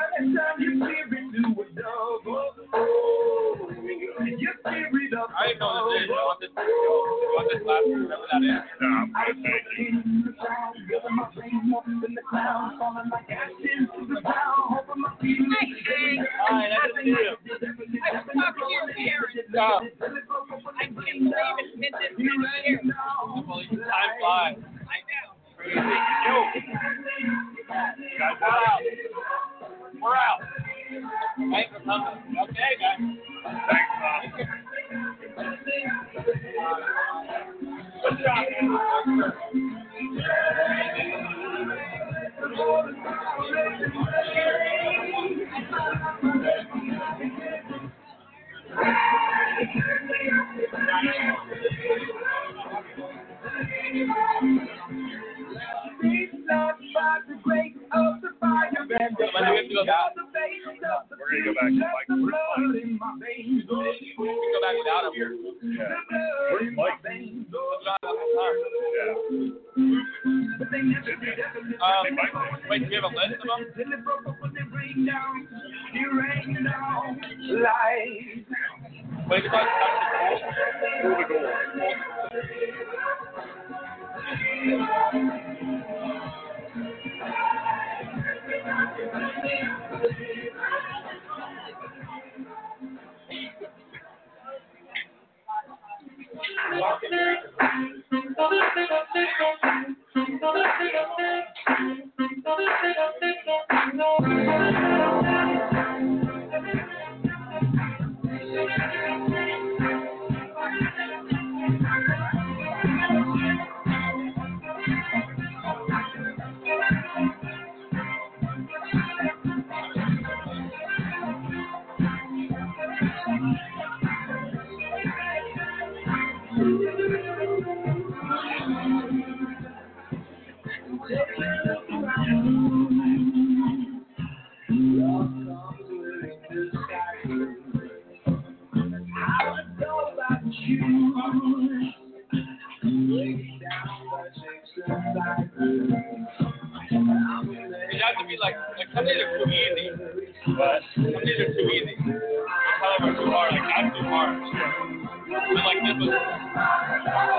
Speaker 9: I didn't know this. I want this. I want this last.
Speaker 34: ground, falling like ashes to the ground, hoping my feet
Speaker 35: Hey, hey.
Speaker 34: Alright, that's the deal.
Speaker 35: I was talking to your parents.
Speaker 34: Stop.
Speaker 35: I can't believe it's been this many years.
Speaker 10: Time flies.
Speaker 35: I know.
Speaker 10: Guys, we're out. We're out. Thanks for coming. Okay, guys. Thanks, Good job, man.
Speaker 34: He's not by the grace of the fire.
Speaker 10: We're gonna go back.
Speaker 34: We're gonna go back to Mike. Where's Mike? We can
Speaker 10: go back without him.
Speaker 34: Yeah. Where's Mike?
Speaker 10: Um, wait, do we have a list of them? Wait, it's It'd have to be like, like some days are too easy. But some days are too easy. Some of them are too hard. Like I'm too hard. But like this was.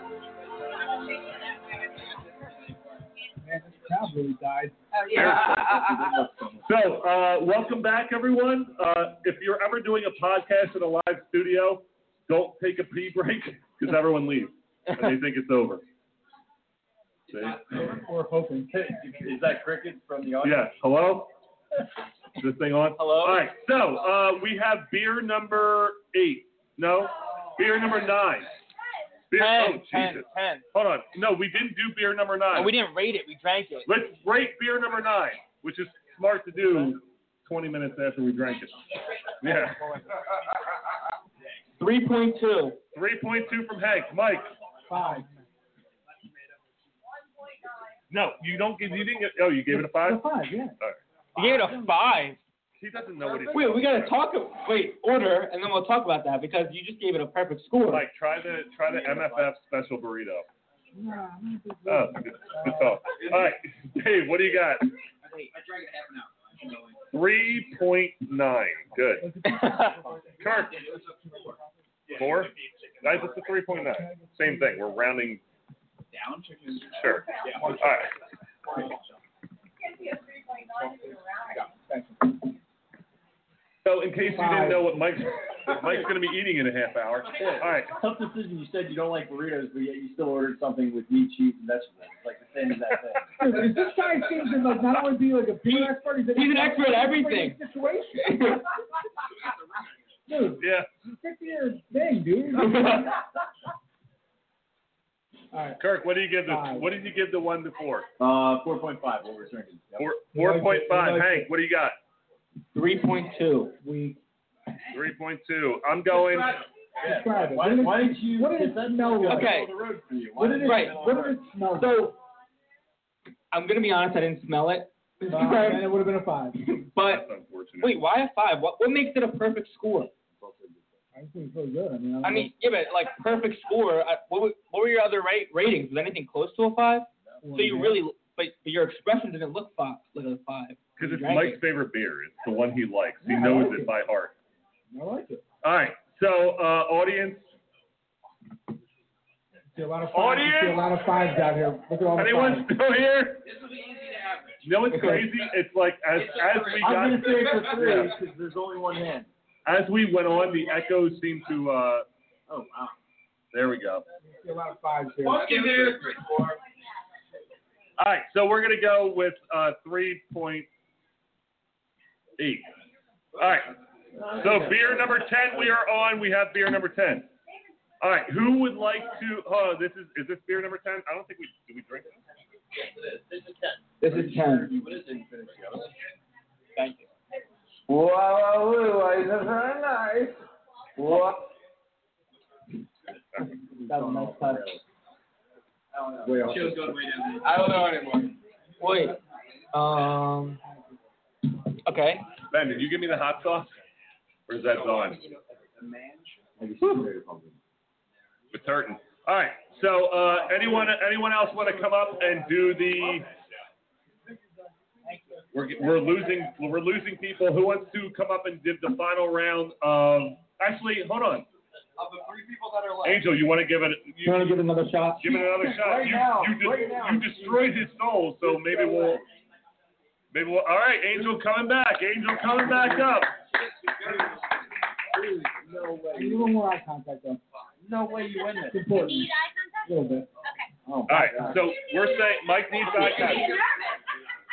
Speaker 10: Oh,
Speaker 9: So, uh, welcome back, everyone. Uh, if you're ever doing a podcast in a live studio, don't take a pee break because everyone leaves and they think it's over. See?
Speaker 7: Or hoping.
Speaker 36: Is that crickets from the audience?
Speaker 9: Yes. Hello? Is this thing on?
Speaker 36: Hello?
Speaker 9: All right. So uh, we have beer number eight. No? Beer number nine. Beer,
Speaker 5: Ten,
Speaker 9: oh,
Speaker 5: ten,
Speaker 9: Jesus.
Speaker 5: ten.
Speaker 9: Hold on. No, we didn't do beer number nine.
Speaker 5: And we didn't rate it. We drank it.
Speaker 9: Let's rate beer number nine, which is smart to do 20 minutes after we drank it. Yeah.
Speaker 10: 3.2.
Speaker 9: 3.2 from Hank. Mike.
Speaker 7: Five.
Speaker 9: No, you don't give. You didn't. Get, oh, you gave it a five.
Speaker 7: five, yeah.
Speaker 9: All
Speaker 5: You gave it a five.
Speaker 9: He doesn't know what he's.
Speaker 10: Wait, we gotta talk. Wait, order, and then we'll talk about that because you just gave it a perfect score.
Speaker 9: Like try the try the MFF special burrito.
Speaker 7: Nah, I'm gonna do-
Speaker 9: Oh, good, good talk. All right, Dave, what do you got? Three point nine. Good. Kirk. Four. That's just a three point nine. Same thing. We're rounding.
Speaker 37: Down?
Speaker 9: Sure. All right. So in case you didn't know what Mike's Mike's gonna be eating in a half hour. All right.
Speaker 36: Tough decision. You said you don't like burritos, but yet you still ordered something with meat, cheese, and vegetables. It's like the same exact thing.
Speaker 7: Dude, because this guy seems to like not only be like a beer expert, he's,
Speaker 10: he's an expert at everything.
Speaker 7: Situation. dude,
Speaker 9: Yeah.
Speaker 7: stick to your thing, dude.
Speaker 9: Kirk, what do you give this? What did you give the one before?
Speaker 36: Uh, 4.5. What we're drinking. Yep.
Speaker 9: Four four point five. Hank, what do you got?
Speaker 10: 3.2.
Speaker 7: We
Speaker 9: Three point two. I'm going.
Speaker 7: describe it.
Speaker 36: Why,
Speaker 7: What did-
Speaker 36: why didn't you?
Speaker 7: What did it smell like?
Speaker 10: Okay.
Speaker 36: The road for you. Why
Speaker 7: What did it?
Speaker 36: didn't
Speaker 10: Right.
Speaker 36: you-
Speaker 7: What did it smell like?
Speaker 10: So I'm gonna be honest. I didn't smell it.
Speaker 7: Five, and it would have been a five.
Speaker 10: But
Speaker 9: That's unfortunate.
Speaker 10: wait, why a five? What what makes it a perfect score?
Speaker 7: I think it's really good. I mean, I, don't
Speaker 10: I mean, yeah, but like perfect score. I, what were, what were your other rate, ratings? Was anything close to a five?
Speaker 7: know.
Speaker 10: So you really, but, but your expression didn't look five, like a five.
Speaker 9: Because it's
Speaker 10: Right.
Speaker 9: Mike's favorite beer. It's the one he likes. He
Speaker 7: Yeah, I
Speaker 9: knows
Speaker 7: like
Speaker 9: it
Speaker 7: it.
Speaker 9: by heart.
Speaker 7: I like it.
Speaker 9: All right. So, uh, audience,
Speaker 7: See a lot of fives.
Speaker 9: Audience?
Speaker 7: See a lot of fives out here. Look at all the
Speaker 9: anyone
Speaker 7: fives.
Speaker 9: still here?
Speaker 38: This will be easy to average.
Speaker 9: You know what's crazy? It's like as as we
Speaker 36: I'm gonna
Speaker 9: got
Speaker 36: say it for three
Speaker 9: Yeah.
Speaker 36: because there's only one hand.
Speaker 9: as we went on, the echoes seemed to. Uh,
Speaker 36: Oh wow.
Speaker 9: there we go.
Speaker 7: See a lot of fives here.
Speaker 38: Fuck you, dude.
Speaker 9: All right. So we're gonna go with uh, three point eight. All right. So beer number ten, we are on. We have beer number ten. All right. Who would like to? Oh, this is is this beer number ten? I don't think we do we drink it.
Speaker 37: This is ten.
Speaker 10: This is ten.
Speaker 37: What is infinity?
Speaker 10: Thank you. That was a nice touch.
Speaker 37: She was going way down
Speaker 38: I don't know anymore.
Speaker 10: Wait. Um. Okay.
Speaker 9: Ben, did you give me the hot sauce? Or is that Dawn? With Turton. All right. So uh, anyone anyone else want to come up and do the? We're, we're losing we're losing people. Who wants to come up and give the final round of? Actually, hold on.
Speaker 38: Of the three people that are left.
Speaker 9: Angel, you want to give it?
Speaker 10: You want to give it another shot?
Speaker 9: Give it another shot.
Speaker 38: Right
Speaker 9: you,
Speaker 38: now,
Speaker 9: you, de-
Speaker 38: right now.
Speaker 9: you destroyed his soul, so maybe we'll. Maybe we'll. All right, Angel coming back. Angel coming back up.
Speaker 7: A little more eye contact though.
Speaker 37: No way you win
Speaker 7: It's
Speaker 37: this.
Speaker 7: important. A little bit.
Speaker 37: Oh,
Speaker 9: All right, so we're saying Mike needs eye contact.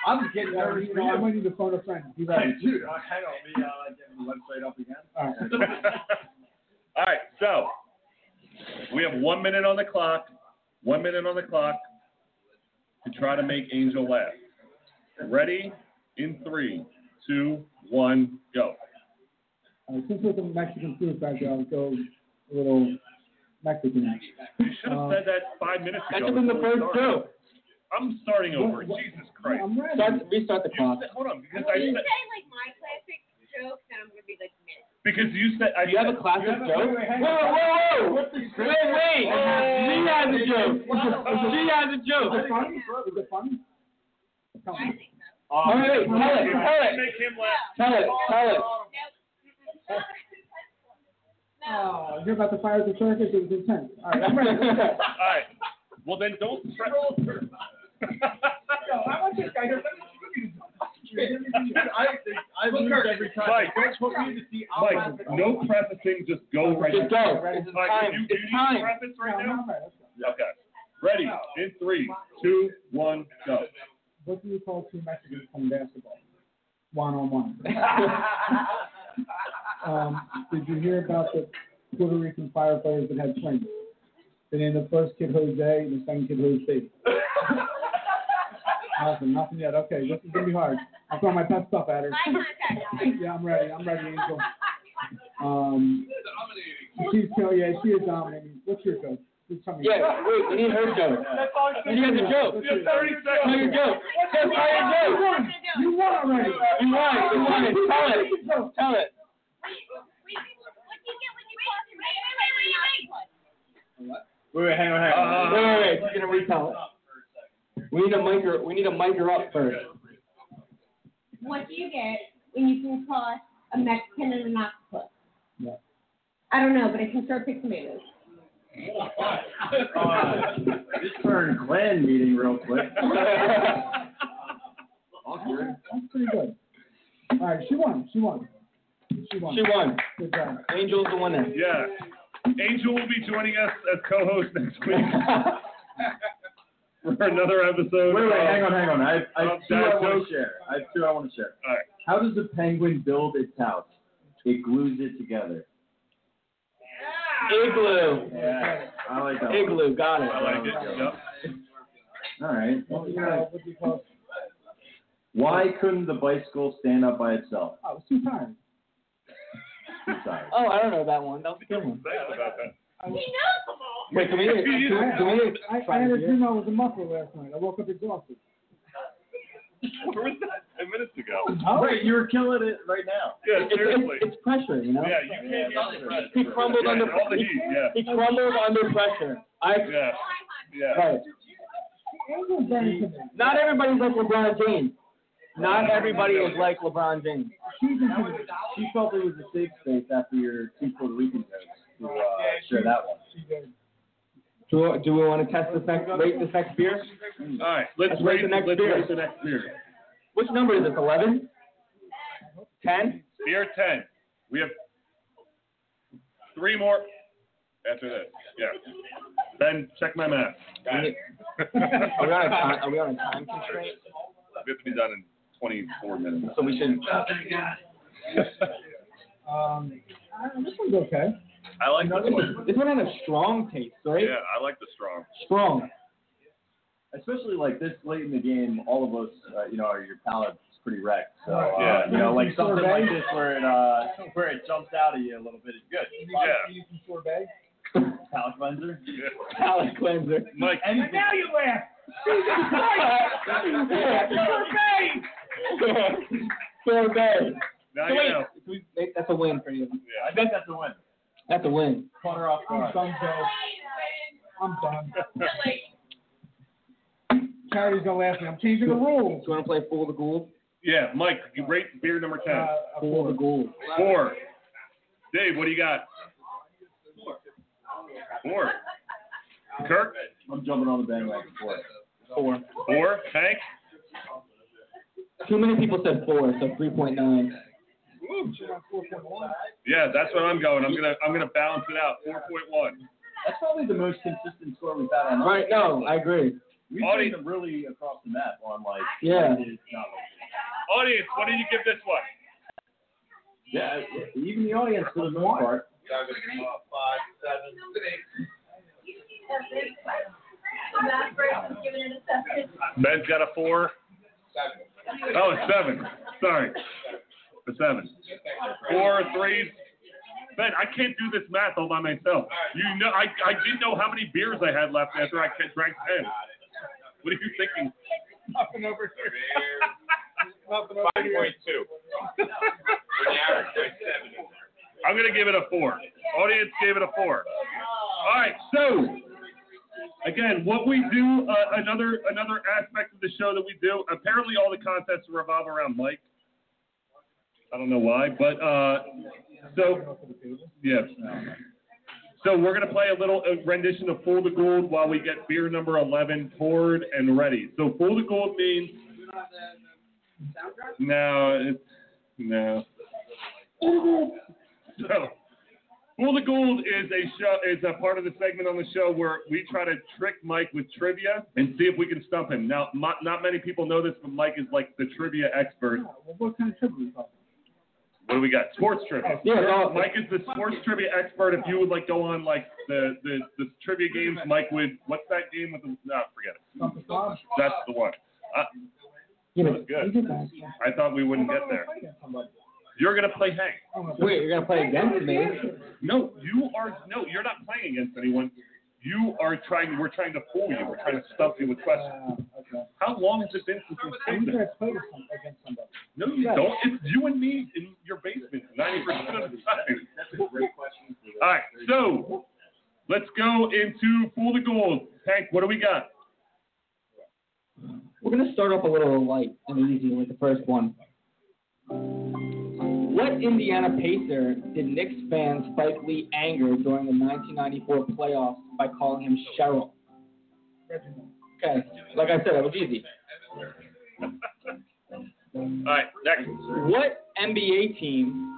Speaker 37: I'm getting
Speaker 7: Yeah,
Speaker 37: nervous.
Speaker 7: you know, I might need to phone a friend. Be
Speaker 36: Hey,
Speaker 7: ready.
Speaker 36: dude, I I don't. Yeah, I get the website up again.
Speaker 7: All right.
Speaker 9: All right, so we have one minute on the clock, one minute on the clock to try to make Angel laugh. Ready? In three, two, one, go.
Speaker 7: All right, since we're at the Mexican food factory, I'll go a little Mexican.
Speaker 9: You should have said that five minutes
Speaker 10: That
Speaker 9: ago.
Speaker 10: should have been the
Speaker 9: before we
Speaker 10: first two.
Speaker 9: started. I'm starting over.
Speaker 7: What- what-
Speaker 9: Jesus Christ.
Speaker 7: I'm ready.
Speaker 10: Start, restart the
Speaker 9: You
Speaker 10: clock.
Speaker 9: said- hold on, because
Speaker 39: If
Speaker 9: I
Speaker 39: you
Speaker 9: said,
Speaker 39: say like my classic jokes, then I'm gonna be like, man.
Speaker 9: because you said, I
Speaker 10: Do you have
Speaker 9: said-
Speaker 10: a classic
Speaker 36: have a-
Speaker 10: joke?
Speaker 36: wait, wait, hang on.
Speaker 10: whoa, whoa, whoa!
Speaker 36: What's the
Speaker 10: Wait, wait! She has a joke. She has
Speaker 7: Is
Speaker 10: a
Speaker 7: it
Speaker 10: joke.
Speaker 7: funny? Is it funny? Tell
Speaker 39: I
Speaker 7: me.
Speaker 39: think so.
Speaker 10: All right, wait, tell
Speaker 9: If
Speaker 10: it,
Speaker 9: you
Speaker 10: tell it,
Speaker 9: Make him laugh.
Speaker 10: tell it, tell it.
Speaker 39: No.
Speaker 7: Oh, you're about to fire at the circus. It was intense. All right, I'm ready.
Speaker 9: All right. Well, then don't fret.
Speaker 7: I want this guy here.
Speaker 36: I, I lose every time.
Speaker 9: Mike.
Speaker 36: Don't put me to see. I'll
Speaker 9: Mike,
Speaker 36: laugh at all.
Speaker 9: no prefacing, just go right
Speaker 10: Just
Speaker 9: now.
Speaker 10: go.
Speaker 9: Mike,
Speaker 10: It's time.
Speaker 9: you, you
Speaker 10: It's
Speaker 9: need
Speaker 10: time.
Speaker 9: preface right now?
Speaker 7: All right, let's go.
Speaker 9: Okay. ready. In three, two, one, go.
Speaker 7: What do you call two Mexicans playing basketball? One on one. Um, Did you hear about the Puerto Rican firefighters that had twins? They named the first kid Jose and the second kid Jose. Nothing, nothing yet. Okay, this is gonna be hard. I'm throwing my best stuff at her. yeah, I'm ready. I'm ready, Angel. Um, she's telling yeah, she is dominating. What's your go? Just tell me.
Speaker 10: Yeah, wait, we need her go.
Speaker 9: That's
Speaker 10: all she has a joke.
Speaker 9: You have 30 seconds.
Speaker 10: Tell your joke. Just tell your
Speaker 7: You
Speaker 10: joke.
Speaker 7: won. You won already.
Speaker 10: You won. You won it. Tell it. Tell it.
Speaker 5: Wait, wait, hang on, hang on.
Speaker 10: Uh, Wait, wait, wait. She's gonna retell it. We need to mic her. We need to mic her up first.
Speaker 40: What do you get when you can toss a Mexican and an octopus?
Speaker 7: Yeah.
Speaker 40: I don't know, but I can sure pick tomatoes.
Speaker 5: This turned clan meeting real quick.
Speaker 7: That's pretty good. All right, she won. She won. She won.
Speaker 10: She won.
Speaker 7: Good job.
Speaker 10: Angel's the winner.
Speaker 9: Yes. Angel will be joining us as co-host next week for another episode.
Speaker 5: Wait, wait,
Speaker 9: of-
Speaker 5: hang on, hang on. I, I
Speaker 9: of
Speaker 5: have two
Speaker 9: Dad
Speaker 5: I want
Speaker 9: Jokes.
Speaker 5: to share. I have two I want to share.
Speaker 9: All right.
Speaker 5: How does a penguin build its house? It glues it together.
Speaker 10: Igloo.
Speaker 5: Yeah. I like that. one.
Speaker 10: Igloo. Got it.
Speaker 9: I like it. Yep.
Speaker 5: All right.
Speaker 7: What do you call? What do you call?
Speaker 5: Why couldn't the bicycle stand up by itself?
Speaker 7: Oh, it's too tired.
Speaker 5: I'm sorry.
Speaker 10: Oh, I don't know that one. That was a good one.
Speaker 9: Excited about that.
Speaker 10: Wait, can we? Can we? Can we
Speaker 7: I, I had a dream I was a muffler last night. I woke up exhausted.
Speaker 9: Where was that? Ten minutes ago.
Speaker 7: Oh,
Speaker 5: Wait, you were killing it right now.
Speaker 9: Yeah,
Speaker 10: it's,
Speaker 9: seriously.
Speaker 10: it's, it's pressure, you know.
Speaker 9: Yeah, you can't get under pressure.
Speaker 10: He crumbled
Speaker 9: Yeah,
Speaker 10: under-
Speaker 9: all the heat. Yeah.
Speaker 10: He crumbled under pressure. I.
Speaker 9: Yeah. Yeah.
Speaker 10: Right.
Speaker 7: Angel Bennett to me.
Speaker 10: Not everybody's like LeBron James. Not everybody is like LeBron James.
Speaker 7: She's intimidating.
Speaker 5: She felt it was a safe space after your two Puerto Rican jokes to uh, share that one.
Speaker 7: She's good.
Speaker 10: Do, do we want to test this next? Rate this next beer?
Speaker 9: All right. Let's
Speaker 10: Let's
Speaker 9: rate
Speaker 10: rate the next
Speaker 9: let's
Speaker 10: beer.
Speaker 9: rate the next beer.
Speaker 10: Which number is this? Eleven? Ten?
Speaker 9: Beer ten. We have three more after this. Yeah. Ben, check my math.
Speaker 10: Are we
Speaker 9: we
Speaker 10: on a time, are we on a time constraint?
Speaker 9: We have to be done in 24 minutes.
Speaker 10: So we should.
Speaker 7: Um, I don't know, this one's okay.
Speaker 9: I like this one.
Speaker 10: This one had a strong taste, right?
Speaker 9: Yeah, I like the strong.
Speaker 10: Strong.
Speaker 5: Especially like this late in the game, all of us, uh, you know, our- your palate's pretty wrecked. So uh,
Speaker 9: Yeah.
Speaker 5: you know, like something like this where it uh, where it jumps out at you a little bit is good.
Speaker 9: Yeah.
Speaker 7: You can sorbet.
Speaker 5: Palate cleanser.
Speaker 9: Yeah.
Speaker 10: Palate cleanser.
Speaker 9: Mike,
Speaker 5: Anything.
Speaker 7: you laugh.
Speaker 10: Sorbet.
Speaker 9: now
Speaker 10: So
Speaker 9: you
Speaker 10: wait,
Speaker 9: know.
Speaker 10: can we make- that's a win for you.
Speaker 5: I think that's a win.
Speaker 10: That's a win.
Speaker 5: Caught her off
Speaker 7: I'm
Speaker 5: guard.
Speaker 7: done, Joe. I'm done. Charity's gonna laugh me. I'm changing the
Speaker 10: Do
Speaker 7: rules.
Speaker 10: you want to play Fool the Ghoul?
Speaker 9: Yeah, Mike, you rate beer number 10.
Speaker 7: Uh, a
Speaker 10: Fool the
Speaker 7: four.
Speaker 10: Ghoul.
Speaker 9: Four. Dave, what do you got? Four. Kirk?
Speaker 5: I'm jumping on the bandwagon for it.
Speaker 10: Four.
Speaker 9: Four. Hank?
Speaker 10: Too many people said four, so 3.9.
Speaker 9: Yeah, that's what I'm going. I'm gonna I'm gonna balance it out. Four point one.
Speaker 5: That's probably the most consistent score we've had on.
Speaker 10: Right, no, I agree.
Speaker 5: We've
Speaker 9: Audie-
Speaker 5: played them really across the map on like.
Speaker 10: Yeah.
Speaker 5: it's not like-
Speaker 9: Audience, what did you give this one?
Speaker 5: Yeah, even the audience for the most part.
Speaker 9: Ben's got a four. Oh, it's seven. Sorry. A seven. Four threes. Ben, I can't do this math all by myself. You know I I didn't know how many beers I had left after I drank ten. What are you thinking?
Speaker 7: Nothing over here. Nothing over here.
Speaker 9: I'm gonna give it a four. Audience gave it a four. All right, so again, what we do, uh, another another aspect of the show that we do. Apparently, all the contests revolve around Mike. I don't know why, but uh, so yeah. So we're gonna play a little uh, rendition of "Fool the Gold" while we get beer number eleven poured and ready. So "Fool the Gold" means no, it's, no. So
Speaker 5: Fool the Gould is a show is a part of the segment on the show where we try to trick Mike with trivia and see if we can stump him. Now, not, not many people know this, but Mike is like the trivia expert.
Speaker 7: Well, what kind of trivia are we talking?
Speaker 5: What do we got? Sports trivia.
Speaker 10: Yeah, no,
Speaker 5: Mike is the sports trivia expert. If you would like go on like the the, the trivia games, Mike would. What's that game with the? No, forget it. That's the one. Uh,
Speaker 10: Yeah,
Speaker 5: that was good. I thought we wouldn't get there. You're gonna play
Speaker 7: Oh
Speaker 5: Hank.
Speaker 10: Wait, you're gonna play against me?
Speaker 5: No, you are. No, you're not playing against anyone. You are trying. We're trying to fool you. We're trying to stuff you with questions. How long has it been since we've
Speaker 7: I'm
Speaker 5: seen
Speaker 7: gonna
Speaker 5: this?
Speaker 7: play with some, against somebody.
Speaker 5: No, you don't. It's you and me in your basement 90% of the time.
Speaker 21: That's a great question.
Speaker 5: All right, so let's go into Fool the Gold. Hank, what do we got?
Speaker 10: We're gonna start off a little light and easy with the first one. What Indiana Pacer did Knicks fan Spike Lee anger during the 1994 playoffs by calling him Cheryl? Okay, like I said, that was easy.
Speaker 5: All right, next.
Speaker 10: What NBA team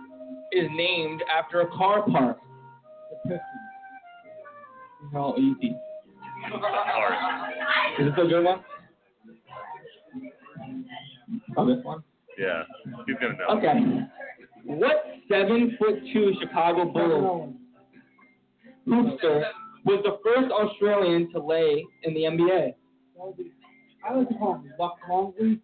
Speaker 10: is named after a car park? These are all easy. Is this a good one? Oh, this one?
Speaker 5: Yeah, he's gonna know.
Speaker 10: Okay. What seven foot two Chicago Bulls hoopster was the first Australian to lay in the NBA?
Speaker 7: I like to call him Luck Longley.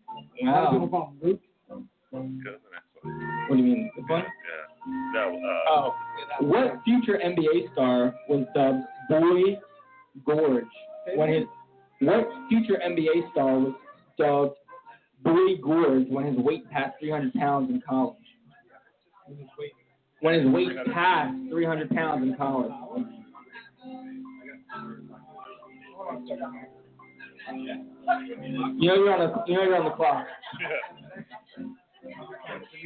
Speaker 7: I like to
Speaker 10: Wow.
Speaker 7: call him Luke.
Speaker 5: Go to the next one.
Speaker 10: What do you mean? This one?
Speaker 5: Yeah. No. Uh,
Speaker 10: Oh. What future NBA star was dubbed Boy Gorge when his what future NBA star was dubbed Boy Gorge when his weight passed 300 pounds in college? When his weight passed 300 pounds in college. You know you're on the you know you're on the clock.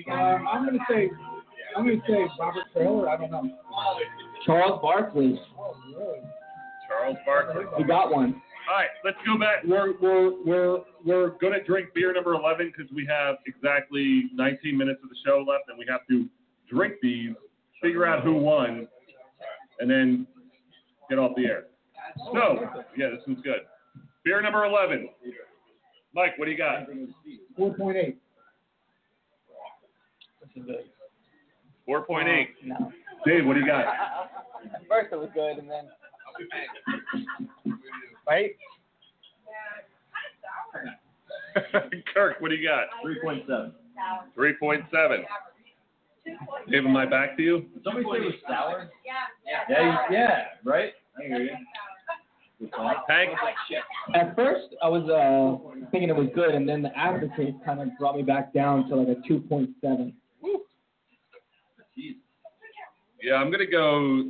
Speaker 7: Uh, I'm gonna say, I'm gonna say Robert Taylor. I don't know.
Speaker 10: Charles Barkley,
Speaker 5: Charles Barkley.
Speaker 10: you got one.
Speaker 5: All right, let's go back. We're we're we're we're gonna drink beer number eleven because we have exactly 19 minutes of the show left, and we have to drink these, figure out who won, and then get off the air. So yeah, this one's good. Beer number 11. Mike, what do you got?
Speaker 7: 4.8.
Speaker 5: 4.8.
Speaker 10: No.
Speaker 5: Dave, what do you got?
Speaker 41: First it was good, and then. Right?
Speaker 5: Kirk, what do you got?
Speaker 9: 3.7.
Speaker 5: 3.7. Dave, am I back to you?
Speaker 9: Somebody say it was sour?
Speaker 21: Yeah.
Speaker 9: Yeah, you- yeah, right? I hear you.
Speaker 5: Hank?
Speaker 10: At first, I was uh, thinking it was good, and then the aftertaste kind of brought me back down to like a 2.7.
Speaker 5: Yeah, I'm gonna go.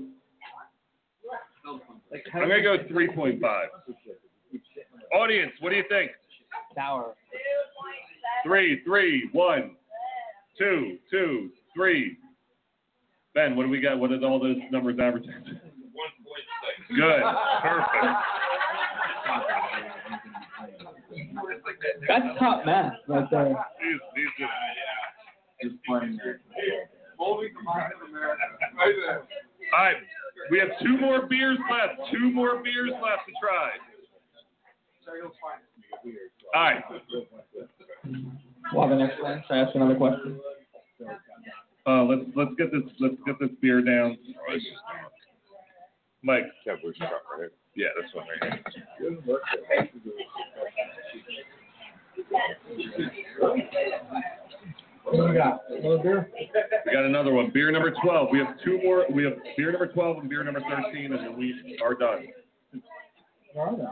Speaker 5: I'm gonna go 3.5. Audience, what do you think?
Speaker 10: Sour.
Speaker 5: Three, three, one, two, two, three. Ben, what do we got? What is all those numbers averaging? Good, perfect.
Speaker 10: That's top math right there.
Speaker 5: These, these just, All right, we have two more beers left. Two more beers left to try. All right,
Speaker 10: Well, the next one. Should I ask another question?
Speaker 5: uh, let's let's get this let's get this beer down. Mike. Yeah, this one right here.
Speaker 7: What do you got? Another beer?
Speaker 5: We got another one. Beer number 12. We have two more. We have beer number 12 and beer number 13, and then we are done.
Speaker 7: Where are they?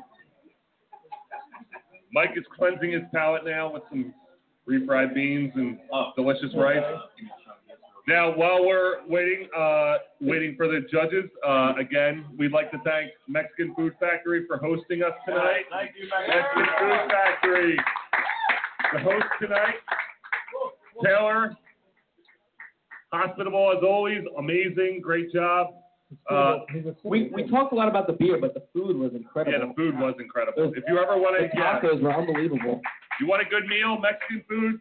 Speaker 5: Mike is cleansing his palate now with some refried beans and delicious rice. Now, while we're waiting, uh, waiting for the judges, uh, again, we'd like to thank Mexican Food Factory for hosting us tonight.
Speaker 9: Thank you,
Speaker 5: Mexican Food Factory. The host tonight, Taylor. Hospitable as always, amazing, great job. Uh,
Speaker 10: We, we talked a lot about the beer, but the food was incredible.
Speaker 5: yeah, the food was incredible. If you ever want to,
Speaker 10: The
Speaker 5: yeah,
Speaker 10: tacos were unbelievable.
Speaker 5: you want a good meal, Mexican food,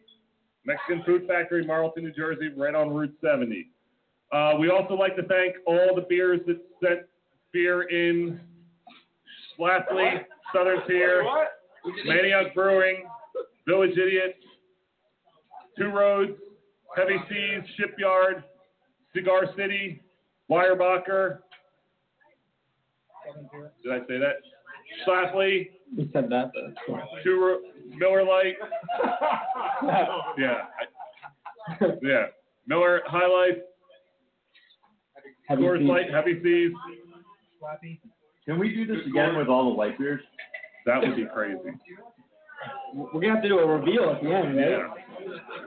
Speaker 5: Mexican Food Factory, Marlton, New Jersey, right on Route 70. Uh, we also like to thank all the beers that sent beer in. Lastly, Southern Tier, Manioc Brewing, Village Idiot, Two Roads, Heavy Seas, Shipyard, Cigar City, Weyerbacher. Did I say that? Schlafly,
Speaker 10: We said that, but it's cool.
Speaker 5: Two Ro- Miller Lite. yeah. I- yeah. Miller High Life,
Speaker 9: Heavy
Speaker 5: Coors
Speaker 9: Seas.
Speaker 5: Light, Heavy Seas.
Speaker 7: Slappy.
Speaker 9: Mm-hmm. Can we do this again with all the light beers?
Speaker 5: That would be crazy.
Speaker 10: We're gonna have to do a reveal at the end, right?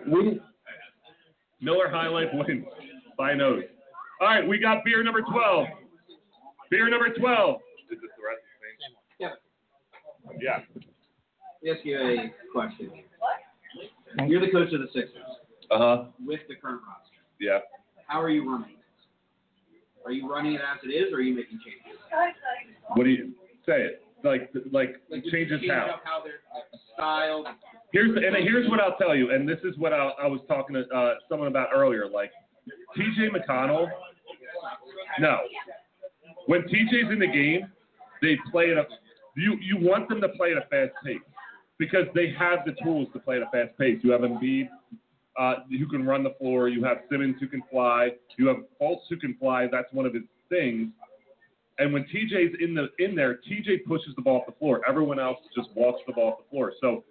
Speaker 10: We
Speaker 5: Miller High Life wins by nose. All right, we got beer number 12. Beer number 12. Is this the rest of the thing? Yeah.
Speaker 11: Let me ask you a question. What? You're the coach of the Sixers
Speaker 5: Uh huh.
Speaker 9: Uh-huh.
Speaker 11: with the current roster.
Speaker 5: Yeah.
Speaker 11: How are you running this? Are you running it as it is, or are you making changes?
Speaker 5: What do you say? It like like changes
Speaker 11: Changing
Speaker 5: how.
Speaker 11: up how they're uh, like, the style.
Speaker 5: Here's and here's what I'll tell you, and this is what I, I was talking to uh, someone about earlier. Like T.J. McConnell, no. When T.J.'s in the game, they play at a you you want them to play at a fast pace because they have the tools to play at a fast pace. You have Embiid. Uh, who can run the floor? You have Simmons who can fly. You have Fultz who can fly. That's one of his things. And when TJ's in the in there, TJ pushes the ball off the floor. Everyone else just walks the ball off the floor. So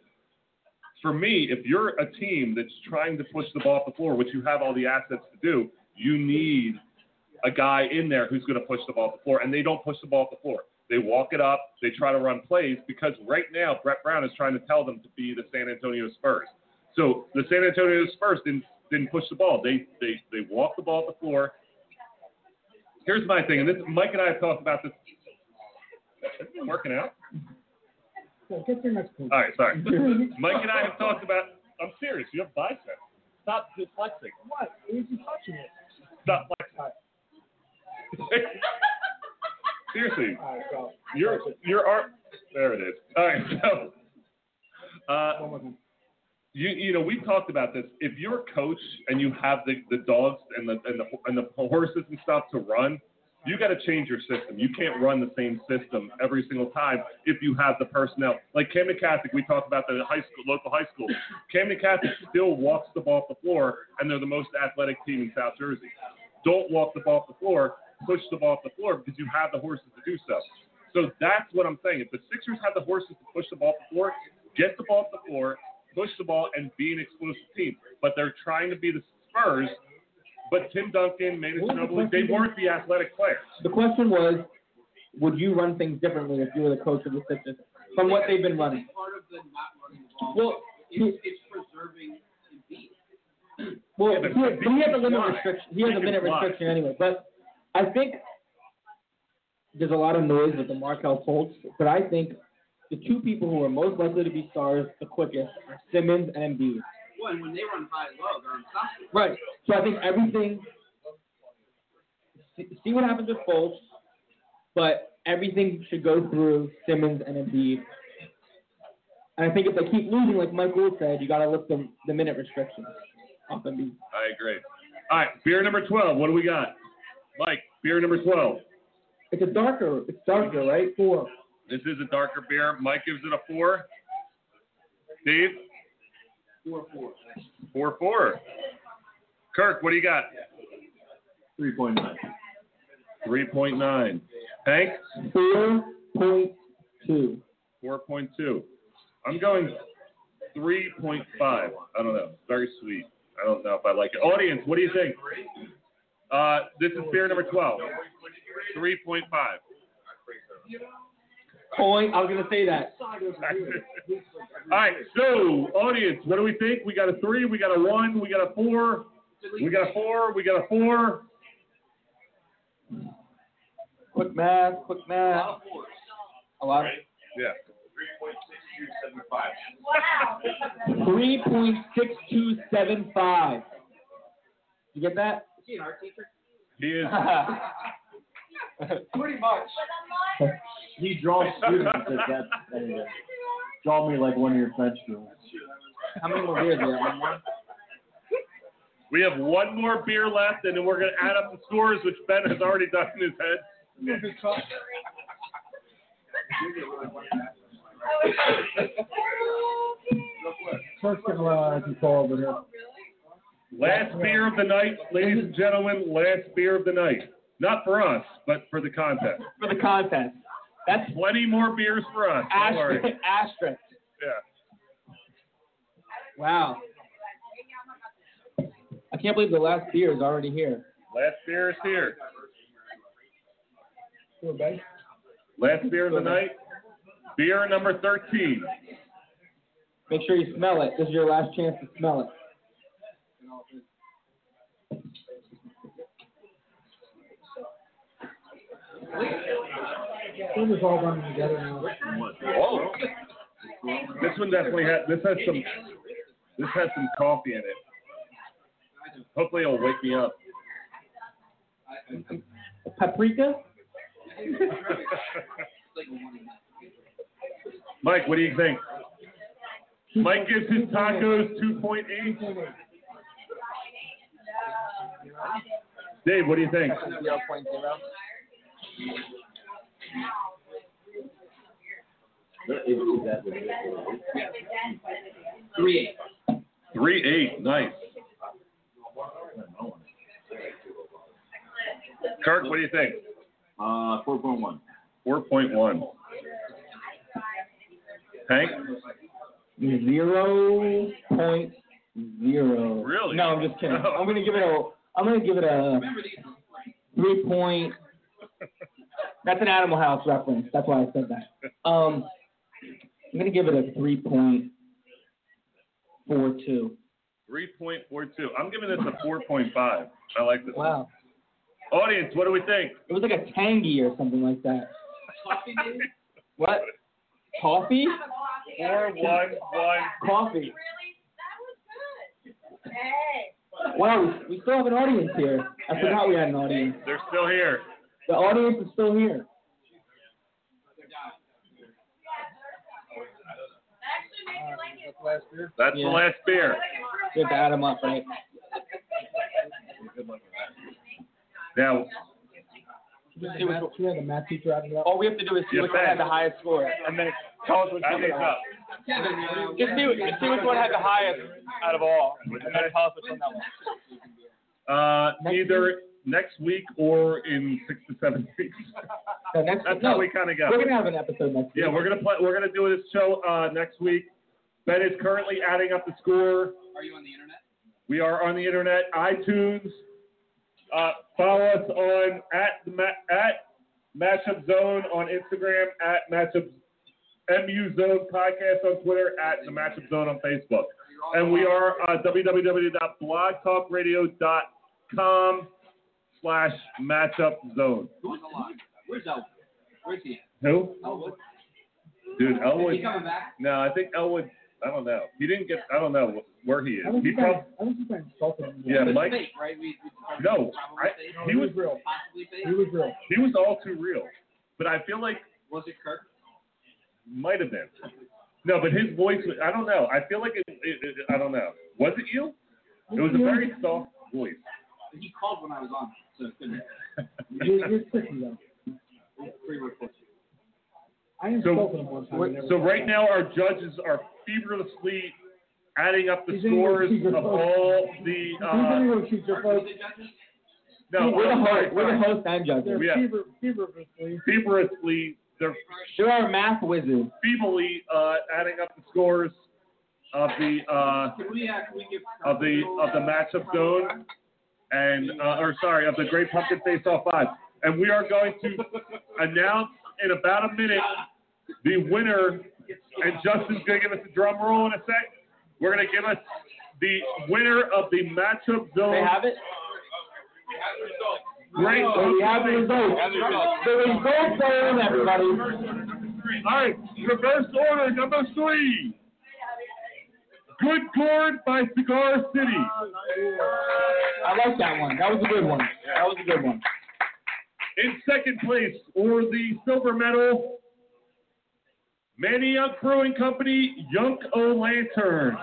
Speaker 5: for me, if you're a team that's trying to push the ball off the floor, which you have all the assets to do, you need a guy in there who's going to push the ball off the floor. And they don't push the ball off the floor. They walk it up. They try to run plays because right now Brett Brown is trying to tell them to be the San Antonio Spurs. So the San Antonio Spurs didn't didn't push the ball. They they they walked the ball off the floor. Here's my thing, and this Mike and I have talked about this. Is it working out?
Speaker 7: So get your next
Speaker 5: All right, sorry. Mike and I have talked about. I'm serious. You have biceps. Stop flexing.
Speaker 7: What? Who's you touching it?
Speaker 5: Stop flexing. Seriously,
Speaker 7: All right, go.
Speaker 5: your your art. There it is. All right, so uh, you you know we talked about this. If you're a coach and you have the, the dogs and the, and the and the horses and stuff to run, you got to change your system. You can't run the same system every single time if you have the personnel. Like Camden Catholic, we talked about the high school, local high school. Camden Catholic still walks the ball off the floor, and they're the most athletic team in South Jersey. Don't walk the ball off the floor. Push the ball off the floor because you have the horses to do so. So that's what I'm saying. If the Sixers have the horses to push the ball off the floor, get the ball off the floor, push the ball, and be an explosive team. But they're trying to be the Spurs. But Tim Duncan, Mason Ginobili, they weren't the athletic players.
Speaker 10: the question was, would you run things differently if you were the coach of the Sixers from what they've been running?
Speaker 11: Part of the not running the ball.
Speaker 10: Well,
Speaker 11: it's, it's preserving Embiid.
Speaker 10: Well,
Speaker 11: Yeah, but
Speaker 10: he, but he has a limit
Speaker 11: why?
Speaker 10: restriction. He has a
Speaker 11: Because
Speaker 10: minute
Speaker 11: why?
Speaker 10: restriction anyway. But I think there's a lot of noise with the Markel Colts. But I think the two people who are most likely to be stars the quickest are Simmons and Embiid.
Speaker 11: Well, and when they run high low, they're unstoppable.
Speaker 10: Right. So I think everything. See, see what happens with Fultz, but everything should go through Simmons and Embiid. And I think if they keep losing, like Mike Gould said, you got to lift the, the minute restriction off Embiid.
Speaker 5: I agree. All right, beer number 12. What do we got? Mike, beer number 12.
Speaker 10: It's a darker. It's darker, right? Four.
Speaker 5: This is a darker beer. Mike gives it a four. Dave,
Speaker 11: Four four.
Speaker 5: four, four. Kirk, what do you got?
Speaker 9: 3.9.
Speaker 5: 3.9. Hank,
Speaker 10: Four point two.
Speaker 5: 4.2. I'm going 3.5. I don't know. Very sweet. I don't know if I like it. Audience, what do you think? Uh, this is beer number 12. 3.5.
Speaker 10: Point. I was gonna say that.
Speaker 5: All right, so audience, what do we think? We got a three, we got a one, we got a four, we got a four, we got a four.
Speaker 10: Quick math. Quick math. A lot.
Speaker 5: Yeah.
Speaker 10: Three point six two seven five. You get that?
Speaker 11: Is he an art teacher?
Speaker 5: He is.
Speaker 11: Pretty much.
Speaker 9: He draws students at that. uh, Draw me like one of your French students.
Speaker 10: How many more beers do you have? One more?
Speaker 9: We have one more beer left, and then we're going to add up the scores, which Ben has already done in his head.
Speaker 7: First give uh, control over here.
Speaker 9: Last beer of the night, ladies and gentlemen. Last beer of the night. Not for us, but for the contest.
Speaker 10: For the contest. That's
Speaker 9: plenty more beers for us. Don't worry.
Speaker 10: Asterisk. asterisk.
Speaker 9: Yeah.
Speaker 10: Wow. I can't believe the last beer is already here.
Speaker 9: Last beer is here.
Speaker 10: Here, babe.
Speaker 9: Last beer of the night. Beer number 13.
Speaker 10: Make sure you smell it. This is your last chance to smell it.
Speaker 7: This is all running together now.
Speaker 9: Oh. This one definitely has. This has some. This has some coffee in it. Hopefully, it'll wake me up.
Speaker 10: Paprika?
Speaker 9: Mike, what do you think? Mike gives his tacos 2.8. Dave, what do you think?
Speaker 42: 0.0.
Speaker 43: Three.
Speaker 9: Three eight, nice. Kirk, what do you think?
Speaker 5: Uh, 4.1.
Speaker 9: Four point one. Hank,
Speaker 10: Zero point zero.
Speaker 9: Really?
Speaker 10: No, I'm just kidding. I'm gonna give it a. I'm gonna give it a three point. That's an Animal House reference. That's why I said that. Um, I'm gonna give it a three point four two.
Speaker 9: three point four two. I'm giving this a four point five. I like this. one.
Speaker 10: Wow.
Speaker 9: Audience, what do we think?
Speaker 10: It was like a tangy or something like that. What? Coffee?
Speaker 9: Four one one.
Speaker 10: Coffee. Wow, we still have an audience here. I forgot we had an audience.
Speaker 9: They're still here.
Speaker 10: The audience is still here.
Speaker 9: That's
Speaker 10: Yeah.
Speaker 9: the last beer.
Speaker 10: We have to add them up, right?
Speaker 9: Now,
Speaker 7: She had the math- she had the math teacher out of that.
Speaker 10: All we have to do is see
Speaker 9: Yeah,
Speaker 10: which one had
Speaker 9: thanks.
Speaker 10: the highest score, and then tell us which
Speaker 9: that
Speaker 10: one.
Speaker 9: is up.
Speaker 44: Just see, just see which one had the highest out of all, and then tell us which one that was.
Speaker 9: Uh, either next week or in six to seven weeks.
Speaker 10: So next,
Speaker 9: That's
Speaker 10: no,
Speaker 9: how we kind of go.
Speaker 10: we're gonna have an episode next week.
Speaker 9: Yeah, we're gonna play. We're gonna do this show uh, next week. Ben is currently adding up the score.
Speaker 43: Are you on the internet?
Speaker 9: We are on the internet, iTunes. Uh, follow us on at the ma- at Matchup Zone on Instagram, at Matchup MU Zone Podcast on Twitter, at the Matchup Zone on Facebook, and we are uh, www.blogtalkradio.com slash Matchup Zone.
Speaker 43: Who's Where's Elwood? Where's he? at?
Speaker 9: Who?
Speaker 43: Elwood. Is
Speaker 9: Dude, Elwood.
Speaker 43: he coming back?
Speaker 9: No, I think Elwood. I don't know. He didn't get. I don't know where he is.
Speaker 7: I was
Speaker 9: He
Speaker 7: just
Speaker 9: probably.
Speaker 7: gonna- I was just gonna insult him.
Speaker 9: Yeah,
Speaker 43: But it's
Speaker 9: Mike.
Speaker 43: fake, right? We, we probably-
Speaker 9: No,
Speaker 43: probably fake.
Speaker 9: I, he was
Speaker 7: real.
Speaker 43: possibly fake.
Speaker 7: He was real.
Speaker 9: he was all too real. But I feel like
Speaker 43: Was it Kirk?
Speaker 9: might have been. No, but his voice. Was, I don't know. I feel like it, it, it. I don't know. Was it you? It was a very soft voice.
Speaker 43: He called when I was on, so it couldn't.
Speaker 7: You're, you're tricky though.
Speaker 43: Pre-recorded.
Speaker 7: I insulted him one time. and never
Speaker 9: So
Speaker 7: got
Speaker 9: right
Speaker 7: back.
Speaker 9: now our judges are feverishly adding up the
Speaker 7: He's in your
Speaker 9: scores
Speaker 7: secret
Speaker 9: of
Speaker 7: vote.
Speaker 9: all the.
Speaker 7: He's
Speaker 9: Uh,
Speaker 7: in your future, folks.
Speaker 9: no,
Speaker 10: We're the host.
Speaker 9: sorry,
Speaker 10: We're the
Speaker 9: sorry.
Speaker 10: host and
Speaker 7: They're
Speaker 10: judges.
Speaker 9: Yeah.
Speaker 7: fever, feverishly.
Speaker 9: Feverishly, they're
Speaker 10: There are math whizzes.
Speaker 9: feebly uh, adding up the scores of the uh,
Speaker 43: Can we, uh, can we give Kirk
Speaker 9: of the
Speaker 43: a little,
Speaker 9: of the
Speaker 43: uh,
Speaker 9: matchup zone, and uh, or sorry, of the Great Pumpkin Face Off Five, and we are going to announce in about a minute the winner. And Justin's going to give us a drum roll in a sec. We're going to give us the winner of the matchup
Speaker 10: They
Speaker 9: zone.
Speaker 10: have it.
Speaker 9: Great.
Speaker 10: So we have the results. The results are in, everybody.
Speaker 9: All right, reverse order number three. Good Gourd by Cigar City.
Speaker 10: I like that one. That was a good one. That was a good one.
Speaker 9: In second place, or the silver medal, Manny Young Brewing Company, Yunk O Lantern.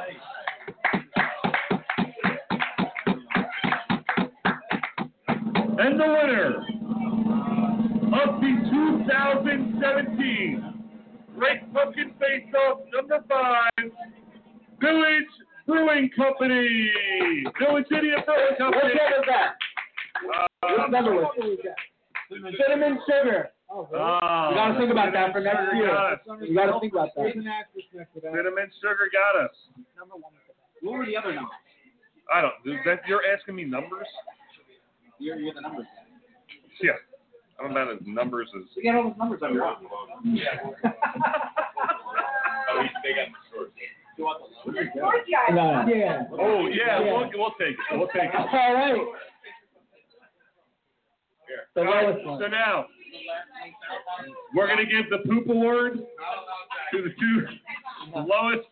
Speaker 9: And the winner of the 2017 Great Pumpkin Face Off number five, Village Brewing Company. Village Idiot Brewing Company.
Speaker 45: Which one is that? What's the other one? Cinnamon sugar.
Speaker 5: Oh,
Speaker 45: really?
Speaker 9: Uh,
Speaker 45: Ah,
Speaker 10: you gotta think about that for next
Speaker 9: Cinnamon
Speaker 10: year.
Speaker 9: got us.
Speaker 10: You gotta think about that.
Speaker 5: There's an actress next to that.
Speaker 9: Cinnamon Sugar got us.
Speaker 5: Number one.
Speaker 10: What were the other numbers?
Speaker 9: I don't. Is that you're asking me numbers?
Speaker 46: You're, you're the numbers.
Speaker 9: Yeah. I'm about as numbers as.
Speaker 46: We got all those numbers on one.
Speaker 47: Oh, they got the shorts. You want the low?
Speaker 10: No.
Speaker 5: Yeah.
Speaker 9: Oh yeah, We'll, we'll take it. We'll take it.
Speaker 10: All right. The
Speaker 9: All right,
Speaker 10: lowest one.
Speaker 9: So now we're gonna give the poop award to the two lowest.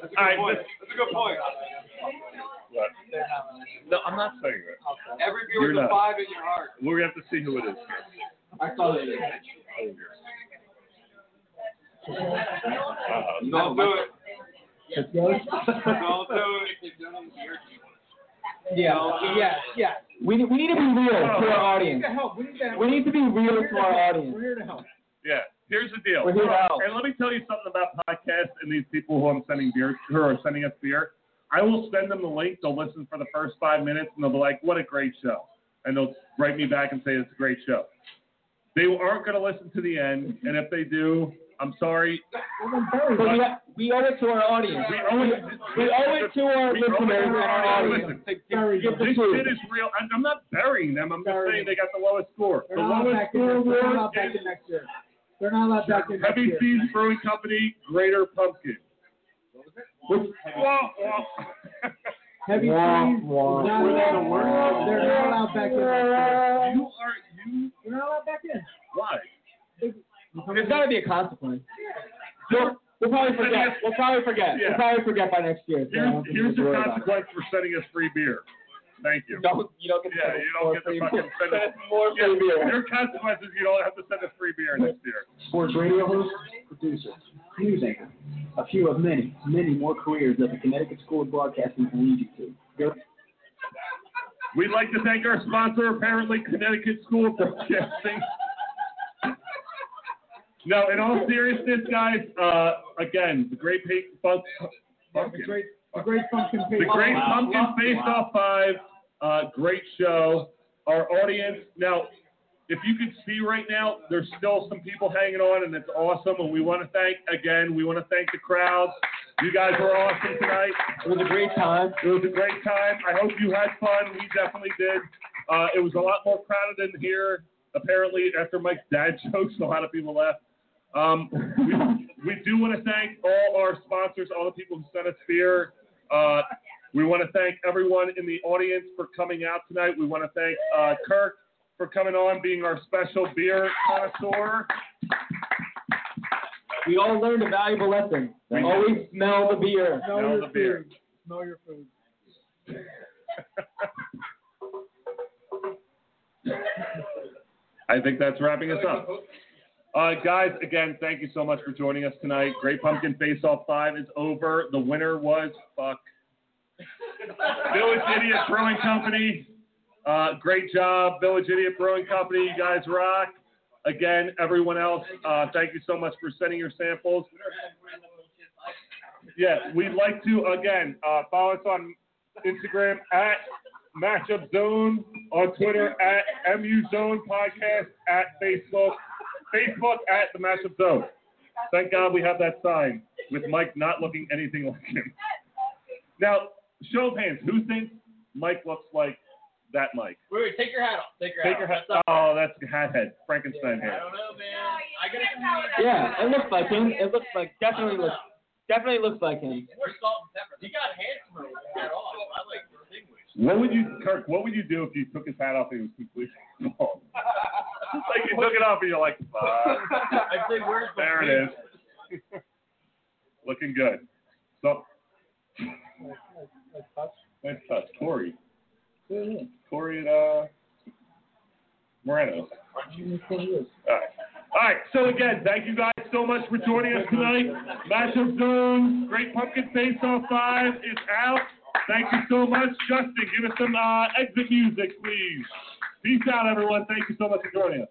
Speaker 47: That's a
Speaker 9: All
Speaker 47: good
Speaker 9: right,
Speaker 47: point.
Speaker 9: this-
Speaker 47: That's a good point.
Speaker 9: What? No, I'm not saying that.
Speaker 47: Every
Speaker 9: You're
Speaker 47: viewer's a
Speaker 9: not.
Speaker 47: five in your heart.
Speaker 9: We're gonna have to see who it is.
Speaker 10: I saw that.
Speaker 9: Uh-oh.
Speaker 47: Don't do it.
Speaker 10: Let's go.
Speaker 47: Don't do it.
Speaker 10: Yeah.
Speaker 5: Yeah. Yeah.
Speaker 10: We, we need to be real to
Speaker 9: No.
Speaker 10: our
Speaker 5: We need
Speaker 10: audience.
Speaker 5: to help. We need to help.
Speaker 10: We need to be real to our audience.
Speaker 5: We're here to help.
Speaker 9: Yeah. Here's the deal.
Speaker 10: We're here to help.
Speaker 9: And let me tell you something about podcasts and these people who I'm sending beer who are sending us beer. I will send them the link. They'll listen for the first five minutes and they'll be like, "What a great show," and they'll write me back and say, "It's a great show." They aren't going to listen to the end, and if they do, I'm sorry.
Speaker 10: But we, we owe it to our audience.
Speaker 9: We owe it.
Speaker 10: We owe it to our
Speaker 9: We owe it to
Speaker 10: listeners and
Speaker 9: our
Speaker 10: our audience.
Speaker 9: audience.
Speaker 10: to give-
Speaker 5: Very
Speaker 10: give the
Speaker 9: This
Speaker 10: truth.
Speaker 9: shit is real. I'm, I'm not burying them. I'm just
Speaker 5: Burying
Speaker 9: saying they got the lowest score.
Speaker 5: They're
Speaker 9: the
Speaker 5: not allowed
Speaker 9: lowest
Speaker 5: back in.
Speaker 9: score
Speaker 5: They're not allowed
Speaker 9: award
Speaker 5: back
Speaker 9: is
Speaker 5: in next year. They're not allowed back in next
Speaker 9: Heavy
Speaker 5: year.
Speaker 9: Seas Brewing Company, Greater Pumpkin.
Speaker 10: Which-
Speaker 9: Wow, wow.
Speaker 5: Heavy Seas.
Speaker 10: Wah,
Speaker 5: is
Speaker 10: wah,
Speaker 5: not
Speaker 10: wah.
Speaker 5: allowed- They're not allowed back in. next year.
Speaker 9: you are you?
Speaker 5: They're not allowed back in.
Speaker 9: Why?
Speaker 10: There's got to be a consequence. We'll, we'll probably forget. We'll probably forget.
Speaker 9: Yeah.
Speaker 10: We'll probably forget by next year. So I
Speaker 9: Here's,
Speaker 10: don't think we
Speaker 9: here's
Speaker 10: should
Speaker 9: the
Speaker 10: worry about it.
Speaker 9: consequence for sending us free beer. Thank you.
Speaker 10: Don't, you don't get to
Speaker 9: Yeah, you don't get the fucking send us
Speaker 10: more
Speaker 9: yeah,
Speaker 10: free beer.
Speaker 9: Your consequence is you don't have to send us free beer next year.
Speaker 7: Sports radio host, producer, news anchor. A few of many, many more careers that the Connecticut School of Broadcasting can lead you to. Go
Speaker 9: We'd like to thank our sponsor, apparently Connecticut School of Broadcasting. No, in all seriousness, guys, uh, again, the Great Pink Bunk,
Speaker 5: The great, the great pumpkin
Speaker 9: The
Speaker 5: paste.
Speaker 9: Great Pumpkin Face Off Five, uh, great show. Our audience now, if you can see right now, there's still some people hanging on, and it's awesome. And we want to thank again. We want to thank the crowd. You guys were awesome tonight.
Speaker 10: It was a great time.
Speaker 9: It was a great time. I hope you had fun. We definitely did. Uh, it was a lot more crowded in here. Apparently, after Mike's dad jokes, a lot of people left. Um, we, we do want to thank all our sponsors, all the people who sent us beer. Uh, we want to thank everyone in the audience for coming out tonight. We want to thank uh, Kirk for coming on, being our special beer connoisseur.
Speaker 10: We all learned a valuable lesson.
Speaker 9: We
Speaker 10: Always smell the beer.
Speaker 5: Smell
Speaker 9: Smell
Speaker 5: your
Speaker 9: the beer.
Speaker 5: food. Smell your food.
Speaker 9: I think that's wrapping us up. Uh, guys, again, thank you so much for joining us tonight. Great Pumpkin Face Off 5 is over. The winner was, fuck, Village Idiot Brewing Company. Uh, great job, Village Idiot Brewing Company. You guys rock. Again, everyone else, uh, thank you so much for sending your samples. Yeah, we'd like to, again, uh, follow us on Instagram at Matchup Zone, on Twitter at MU Zone Podcast, at Facebook, Facebook at The Matchup Zone. Thank God we have that sign with Mike not looking anything like him. Now, show of hands, who thinks Mike looks like that Mike?
Speaker 47: Wait, wait, take your hat off. Take your
Speaker 9: Take your
Speaker 47: hat
Speaker 9: hat.
Speaker 47: off.
Speaker 9: Oh, that's hat head, Frankenstein
Speaker 47: I
Speaker 9: head.
Speaker 47: don't know, man. I gotta
Speaker 10: Yeah, it looks like him. It looks like definitely looks definitely looks like him.
Speaker 47: We're salt and pepper. He got handsomer with that off. I like distinguished.
Speaker 9: What would you, Kirk? What would you do if you took his hat off and he was completely bald? like you took it off and you're like, fuck.
Speaker 47: I said, where's the
Speaker 9: There it is. Looking good. So,
Speaker 5: Nice touch.
Speaker 9: nice touch, Corey. Corey and uh, Moreno. All right. All right. So again, thank you guys so much for joining us tonight. Matchup Zone, Great Pumpkin Face Off Five is out. Thank you so much, Justin. Give us some uh, exit music, please. Peace out, everyone. Thank you so much for joining us.